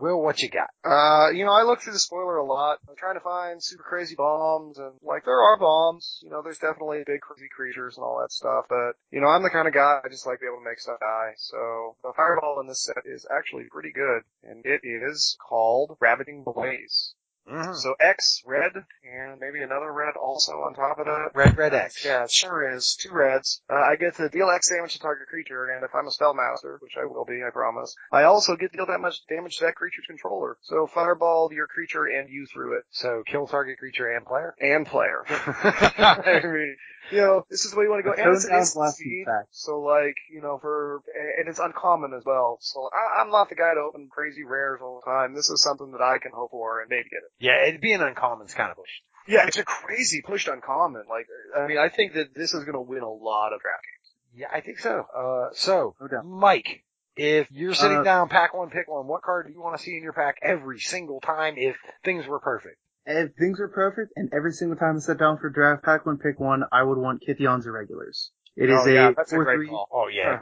Will, what you got?
Uh, you know I look through the spoiler a lot. I'm trying to find super crazy bombs and like there are bombs. You know there's definitely big crazy creatures and all that stuff. But you know I'm the kind of guy I just like to be able to make stuff die. So the fireball in this set is actually pretty good and it is called Ravaging Blaze.
Mhm.
So X red and maybe another red also on top of that.
Red, red X.
Yeah, it sure is. Two reds. Uh, I get to deal X damage to target creature, and if I'm a spellmaster, which I will be, I promise, I also get to deal that much damage to that creature's controller. So fireball your creature and you through it.
So kill target creature and player.
And player. I mean, you know, this is the way you want to go. And it's an instant speed. So like, you know, for, and it's uncommon as well. So I, I'm not the guy to open crazy rares all the time. This is something that I can hope for and maybe get it.
Yeah, it'd be an uncommon's kind of push.
Yeah, it's a crazy pushed uncommon. Like, I mean, I think that this is going to win a lot of draft games.
Yeah, I think so. Uh, so
No doubt.
Mike, if you're sitting
Uh,
down, pack one, pick one. What card do you want to see in your pack every single time if things were perfect?
If things were perfect, and every single time I sat down for draft, pack one, pick one, I would want Kithion's Irregulars. It is
oh, yeah,
a
that's a
4
great
3
call.
Oh yeah.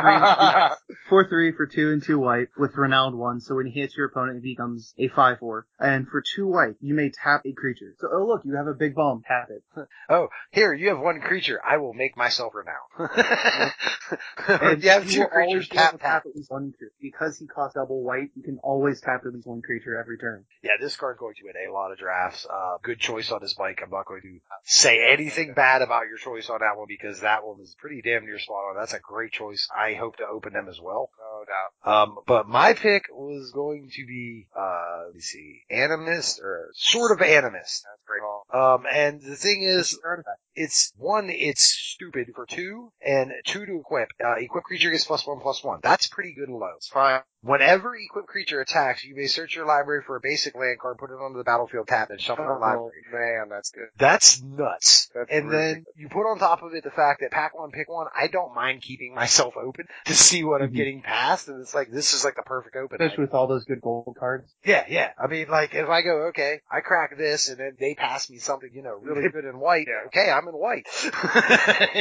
Four, four three for two and two white with renowned one. So when he hits your opponent, it becomes a five four. And for two white, you may tap a creature. So oh look, you have a big bomb. Tap it.
oh, here you have one creature. I will make myself renowned.
And
you have
will
two
always
creatures.
be able
Tap
to
tap.
at least one creature because he costs double white. You can always tap at least one creature every turn.
Yeah, this card's going to win a lot of drafts. Uh, good choice on this bike. I'm not going to say anything bad about your choice on that one because that one is pretty damn near spot on. That's a great choice. I hope to open them as well.
No doubt.
Um, but my pick was going to be, uh, let me see, animist or sort of animist.
That's a great call.
Um, and the thing is,
Artifact.
it's one, it's stupid for two, and two to equip. Uh, equip creature gets plus one plus one. That's pretty good alone.
It's fine.
Whenever equip creature attacks, you may search your library for a basic land card, put it onto the battlefield tab, and shuffle the
Oh,
library.
man, that's good.
That's nuts.
That's
and
really
then you put on top of it the fact that pack one, pick one. I don't mind keeping myself open to see what I'm
Mhm.
getting past, and it's like this is like the perfect open. Like,
Especially with all those good gold cards.
yeah, yeah. I mean, like, if I go, okay, I crack this, and then they pass me something, you know, really good in white,
Yeah.
okay, I'm in white.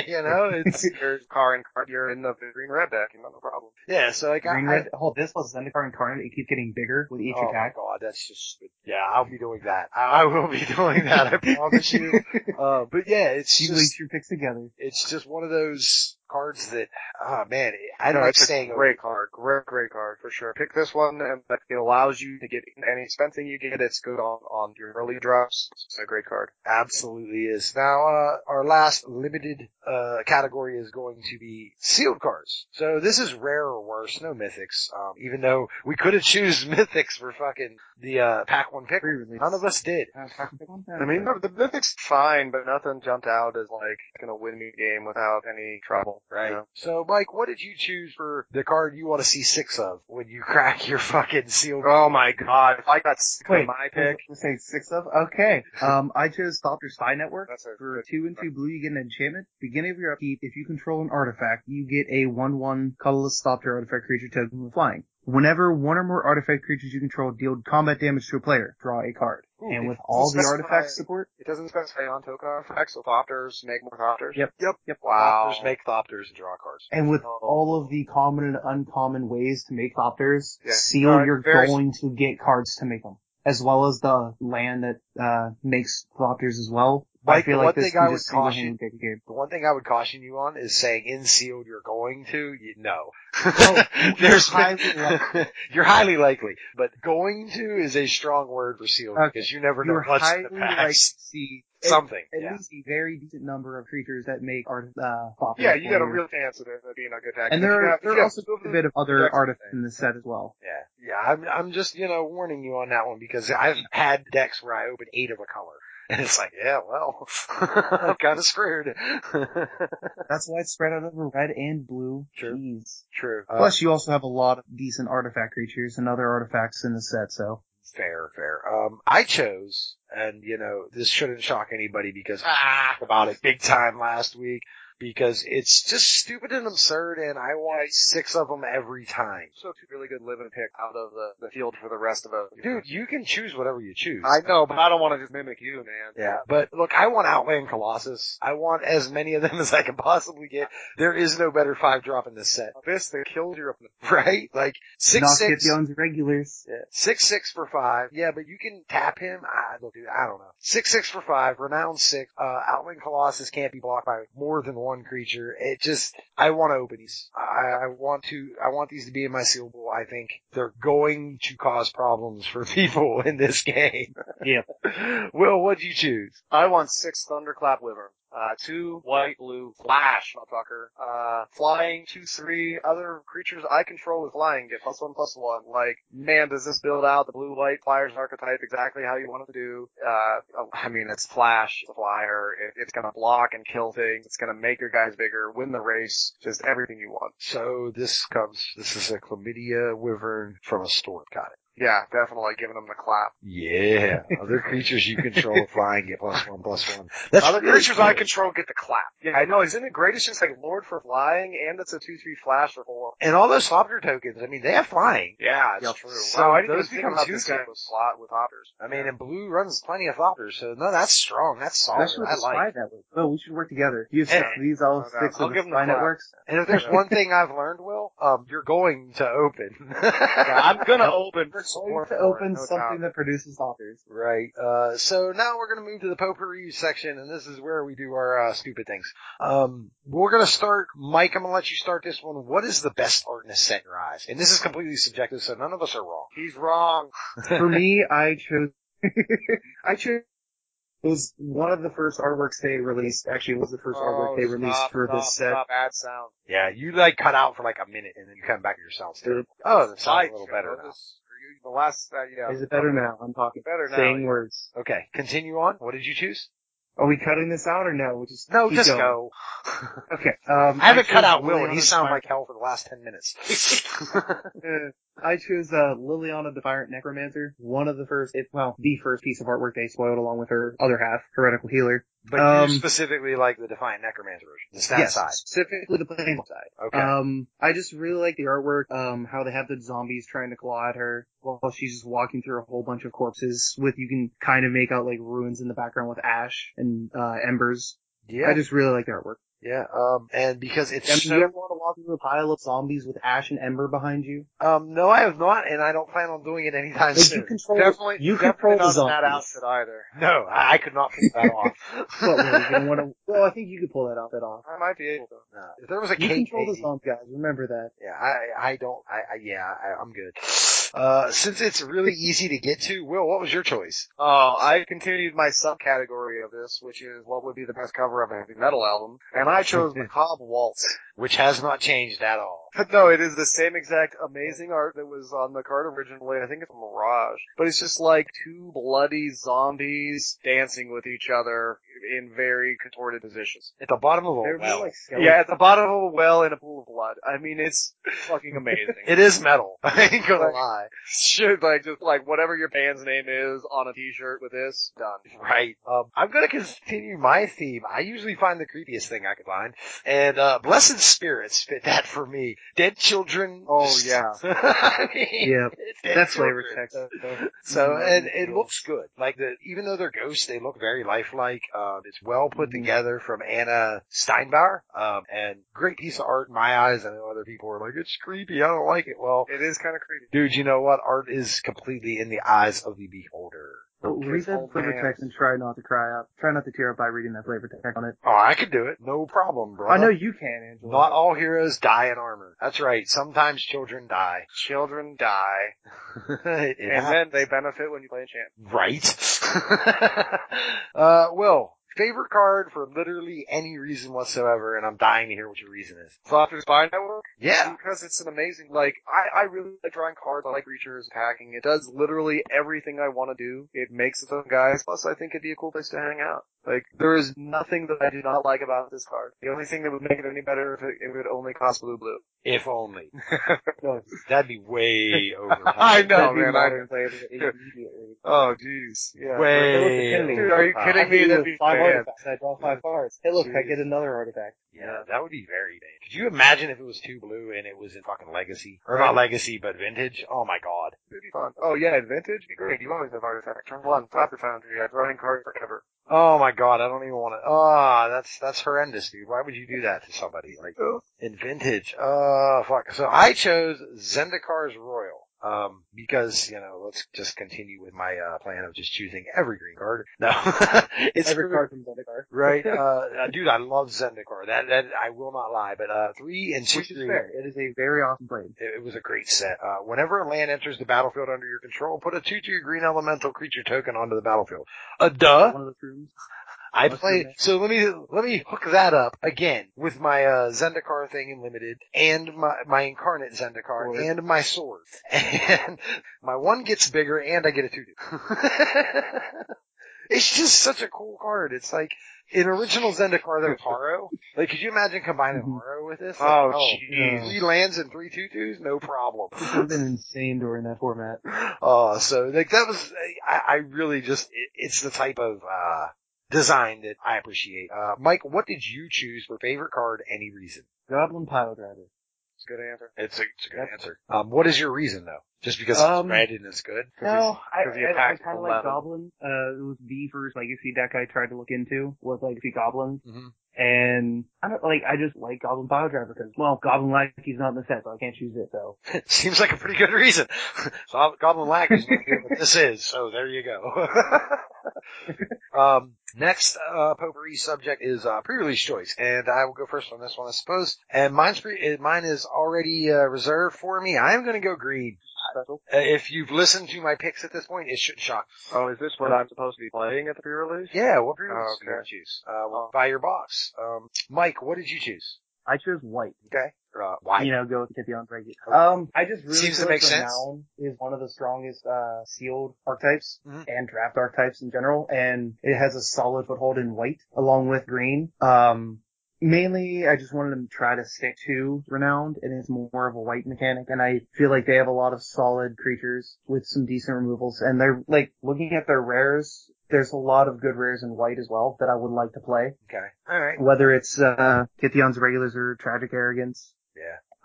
you know, it's,
Your car and card, you're in the green red deck, you know, no problem.
yeah, so like,
Green
I,
red. Hold this plus Zendikar incarnate. It keeps getting bigger with each
oh
attack.
my god, that's just, yeah, I'll be doing that. I, I will be doing that, I promise you. Uh, but yeah, it's
You
just,
link your picks together.
it's just one of those cards that, ah, man, I
No,
like
it's
saying,
a great card. Great, great card for sure. Pick this one, and that- it allows you to get any spending you get. It's good on, on your early drops. It's a great card.
Absolutely is. Now, uh, our last limited, uh, category is going to be sealed cards. So this is rare or worse, no mythics. Um, even though we could have choose mythics for fucking the, uh, pack one pick.
Pre-release.
None of us did.
Uh, pack one, pick one?
I mean, the, the mythic's fine, but nothing jumped out as like gonna win me a game without any trouble. you know?
So Mike, what did you choose for the card you want to see six of when you crack your fucking sealed
Oh my god, if I got sick of
Wait,
my
We'll
pick,
say six of. Okay. Um, I chose Stop Your Spy Network.
that's a
For two and two blue, you get an enchantment. Beginning of your upkeep, if you control an artifact, you get a one-one colorless stop your artifact creature token with flying. Whenever one or more artifact creatures you control deal combat damage to a player, draw a card.
Ooh,
and
it
with all the
doesn't
artifact
specify-
support,
It doesn't specify on token artifacts, so Thopters make more Thopters.
Yep.
Yep.
Yep.
Wow.
Thopters make thopters and draw cards.
and with
Oh.
all of the common and uncommon ways to make Thopters,
Yeah.
seal
Alright,
you're
very-
going to get cards to make them. As well as the land that, uh, makes Thopters as well. I
Mike,
feel
the
like
one
this
thing I
can just
would caution-
single-handedly take a game.
The one thing I would caution you on is saying in sealed you're going to, you, no.
Oh, you're
There's
highly likely.
you're highly likely, but going to is a strong word for sealed
Okay.
because you never know
You're
what's
highly
in the
likely to
packs.
see
Something.
at
yeah.
least a very decent number of creatures that make art. Uh, pop
Yeah,
up
you got a
for
real chance of it being a good deck. If
And there
you
are,
have-
there
if
are
you
also a bit of other
Jackson
artifacts in this set as well.
Yeah, yeah. I'm, I'm just, you know, warning you on that one because I've had decks where I open eight of a color, and it's like, yeah, well, I'm kind of screwed.
That's why it's spread out over red and blue.
Sure.
Jeez.
True. Uh,
Plus, you also have a lot of decent artifact creatures and other artifacts in the set, so.
Fair, fair. Um, I chose, and you know, this shouldn't shock anybody because ah, about it big time last week because it's just stupid and absurd, and I want six of them every time.
So two really good live and pick out of the, the field for the rest of us.
Dude, you can choose whatever you choose.
I know, but I don't want to just mimic you, man.
Yeah, but look, I want Outland Colossus. I want as many of them as I can possibly get. There is no better five drop in this set,
Uh, This that killed you up in the
right? Like six
Knock
six.
Githion's regulars.
Yeah. Six six for five. Yeah, but you can tap him. I look, dude, I don't know. Six six for five. Renown six. Uh, Outland Colossus can't be blocked by more than one one creature. It just, I want to open these. I, I want to, I want these to be in my seal bowl. I think they're going to cause problems for people in this game.
Yeah.
Will, what'd you choose?
I want six Thunderclap Wyvern. Uh, two white, blue, flash, motherfucker. Uh, flying, two, three, other creatures I control with flying get plus one, plus one. Like, man, does this build out the blue, white flyers archetype exactly how you want it to do? Uh, I mean, it's flash, it's a flyer. It, it's gonna block and kill things. It's gonna make your guys bigger, win the race, just everything you want.
So this comes, this is a chlamydia wyvern from a store. Got it.
Yeah, definitely giving them the clap.
Yeah. Other creatures you control flying get plus one, plus one. That's
Other
really
creatures I
cool.
control get the clap. Yeah, I know. Isn't it great? It's just like Lord for flying, and it's a two three flash for four.
And all those Hopter tokens, I mean, they have flying.
Yeah, it's
Yeah,
true.
so
wow, I didn't
those
even think
become
about
two
this guy
games.
with slot with hoppers.
I mean, and blue runs plenty of Hopters, so no, that's strong. That's solid.
Especially with
Oh, I
the
like.
spy network. Oh, we should work together. You have six
Hey,
of these, all
no doubt.
six
I'll
of the
give 'em the
spy
clap.
networks.
And if there's one thing I've learned, Will, um, you're going to open.
Yeah, I'm gonna open.
Or to open something that produces authors.
Right. Uh, so now we're going to move to the potpourri section, and this is where we do our uh, stupid things. Um, we're going to start, Mike. I'm going to let you start this one. What is the best art in a set in your eyes? And this is completely subjective, so none of us are wrong.
He's wrong.
For me, I chose, I chose, it was one of the first artworks they released. Actually, it was the first
Oh,
artwork they released
Oh, stop,
for
stop,
this set.
Stop, bad sound.
Yeah, you like cut out for like a minute, and then you come back to your sounds. terrible. Oh, that sounds a little
Sideshow.
better now.
This- The last, uh, yeah.
Is it better now? I'm talking.
Better now.
Saying words.
Okay, continue on. What did you choose?
Are we cutting this out or no? We just
No,
keep
just
going?
go.
Okay. Um,
I haven't
chose
cut out Will, and
Liliana
he sounded
Defiant-
like hell for the last ten minutes.
Uh, I chose uh, Liliana Defiant Necromancer, one of the first, if, well, the first piece of artwork they spoiled along with her other half, Heretical Healer.
but
Um,
you specifically like the Defiant Necromancer version, the stat
yes,
side.
specifically the plain side.
Okay.
Um, I just really like the artwork, um, how they have the zombies trying to claw at her while she's just walking through a whole bunch of corpses with, you can kind of make out like ruins in the background with ash and, uh, embers.
yeah.
I just really like the artwork.
Yeah, um, and because it's
I mean, you
so,
ever want to walk through a pile of zombies with ash and ember behind you?
um, no, I have not, and I don't plan on doing it anytime
Like, you
soon.
control,
Definitely,
you
definitely
control the
not in that
zombies.
outfit either.
No, I, I could not pull that off.
What, really, you don't want to, well, I think you could pull that outfit off.
I might be able to.
No, if there was a
You
cake,
control the
maybe.
zombie guys, remember that.
yeah, I, I don't, I, I yeah, I, I'm good. Uh, since it's really easy to get to, Will, what was your choice?
Oh, I continued my subcategory of this, which is what would be the best cover of a heavy metal album, and I chose Macabre Waltz.
Which has not changed at all.
no, it is the same exact amazing art that was on the card originally. I think it's Mirage, but it's just like two bloody zombies dancing with each other in very contorted positions.
At the bottom of a
They're
well.
more like skeletons.
Yeah, at the bottom of a well in a pool of blood. I mean, it's fucking amazing.
it is metal. I ain't gonna lie.
should like just like whatever your band's name is on a t-shirt with this done.
Right. Um, I'm gonna continue my theme. I usually find the creepiest thing I can find. And, uh, Blessed Spirits fit that for me. Dead children.
Oh yeah.
I mean,
Yeah,
dead
that's
children.
flavor text. Mm-hmm.
So, and
Yeah.
it looks good. Like the, even though they're ghosts, they look very lifelike. Um, it's well put
Mhm.
together from Anna Steinbauer. Um, and great piece of art in my eyes. I know other people are like, it's creepy. I don't like it. Well,
It is kind of creepy.
dude, you know what? Art is completely in the eyes of the beholder.
Oh, read that
old
flavor
man.
text and try not to cry out. Try not to tear up by reading that flavor text on it.
Oh, I could do it. No problem, bro.
I know you can, Angela.
Not all heroes die in armor. That's right. Sometimes children die.
Children die,
It
and
happens.
then they benefit when you play enchant.
Right. uh, Will, favorite card for literally any reason whatsoever, and I'm dying to hear what your reason is.
Software Spy Network.
Yeah.
because it's an amazing. Like I, I really like drawing cards. I like creatures attacking. It does literally everything I want to do. It makes its own guys. Plus, I think it'd be a cool place to hang out. Like there is nothing that I do not like about this card. The only thing that would make it any better if it, if it would only cost blue blue.
If only.
No.
That'd be way over.
I know,
That'd be
man. I,
modern flavor immediately.
oh, jeez. Yeah.
way. Uh,
Dude, are you
over top.
kidding
I hit
me?
you
That'd
with
be
five
bad.
artifacts. I draw five cards. Hey, look, I get another artifact.
Yeah, that would be very bad. Could you imagine if it was two blue and it was in fucking legacy? Or not legacy, but vintage? Oh my god.
It'd be fun. Oh yeah, advantage. Be great. You always have artifact. Turn one. Top your foundry. I'm drawing card forever.
Oh my god, I don't even want to. Ah, that's that's horrendous, dude. Why would you do that to somebody? Like in vintage. Uh, fuck. So I chose Zendikar's Royal. Um, because, you know, let's just continue with my uh, plan of just choosing every green card. No, it's
Every card from Zendikar.
Right, uh, uh, dude, I love Zendikar. That, that, I will not lie, but, uh, three and six
Which is
green,
fair. It is a very awesome blade.
it, it was a great set. Uh, whenever a land enters the battlefield under your control, put a 2 2 green elemental creature token onto the battlefield. Uh, duh.
One of those rooms.
I
Must
play
admit.
so let me let me hook that up again with my uh, Zendikar thing in limited and my my incarnate Zendikar
Sword.
and my sword and my one gets bigger and I get a two two. it's just such a cool card. It's like in original Zendikar there was Haro. Like could you imagine combining
Mhm.
Haro with this? Like,
Mm-hmm. Oh,
three
jeez.
lands and three two twos, no problem.
This would have been insane during that format.
Oh, so like that was, I, I really just, it, it's the type of, uh, design that I appreciate. Uh, Mike, what did you choose for favorite card? Any reason?
Goblin Pile Driver.
It's a good answer.
It's a, it's a good
Yep.
answer. Um, what is your reason though? Just because
Um,
it's red and it's good?
No, I,
because he
I, I
attacks
kind of
11.
like Goblin. Uh, it was the first Legacy deck I tried to look into was Legacy Goblin,
Mhm.
and I don't like. I just like Goblin Biodriver because well, Goblin Legacy's not in the set, so I can't choose it. So
Seems like a pretty good reason. so Goblin Lack is not here, but this is, so there you go. um, next, uh, potpourri subject is, uh, pre-release choice, and I will go first on this one, I suppose. And mine's pre- uh, mine is already, uh, reserved for me. I'm gonna go green.
special.
Uh, if you've listened to my picks at this point, it should shock.
Oh, is this what I'm supposed to be playing at the pre-release?
Yeah, what
Oh,
pre-release
okay.
did you choose? Uh, well, by your box. Um, Mike, what did you choose?
I chose white.
Okay. Uh, why?
You know, go with Tipion Break.
Um, I just really
Seems to
feel
make
like
sense.
Renown is one of the strongest uh, sealed archetypes
Mhm.
and draft archetypes in general, and it has a solid foothold in white along with green. Um, mainly, I just wanted to try to stick to Renowned, and it's more of a white mechanic, and I feel like they have a lot of solid creatures with some decent removals, and they're like looking at their rares. There's a lot of good rares in white as well that I would like to play,
Okay. All right.
whether it's uh, Kithion's regulars or Tragic Arrogance.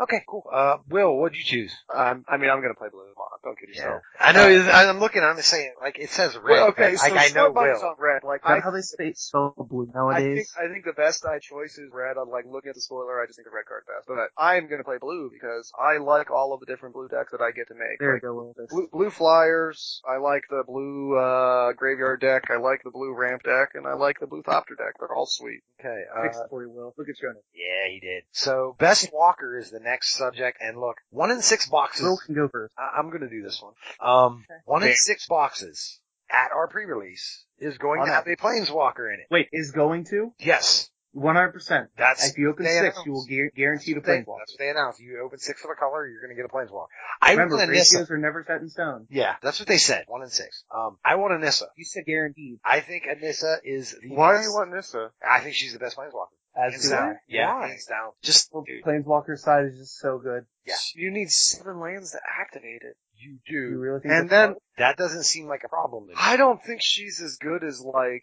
Okay, cool. Uh, Will, what'd you choose?
Um, I mean, I'm gonna play blue. Come on, don't kid yourself.
I know. it's- I- I'm looking. I'm just saying, like it says red.
Well, okay,
like,
so
I know
somebody's
Will.
on red. Like
Is that
I,
how they sp- spell blue
I
nowadays?
think I think the best I choice is red. I'm like looking at the spoiler. I just think the red card best. But I'm gonna play blue because I like all of the different blue decks that I get to make.
There
Like,
you go, Will. That's-
Blue, blue flyers. I like the blue uh, graveyard deck. I like the blue ramp deck, and I like the blue thopter deck. They're all sweet.
Okay.
Fix
Uh,
it for you, Will. Look at Jonas.
yeah, he did. So best walker is the next subject, and look, one in six boxes.
Will can go first.
I- I'm gonna do this one. Um, one in
Okay.
six boxes at our pre-release is going
On
to have a planeswalker in it.
Wait, is going to?
Yes,
100%.
that's
If you open
they
six,
announced.
you will gu- guarantee to
They-
play
That's what they announced. You open six of a color, you're gonna get a planeswalker. I
Remember,
want a Nissa.
ratios are never set in stone.
Yeah, that's what they said. One in six. Um, I want a Nissa.
You said guaranteed.
I think Anissa is the
Why do
best-
you want Nissa?
I think she's the best planeswalker.
As
Hands
do I.
down. Yeah,
Why?
hands down. Just
Well,
dude,
Planeswalker's side is just so good.
Yeah.
You need seven lands to activate it.
you
You
do.
really think
And
that's
then
hard?
That doesn't seem like a problem. To me.
I don't think she's as good as like.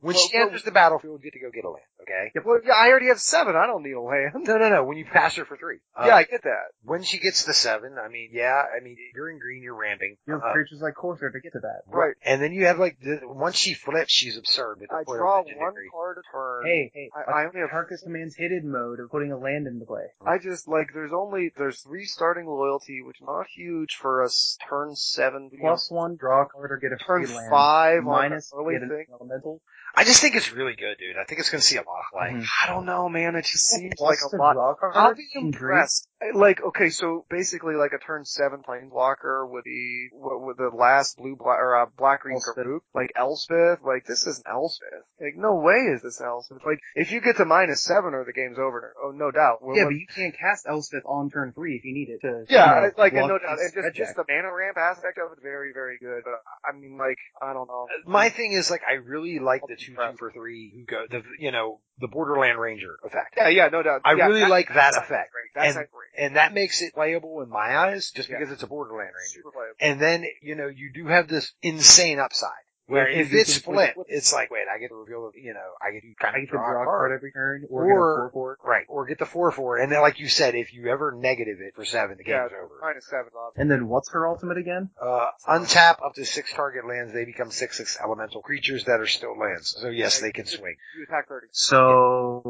When
Well,
she
well-
enters the battlefield, you get to go get a land. Okay.
Well, yeah, I already have seven. I don't need a land.
No, no, no. When you pass her for three. Uh,
yeah, I get that.
When she gets to seven, I mean, yeah, I mean, you're in green, you're ramping.
You have
Uh,
creatures like Corsair to get to that.
right. And then you have like, the, once she flips, she's absurd. With the
I
foil
draw one
legendary.
card a turn.
Hey, hey.
I, I only have
Tarkus Command's hidden mode of putting a land into play.
I just like there's only there's three starting loyalty, which is not huge for us. Turn seven, you know,
Plus one, draw a card or get a
turn
free land.
five
Minus,
on an early
get an
thing.
elemental.
I just think it's really good, dude. I think it's going to see a lot of play.
I don't know, man. It just seems like
Plus
a
to
lot.
draw a card
I'll be
in green.
impressed. Like, okay, so basically, like a turn seven planeswalker would be what would the last blue black or uh, black green
Elspeth.
Karuk, like Elspeth. Like this isn't Elspeth. Like no way is this Elspeth. Like if you get to minus seven, or the game's over. Oh, no doubt. We'll-
Yeah, but you can't cast Elspeth on turn three if you need it to.
Yeah,
you know,
it's like and
block
no doubt,
these
and just,
red
just
decks.
the mana ramp aspect of it, very very good. But I mean, like I don't know.
My thing is like, I really like the two, two for three who go, the, you know, the borderland ranger effect.
Yeah, yeah, no doubt.
I
Yeah,
really
that-
like that
that's
effect.
Great. That's
And-
great.
And that makes it playable in my eyes just
Yeah.
because it's a borderland ranger.
Super playable.
And then, you know, you do have this insane upside where
you
if
do
it's
some
split,
flips.
it's like, wait, I get to reveal, the, you know, I get to kind
I
of
get to
draw,
draw
a
a
card.
card every turn, or,
Or-
get a four four.
Right. Or get the 4-4. And then, like you said, if you ever negative it for 7, the
Yeah,
game's over.
minus seven. Obviously.
And then what's her ultimate again?
Uh, untap up to 6 target lands. They become 6-6 elemental creatures that are still lands. So yes, they can swing.
You attack thirty.
So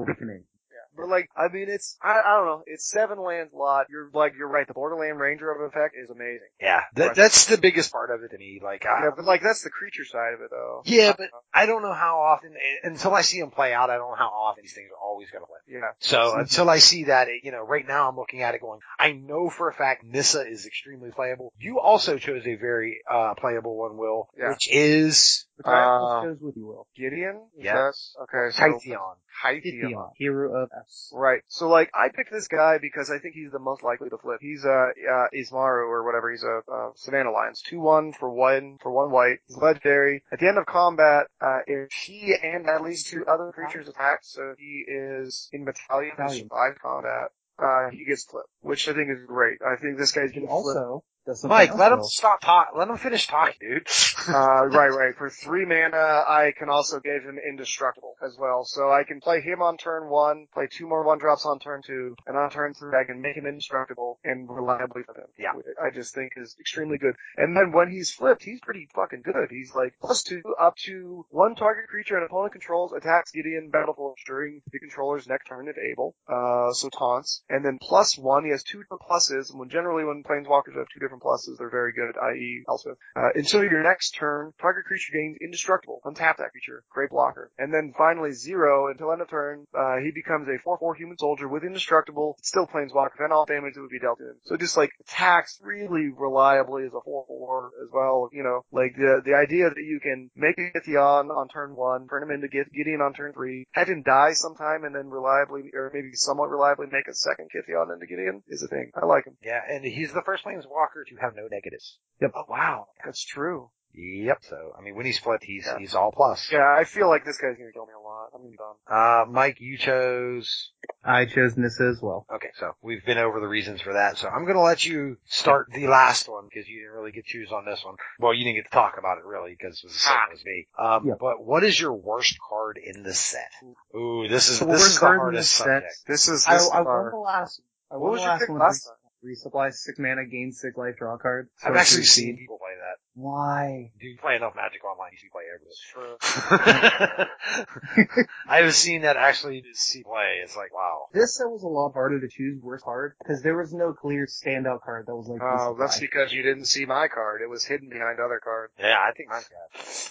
But like, I mean, it's I, I don't know. It's seven lands lot. You're like, you're right. The Borderland Ranger of effect is amazing.
Yeah, that, that's the biggest part of it to me. Like, I,
Yeah, but like that's the creature side of it though.
yeah, but I don't know how often until I see them play out. I don't know how often these things are always going to play.
Yeah.
So until I see that, it, you know, right now I'm looking at it going, I know for a fact Nissa is extremely playable. You also chose a very uh playable one, Will,
Yeah.
which is
Which I
Uh,
almost goes with you, Will.
Gideon. Is
Yes.
that- Okay. So
Pytheon.
Hytheon.
Gideon, hero of Epps.
Right. So like I picked this guy because I think he's the most likely to flip. He's uh, uh Ismaru or whatever. He's a uh, Savannah Lions. Two one for one for one white. He's legendary. At the end of combat, uh, if he and at least two other creatures attack, so he is in battalion to
Battalion.
survive combat. Uh, he gets flipped, which I think is great. I think this guy's
He
gonna flip.
also does something
Mike,
else,
let him
Will.
stop talk. Let him finish talking, dude.
Uh, right, right. For three mana, I can also give him indestructible as well. So I can play him on turn one, play two more one drops on turn two, and on turn three I can make him indestructible and reliably flip him.
Yeah.
Which I just think is extremely good. And then when he's flipped, he's pretty fucking good. He's like plus two up to one target creature an opponent controls attacks Gideon Battleforge during the controller's next turn if able. Uh, so taunts. And then plus one, he has two different pluses. And when generally when planeswalkers have two different pluses, they're very good, i.e. Elspeth. Uh, until your next turn, target creature gains indestructible. Untap that creature. Great blocker. And then finally zero until end of turn. Uh, he becomes a 4-4 human soldier with indestructible, still planeswalker, and all damage that would be dealt to him. So just like attacks really reliably as a 4-4 as well. You know, like the the idea that you can make a Githyon on turn one, turn him into Gith- Gideon on turn three, have him die sometime, and then reliably or maybe somewhat reliably make a second Githyon into Gideon is a thing. I like him.
yeah, and he's the first planeswalker to have no negatives.
Oh wow, that's true.
Yep. So I mean, when he's flipped, he's
Yeah.
he's all plus.
Yeah, I feel like this guy's gonna kill me a lot. I'm gonna be dumb.
Uh, Mike, you chose.
I chose this as well.
Okay, so we've been over the reasons for that. So I'm going to let you start the last one because you didn't really get choose on this one. Well, you didn't get to talk about it really because it was the same
Ah.
as me. Um,
Yeah.
but what is your worst card in the set? Ooh, this is
The
this
worst
is the
card in
hardest
the set.
subject.
This is
I,
this
I won
are-
the last. I
What
won
was
the
your
last
pick
one.
last time?
Resupply six mana, gain six life, draw a card.
I've actually
Sorcery
seen
speed.
people play that.
Why?
Do you play enough Magic Online? You should play everything. I have seen that actually see play. It's like wow.
This set was a lot harder to choose worst card because there was no clear standout card that was like.
Oh,
resupply.
that's because you didn't see my card. It was hidden behind other cards.
Yeah, I think mine's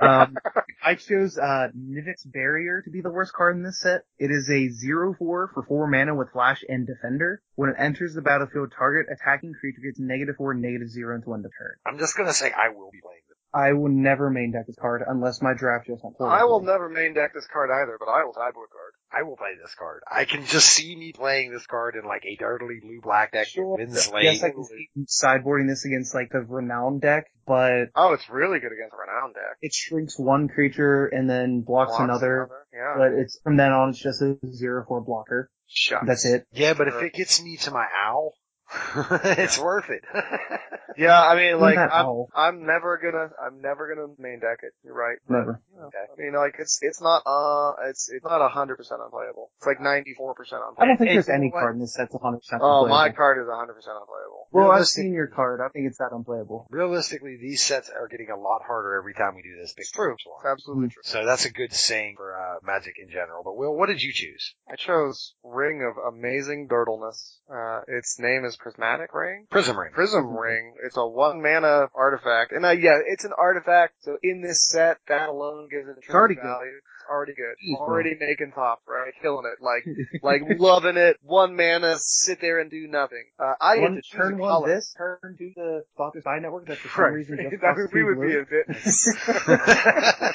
bad.
um, I chose uh, Nivix Barrier to be the worst card in this set. It is a 0-4 for 4 mana with Flash and Defender. When it enters the battlefield, target attacking creature gets negative 4, negative 0 until end of turn.
I'm just gonna say I will be playing this.
I will never main deck this card unless my draft just went poorly.
I will never main deck this card either, but I will tie board card.
I will play this card. I can just see me playing this card in like a dirtly blue black deck
Sure.
that wins late.
Yes, I can see sideboarding this against like the Renown deck, but
Oh, it's really good against Renown deck.
it shrinks one creature and then blocks,
Blocks
another.
Yeah.
But it's from then on, it's just a zero four blocker.
Shucks.
That's it.
yeah, but if it gets me to my owl, it's worth it.
Yeah, I mean, like,
Not
I'm,
all.
I'm never gonna, I'm never gonna main deck it. You're right. but,
Never.
you know, I mean, like, it's, it's not, uh, it's, it's not 100% unplayable. It's like 94% unplayable.
I don't think
Hey,
there's
you know
any
what?
card in this that's 100%
Oh, my
unplayable.
card is 100% unplayable.
Well, I've
Realistic-
seen your card. I think it's that unplayable.
Realistically, these sets are getting a lot harder every time we do this. Big
It's true.
swap.
It's absolutely
Hmm.
true.
So that's a good saying for uh, Magic in general. But Will, what did you choose?
I chose Ring of Amazing Dirtleness. Uh, its name is Prismatic Ring.
Prism Ring.
Prism
Mm-hmm.
Ring. It's a one mana artifact. And uh, yeah, it's an artifact, so in this set, that alone gives it a
already
true
good.
value. It's already good.
Jeez, bro.
already making top, right? Killing it. Like, like loving it. One mana, sit there and do nothing. Uh, I get
One,
to choose
turn
a
one
color.
this, turn two the Focus Spy Network that for some
Right.
reason just
That-
costs
we
two
would
blue.
be a bit.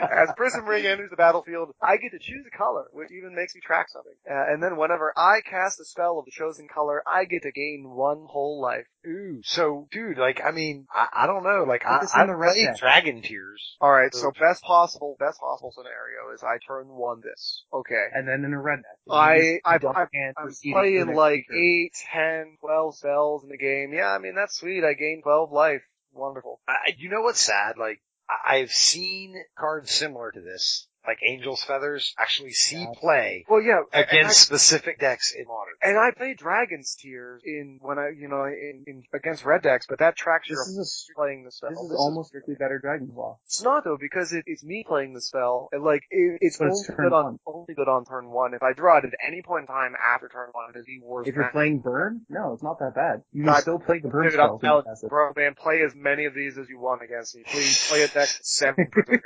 As Prism Ring enters the battlefield, I get to choose a color, which even makes me track something. Uh, and then whenever I cast a spell of the chosen color, I get to gain one whole life.
Ooh, so dude, like, I mean, I, I don't know, like, I,
this in
I
the red
played
deck.
Dragon Tears.
All right, so best possible, best possible scenario is I turn one this. Okay.
And then in a red deck.
I- I- I- I'm
am
playing like eight, ten, twelve spells in the game. Yeah, I mean, that's sweet. I gain 12 life. Wonderful.
I, you know what's sad? Like, I, I've seen cards similar to this. like Angel's Feathers, actually see play
Well, yeah, and I-
against specific decks in Modern.
And I play Dragon's Tears in when I you know in, in against red decks, but that tracks
This
your
is a str-
playing the spell.
this is almost strictly better Dragon Claw.
it's not though because it, it's me playing the spell, and like it, it's
But
only
it's turn
good on
one.
only good on turn one. If I draw it at any point in time after turn one, it is the worst.
If you're
match.
playing Burn, no, it's not that bad. You can
Not-
still play the Burn
Dude,
spell.
I'm
if you
telling
pass
you,
it.
bro, man, play as many of these as you want against me. Please play a deck seven percent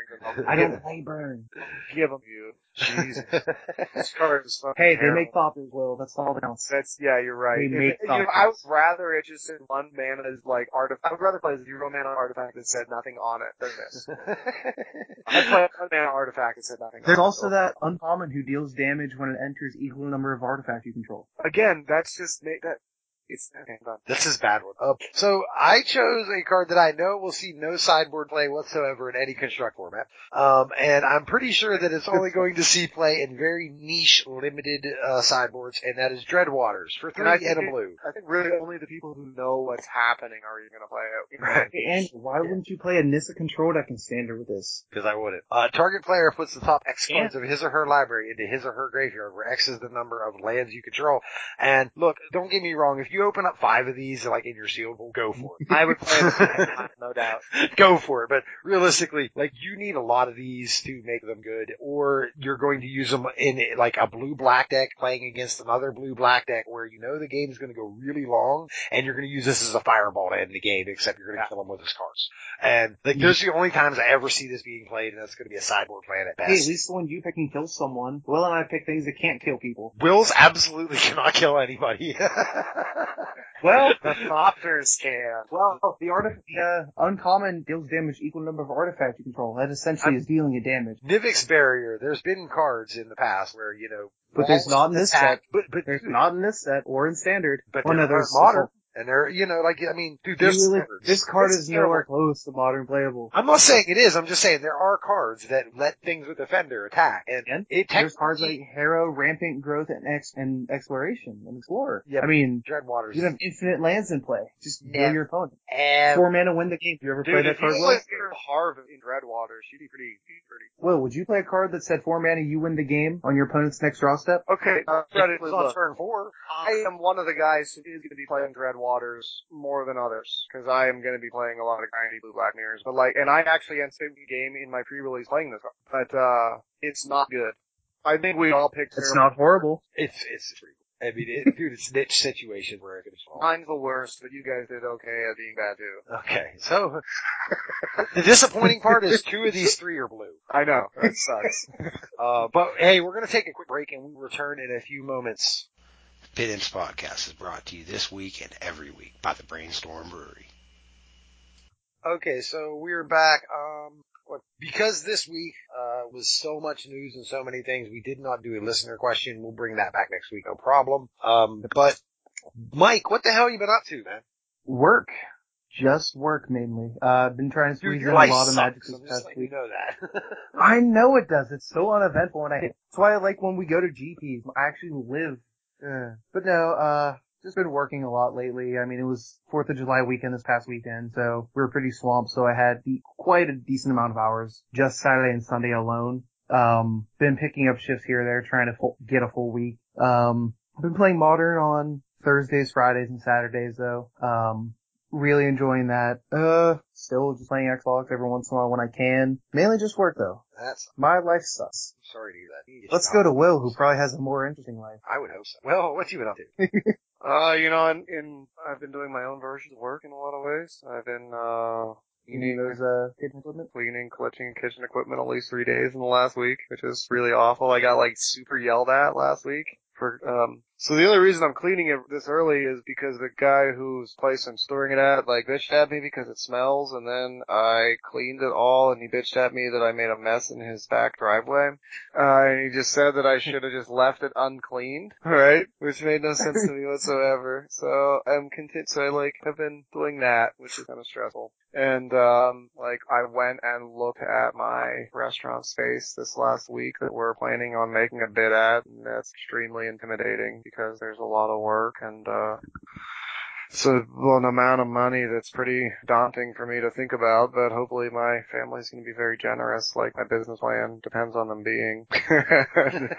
I don't play Burn.
give them to you. Jesus, this card is fucking
Hey, they
terrible.
make poppers, Will. That's all that counts.
That's yeah, you're right.
They
If-
make
you know,
something.
I would rather it just said one mana is like artifact. I would rather play zero mana artifact that said nothing on it than this. I play one mana artifact that said nothing.
There's
on
also
it.
that uncommon who deals damage when it enters equal number of artifacts you control.
again. That's just ma- that. It's okay, I'm done.
This is a bad one. Uh, so I chose a card that I know will see no sideboard play whatsoever in any construct format. Um, and I'm pretty sure that it's only going to see play in very niche, limited uh, sideboards, and that is Dreadwaters for three
I
and,
think
a
it-
blue.
I think really only the people who know what's happening are even gonna play it.
And why wouldn't you play a Nissa control deck in standard with this?
Because I wouldn't. Uh, target player puts the top X cards of his or her library into his or her graveyard, where X is the number of lands you control. And look, don't get me wrong, if you open up five of these, like in your sealed, well, go for it.
I would play it, no doubt.
go for it. But realistically, like you need a lot of these to make them good, or you're going to use them in like a blue black deck playing against another blue black deck where you know the game is going to go really long, and you're going to use this as a fireball to end the game. Except you're going to kill them with his cards. And like those are the only times I ever see this being played, and that's going to be a sideboard plan at best.
Hey, at least the one you pick can kill someone. Will and I pick things that can't kill people.
Wills absolutely cannot kill anybody.
Well,
The Thopters can.
well, the artif- the uh, uncommon deals damage equal number of artifacts you control. That essentially is dealing a damage.
Nivix Barrier. There's been cards in the past where you know,
But there's
walls
not in this
attack-
set.
But but
There's
dude,
not in this set or in standard.
But
One
they're
of those
modern, and they're you know like I mean, dude, there's
You really-
cards.
this card
It's
is nowhere
terrible.
close to modern playable.
I'm not saying it is. I'm just saying there are cards that let things with defender attack, and
And
it
There's cards
technically-
like Harrow, Rampant Growth, and Ex and Exploration and Explorer.
Yeah,
I mean,
Dreadwaters.
you have infinite lands in play. Just
Yeah.
kill your opponent.
Eh,
Four mana win the game. If you ever play
Dude,
that
if
card,
you
Will?
play Harv in Dreadwaters, you'd be pretty, you'd be pretty.
Will, would you play a card that said four mana, you win the game on your opponent's next draw step?
Okay, uh,
it
credit
was on
look,
turn four.
I am one of the guys who is going to be playing Dreadwaters more than others because I am going to be playing a lot of grindy blue black mirrors. But like, and I actually am saving the game in my pre-release playing this, but uh, it's not good. I think we all picked.
It's
terrible.
not horrible.
It's it's. I mean, it, dude, it's niche situation where it can fall.
Mine's the worst, but you guys did okay at being bad too.
Okay, so the disappointing part is two of these three are blue.
I know that sucks.
Uh, but hey, we're gonna take a quick break and we'll return in a few moments.
Pittance Podcast is brought to you this week and every week by the Brainstorm Brewery.
Okay, so we're back. Um, what, because this week uh, was so much news and so many things, we did not do a listener question. We'll bring that back next week, no problem. Um, but Mike, what the hell you been up to, man?
Work. Just work mainly. Uh, been trying to squeeze
Dude,
in
your
a
life
lot of magic
sucks.
this
I'm just
past
letting you
week.
know that.
I know it does. It's so uneventful, and I that's why I like when we go to GPs. I actually live. Uh, but no, uh, just been working a lot lately. I mean, it was Fourth of July weekend this past weekend, so we were pretty swamped. So I had the, quite a decent amount of hours just Saturday and Sunday alone. Um, been picking up shifts here or there, trying to full, get a full week. Um, been playing modern on Thursdays, Fridays, and Saturdays though. Um, really enjoying that. Uh, still just playing Xbox every once in a while when I can. Mainly just work though.
That's
My life sucks.
I'm sorry to hear that.
Let's go to Will, who probably has a more interesting life.
I would hope so. Well, what you been up to?
uh, you know, in, in I've been doing my own version of work in a lot of ways. I've been uh,
You mean those uh kitchen equipment?
cleaning, clutching kitchen equipment at least three days in the last week, which is really awful. I got like super yelled at last week for, um, so the only reason I'm cleaning it this early is because the guy whose place I'm storing it at, like, bitched at me because it smells, and then I cleaned it all, and he bitched at me that I made a mess in his back driveway. Uh, and he just said that I should have just left it uncleaned, right? Which made no sense to me whatsoever. So I'm content. So I like have been doing that, which is kind of stressful. And um, like I went and looked at my restaurant space this last week that we're planning on making a bid at, and that's extremely intimidating because there's a lot of work and uh It's a, an amount of money that's pretty daunting for me to think about, but hopefully my family's going to be very generous. Like my business plan depends on them being.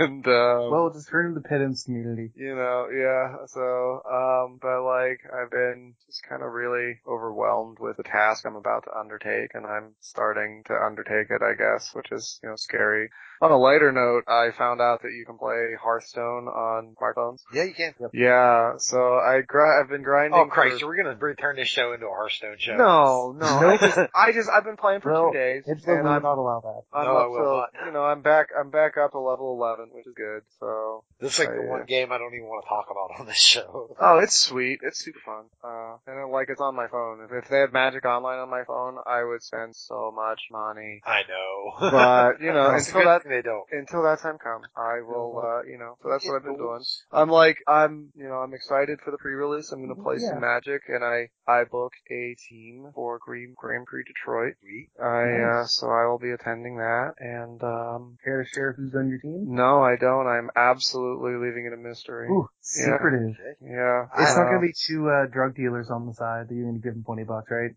and um,
Well, just turn to the pittance community.
you know, yeah. So, um, but like, I've been just kind of really overwhelmed with the task I'm about to undertake, and I'm starting to undertake it, I guess, which is, you know, scary. On a lighter note, I found out that you can play Hearthstone on smartphones.
Yeah, you can.
Yeah, so I gr- I've been grinding.
Oh Christ,
for-
are we gonna br- turn this show into a Hearthstone show?
No, no. I
Nope.
just, I just, I've been playing for
No,
two days,
It's
and
will
I'm,
not allow that.
I'm
No, I
up
will
to,
not.
you know, I'm back, I'm back up to level 11, which is good. So,
This is like the
I, uh,
one game I don't even want to talk about on this show.
oh, it's sweet. It's super fun. Uh, and it, like it's on my phone. If, if they had Magic Online on my phone, I would spend so much money.
I know.
But you know,
It's a
until
good
that
thing they don't.
until that time comes, I will, uh, you know. So that's what I've been doing.
Rules.
I'm like, I'm, you know, I'm excited for the pre-release. I'm gonna play some Magic, and I, I booked a team for Green Grand Prix Detroit.
Sweet.
I, uh,
Nice.
so I will be attending that, and um,
Care to share who's on your team?
no, I don't. I'm absolutely leaving it a mystery.
Ooh, secretive.
Mm. Yeah,
It's not
uh,
going to be two uh, drug dealers on the side that you're going to give them 20 bucks, right?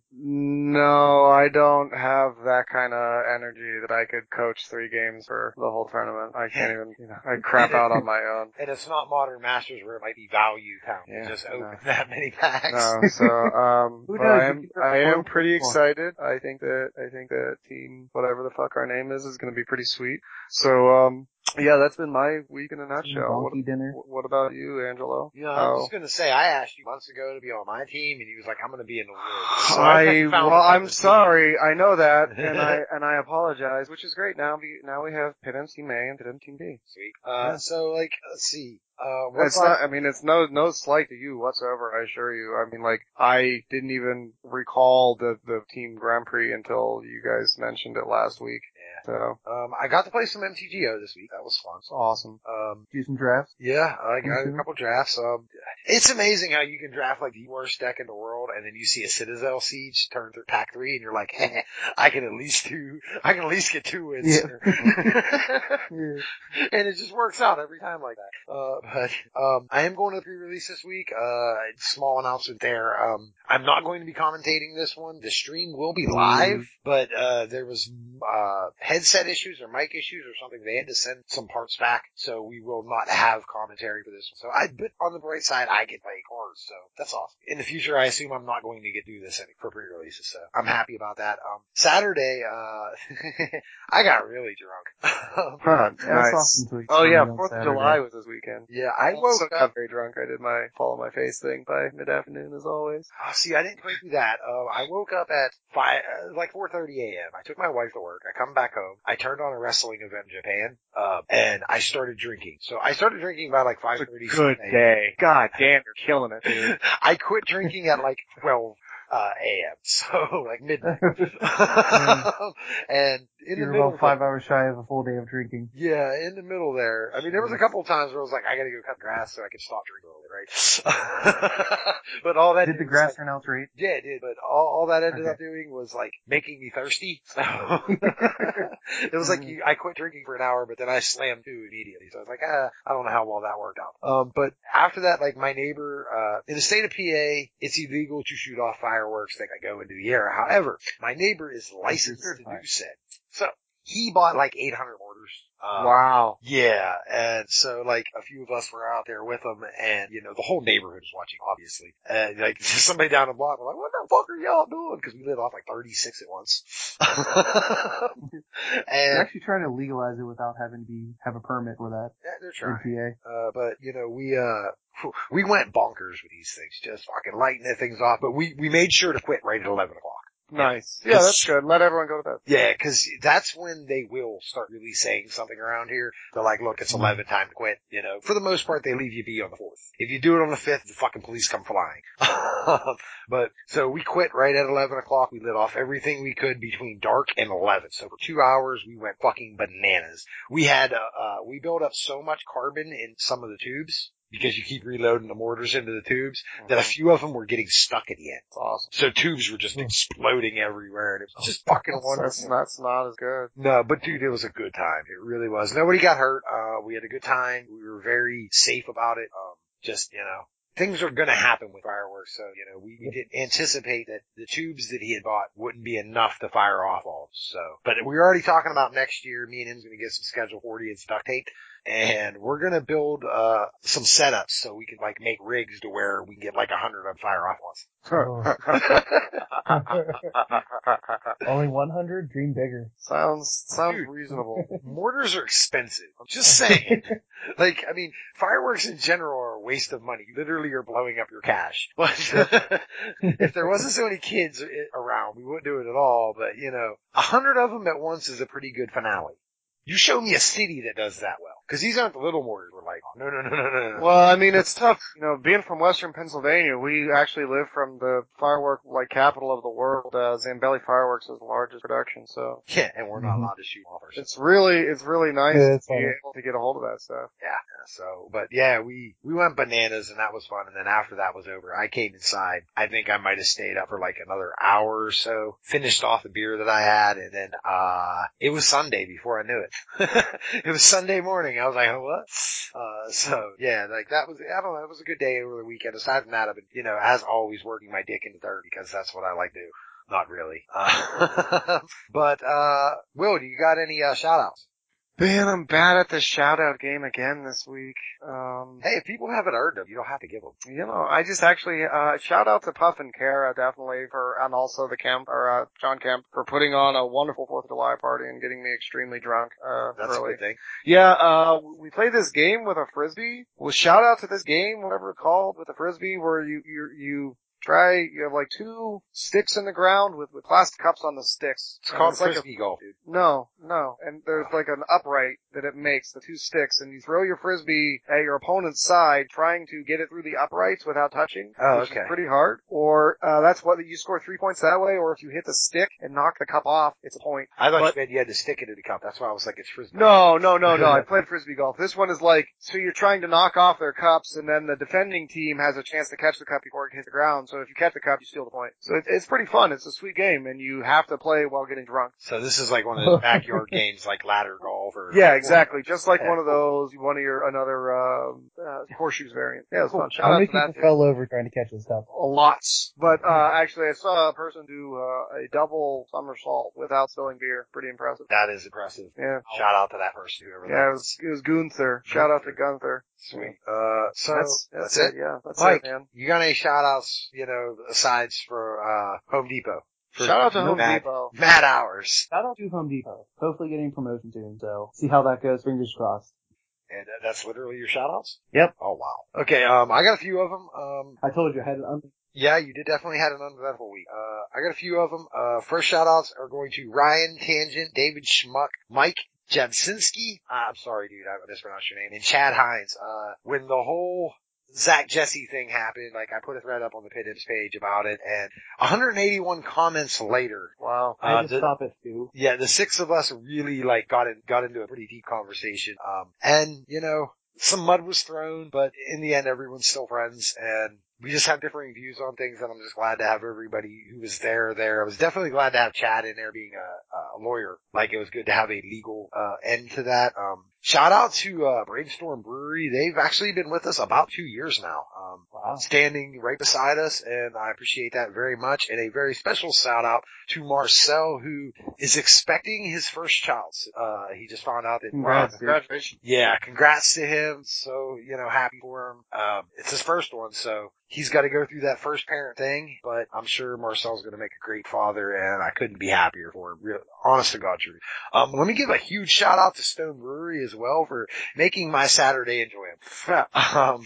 No, I don't have that kind of energy that I could coach three games for the whole tournament. I can't even, you know, I crap out on my own.
And it's not Modern Masters where it might be value town. to
Yeah,
just
no.
open that many packs.
No, so um,
Who
but I
knows? You
am
could get
I
a
am
four
pretty
plus
excited. I think that I think that team whatever the fuck our name is is going to be pretty sweet. So um, yeah, that's been my week in a nutshell. What,
Donkey dinner.
what about you, Angelo?
You know, I was
How-
just gonna say, I asked you months ago to be on my team, and you was like, "I'm gonna be in the woods." So
I
haven't found
well,
another
I'm
team.
sorry. I know that, and I and I apologize, which is great. Now we now we have Pittance Team A and Pittance Team B.
Sweet. Uh,
Yeah.
so like, let's see. Uh, what's
It's not. I mean, it's no no slight to you whatsoever. I assure you. I mean, like I didn't even recall the the Team Grand Prix until you guys mentioned it last week.
Yeah.
So
Um, I got to play some MTGO this week. That was fun.
it's awesome.
Um,
Do some drafts.
yeah, I got a
Mm-hmm.
Mhm.
couple drafts. Um, it's amazing how you can draft like the worst deck in the world, and then you see a Citadel Siege turn through pack three, and you're like, "I can at least do. I can at least get two wins." here."
Yeah.
and it just works out every time like that. Uh, but um, I am going to pre-release this week. Uh, small announcement there. Um, I'm not going to be commentating this one. The stream will be live, but uh, there was uh, headset issues or mic issues or something. They had to send some parts back, so we will not have commentary for this. So I, but on the bright side, I get play cards, so that's awesome. In the future, I assume I'm not going to get do this any for pre-releases, so I'm happy about that. Um, Saturday, uh, I got really drunk. Um,
Huh,
Yeah, I saw
nice.
some tweets
Oh
from
yeah,
you on
Fourth of
Saturday.
July was this weekend.
Yeah, I woke
Also
up.
got very drunk. I did my follow my face thing by mid afternoon as always.
Oh, see, I didn't quite do that. Uh, I woke up at five, uh, like 4:30 a.m. I took my wife to work. I come back home. I turned on a wrestling event in Japan, uh, and I started drinking. So I started drinking by like 5:30. a.m.
day. God damn, you're killing it, dude.
I quit drinking at like 12 uh, a.m. So like midnight. and in the
You're
middle,
about five hours shy of a full day of drinking.
Yeah, in the middle there. I mean, there was
Mm.
a couple of times where I was like, I gotta go cut grass so I can stop drinking, right? but all that
Did the
did was, like,
grass turn out great?
Yeah, it did. But all, all that ended
Okay.
up doing was like making me thirsty. So it was like you, I quit drinking for an hour, but then I slammed two immediately. So I was like, ah, I don't know how well that worked out. Um, but after that, like my neighbor, uh, in the state of PA, it's illegal to shoot off fireworks that go into the air. However, my neighbor is licensed to do said. So he bought like 800 orders. Um,
Wow.
yeah, and so like a few of us were out there with them, and you know the whole neighborhood is watching, obviously. And like somebody down the block, was like, "What the fuck are y'all doing?" Because we lit off like 36 at once.
They're
and
actually trying to legalize it without having to be have a permit for that
yeah, they're trying.
in
Uh, but you know, we, uh, phew, we went bonkers with these things, just fucking lighting the things off, but we, we made sure to quit right at 11 o'clock.
Nice. Yeah, that's good. Let everyone go to bed.
Yeah, cause that's when they will start really saying something around here. They're like, look, it's 11 time to quit, you know. For the most part, they leave you be on the 4th. If you do it on the 5th, the fucking police come flying. but, so we quit right at 11 o'clock. We lit off everything we could between dark and 11. So for two hours, we went fucking bananas. We had, uh, uh we built up so much carbon in some of the tubes. Because you keep reloading the mortars into the tubes, that a
Mm-hmm.
few of them were getting stuck at the end.
That's awesome.
So tubes were just exploding everywhere, and it was just fucking wonderful.
That's, that's not as good.
No, but dude, it was a good time. It really was. Nobody got hurt. Uh, we had a good time. We were very safe about it. Um, just, you know, things are going to happen with fireworks. So, you know, we, we didn't anticipate that the tubes that he had bought wouldn't be enough to fire off all. So, but we're already talking about next year. Me and him's going to get some schedule 40 and duct tape and we're going to build, uh, some setups so we can like make rigs to where we can get like a hundred on fire off once.
Oh, Only 100? Dream bigger.
Sounds sounds
Dude.
reasonable.
Mortars are expensive. I'm just saying. like, I mean, fireworks in general are a waste of money. You Literally, you're blowing up your cash. But if there wasn't so many kids i- around, we wouldn't do it at all. But you know, a hundred of them at once is a pretty good finale. You show me a city that does that well, because these aren't the little mortars. We're like, no, no, no, no, no, no.
Well, I mean, it's tough. You know, being from Western Pennsylvania, we actually live from the firework like capital of the world. Uh, Zambelli Fireworks is the largest production, so
Yeah, and we're not
Mhm.
allowed to shoot off ourselves.
it's really it's really nice
Yeah, that's
to be
funny.
able to get a hold of that stuff.
So, but yeah, we, we went bananas and that was fun. And then after that was over, I came inside. I think I might have stayed up for like another hour or so, finished off the beer that I had. And then, uh, it was Sunday before I knew it. it was Sunday morning. I was like, "Oh, what? Uh, so yeah, like that was, I don't know, it was a good day over the weekend. Aside from that, I've been, you know, as always working my dick in the dirt because that's what I like to do. Not really. Uh, but, uh, Will, do you got any, uh, shout outs?
Man, I'm bad at the shout out game again this week. Um,
Hey, if people haven't heard them, you don't have to give them.
You know, I just actually uh shout out to Puff and Kara definitely for and also the camp or uh John Camp for putting on a wonderful Fourth of July party and getting me extremely drunk uh
That's
early.
a good thing.
Yeah, uh, we played this game with a frisbee. Well, shout out to this game, whatever it's called, with a frisbee, where you you you try you have like two sticks in the ground with with plastic cups on the sticks.
It's called
like a-
frisbee golf.
no, no. And there's like an upright that it makes, the two sticks, and you throw your frisbee at your opponent's side, trying to get it through the uprights without touching.
Oh,
which is
okay.
pretty hard. Or uh, that's what you score three points that way. Or if you hit the stick and knock the cup off, it's a point.
I thought
But-
you meant you had to stick it in the cup. That's why I was like, it's frisbee.
No, no, no, no. I played frisbee golf. This one is like so you're trying to knock off their cups, and then the defending team has a chance to catch the cup before it hits the ground. So if you catch the cup, you steal the point. So it's, it's pretty fun. It's a sweet game, and you have to play while getting drunk.
So this is like one of those backyard games, like ladder golf or
Yeah, exactly. Just like
Yeah,
one of those, one of your another um, uh, horseshoes variant. Yeah, it's fun. Shout
How
out
many
to
people
that. dude.
fell over trying to catch this stuff?
A lot. But uh, actually, I saw a person do uh, a double somersault without spilling beer. Pretty impressive.
That is impressive.
Yeah.
Shout out to that person, whoever
Yeah,
that
it was, it was Gunther. Shout out to Gunther.
Sweet. Uh, so
that's,
that's,
that's,
it.
it. Yeah, that's
Mike,
it, man.
you got any shout outs, you know, asides for, uh, Home Depot? For
Shout out to Home
mad,
Depot.
Mad hours.
Shout out to Home Depot. Hopefully getting promotion soon, so see how that goes. Fingers crossed.
And uh, that's literally your shout outs?
Yep.
Oh wow. Okay, um, I got a few of them. Um,
I told you I had an un-
Yeah, you did definitely had an uneventful week. Uh, I got a few of them. Uh, first shout outs are going to Ryan Tangent, David Schmuck, Mike Jadzinski. Uh, I'm sorry, dude. I mispronounced your name. And Chad Hines. Uh, when the whole Zach Jesse thing happened, like I put a thread up on the Pit Ips page about it and 181 comments later.
Wow.
I
uh,
just
the-
stop at two.
yeah, the six of us really like got in, got into a pretty deep conversation. Um, and you know, some mud was thrown, but in the end, everyone's still friends and we just have differing views on things. And I'm just glad to have everybody who was there there. I was definitely glad to have Chad in there being a, a lawyer. Like it was good to have a legal, uh, end to that. Um, shout out to, uh, Brainstorm Brewery. They've actually been with us about two years now. Um, standing right beside us and I appreciate that very much. And a very special shout out to Marcel who is expecting his first child. Uh, he just found out that
Congrats, dude.
Congratulations.
yeah, congrats to him. So, you know, happy for him. Um, it's his first one, so he's got to go through that first parent thing, but I'm sure Marcel's going to make a great father and I couldn't be happier for him. Real, honest to God, true. Um, let me give a huge shout out to Stone Brewery as well for making my Saturday enjoyable. um,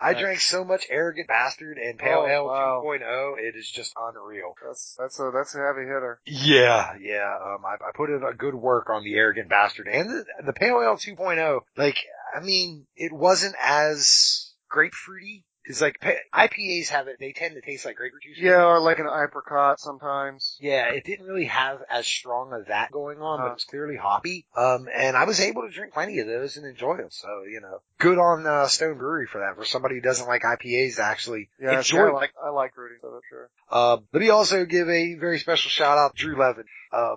I drank so much arrogant bastard and pale
Oh,
ale
wow.
2.0. It is just unreal.
That's, that's a, that's a heavy hitter.
Yeah, yeah. Um, I, I put in a good work on the arrogant bastard and the, the pale ale 2.0. Like, I mean, it wasn't as grapefruity. Cause like pa- IPAs have it, they tend to taste like grapefruit juice.
Yeah, or like an apricot sometimes.
Yeah, it didn't really have as strong of that going on, but
Huh.
it was clearly hoppy. Um, and I was able to drink plenty of those and enjoy them. So, you know, good on, uh, Stone Brewery for that. For somebody who doesn't like IPAs to actually
Yeah, see,
enjoy
I like, I like Rudy, so that's sure.
Uh, let me also give a very special shout out to Drew Levin. Um,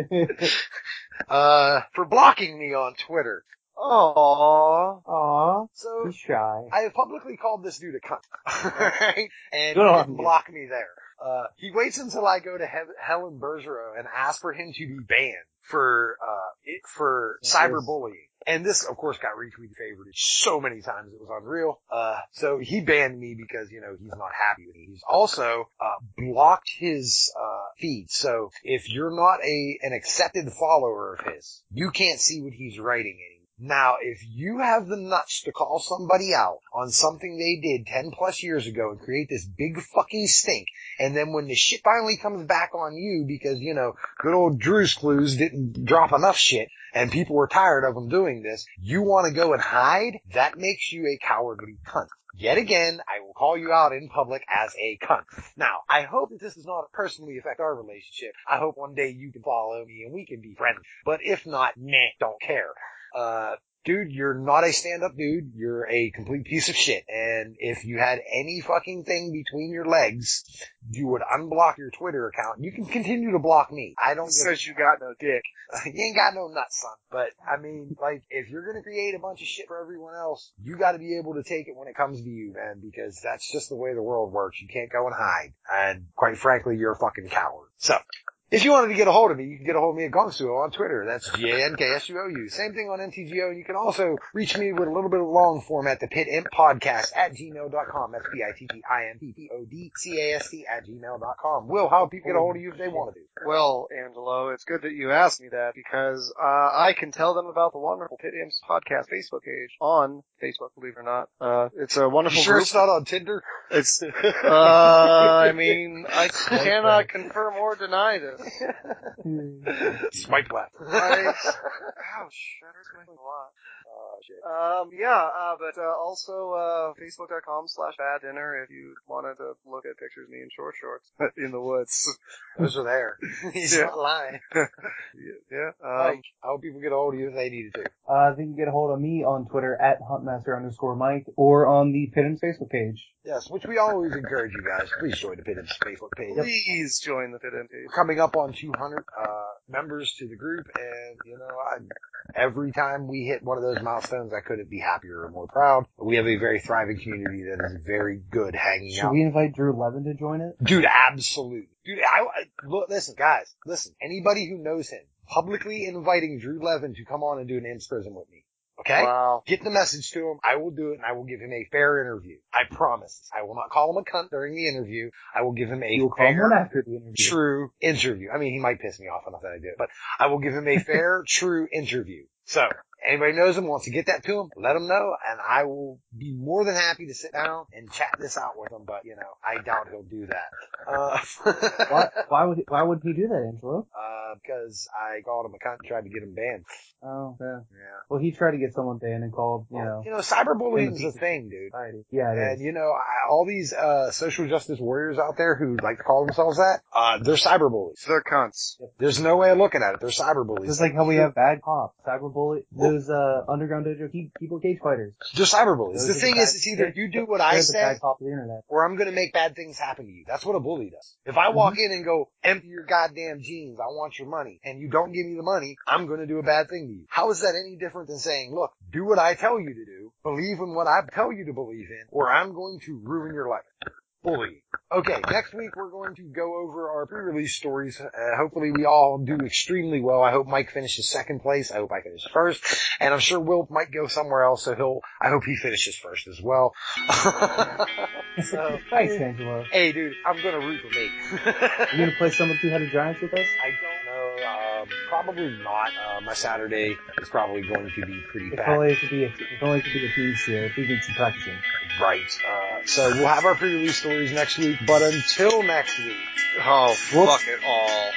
That's
uh, for blocking me on Twitter. Aww.
Aw,
So
he's shy.
I have publicly called this dude a cunt, right? And
Good
he
on
didn't
you.
block me there. Uh, he waits until I go to he- Helen Bergero and asks for him to be banned for, uh, it, for
Yes.
cyberbullying. And this, of course, got retweeted favored so many times it was unreal. Uh, so he banned me because, you know, he's not happy with me. He's also, uh, blocked his, uh, feed. So if you're not a, an accepted follower of his, you can't see what he's writing anymore. Now, if you have the nuts to call somebody out on something they did 10 plus years ago and create this big fucking stink, and then when the shit finally comes back on you because, you know, good old Drew's clues didn't drop enough shit and people were tired of him doing this, you want to go and hide? That makes you a cowardly cunt. Yet again, I will call you out in public as a cunt. Now, I hope that this does not personally affect our relationship. I hope one day you can follow me and we can be friends. But if not, meh, don't care uh, dude, you're not a stand-up dude. You're a complete piece of shit. And if you had any fucking thing between your legs, you would unblock your Twitter account. You can continue to block me. I don't. give-
Says you got no dick.
you ain't got no nuts, son. But I mean, like, if you're gonna create a bunch of shit for everyone else, you got to be able to take it when it comes to you, man. Because that's just the way the world works. You can't go and hide. And quite frankly, you're a fucking coward. So. If you wanted to get a hold of me, you can get a hold of me at Gongsuo on Twitter. That's G-A-N-K-S-U-O-U. Same thing on MTGO. And you can also reach me with a little bit of long form at the Pit Imp Podcast at gmail.com. That's P-I-T-T-I-M-P-P-O-D-C-A-S-T at gmail.com. Will, how people get a hold of you if they want to do?
Well, Angelo, it's good that you asked me that because uh, I can tell them about the wonderful Pit Imps podcast Facebook page on Facebook. Believe it or not, uh, it's a wonderful
You sure
group.
it's not on Tinder?
It's. Uh, I mean, I cannot confirm or deny this.
Swipe left.
I, ouch, that hurts my a lot.
Oh, shit.
Um, yeah, uh, but uh, also uh, facebook.com slash bad dinner if you wanted to look at pictures of me in short shorts in the woods.
Those are there. um, He's
Yeah.
not lying.
yeah. Um,
Mike, I hope people get a hold of you if they needed to.
Uh, they can get a hold of me on Twitter at Huntmaster underscore Mike or on the Pittons Facebook page.
Yes, which we always encourage you guys. Please join the Pit Imp's Facebook page.
please join the Pit Imp page.
We're coming up on 200 uh, members to the group, and you know, I, every time we hit one of those milestones, I couldn't be happier or more proud. We have a very thriving community that is very good hanging
Should
out.
we invite Drew Levin to join it?
Dude, absolutely. Dude, I, I look, listen, guys, listen. Anybody who knows him, publicly inviting Drew Levin to come on and do an Imps Prison with me. Okay?
Wow.
Get the message to him. I will do it and I will give him a fair interview. I promise. I will not call him a cunt during the interview. I will give him a
You'll call him
fair,
on after the interview.
true interview. I mean, he might piss me off enough that I do it, but I will give him a fair, true interview. So anybody knows him, wants to get that to him, let him know and I will be more than happy to sit down and chat this out with him, but you know, I doubt he'll do that. Uh,
Why, why would why would he do that, Angelo?
Uh, because I called him a cunt, and tried to get him banned.
Oh, yeah.
Yeah.
Well, he tried to get someone banned and called, you know,
You know, cyberbullying is
In the
a thing, dude.
society. Yeah, it
And
is.
you know, I, all these uh social justice warriors out there who like to call themselves that, uh, they're cyberbullies.
They're cunts.
There's no way of looking at it. They're cyberbullies.
Just like how we have bad cops, cyberbully, those uh, underground dojo key, keyboard cage fighters.
they're cyberbullies.
Those
The
are the
thing
bad-
is, it's either you do what
They're
I
the
say,
bad cops of the internet.
or I'm going to make bad things happen to you. That's what a bully does. If I walk in and go, empty your goddamn jeans, I want your money, and you don't give me the money, I'm going to do a bad thing to you. How is that any different than saying, look, do what I tell you to do, believe in what I tell you to believe in, or I'm going to ruin your life? Bully. Okay, next week we're going to go over our pre-release stories. Uh, hopefully we all do extremely well. I hope Mike finishes second place. I hope I finish first. And I'm sure Will might go somewhere else, so he'll, I hope he finishes first as well. so,
Thanks, Angelo.
Hey, dude, I'm gonna root for me.
You gonna play someone two headed giants with us?
I don't know. Um, probably not. Uh, my Saturday is probably going to be pretty
If
bad.
only it could be a, if only it could be a team seal. If we did some practicing.
Right. Uh, so we'll have our pre-release stories next week. But until next week,
Oh,
Whoops.
fuck it all.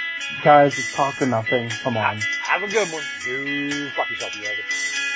Guys, it's talk or nothing. Come on.
have a good one. Do fuck yourself, you guys.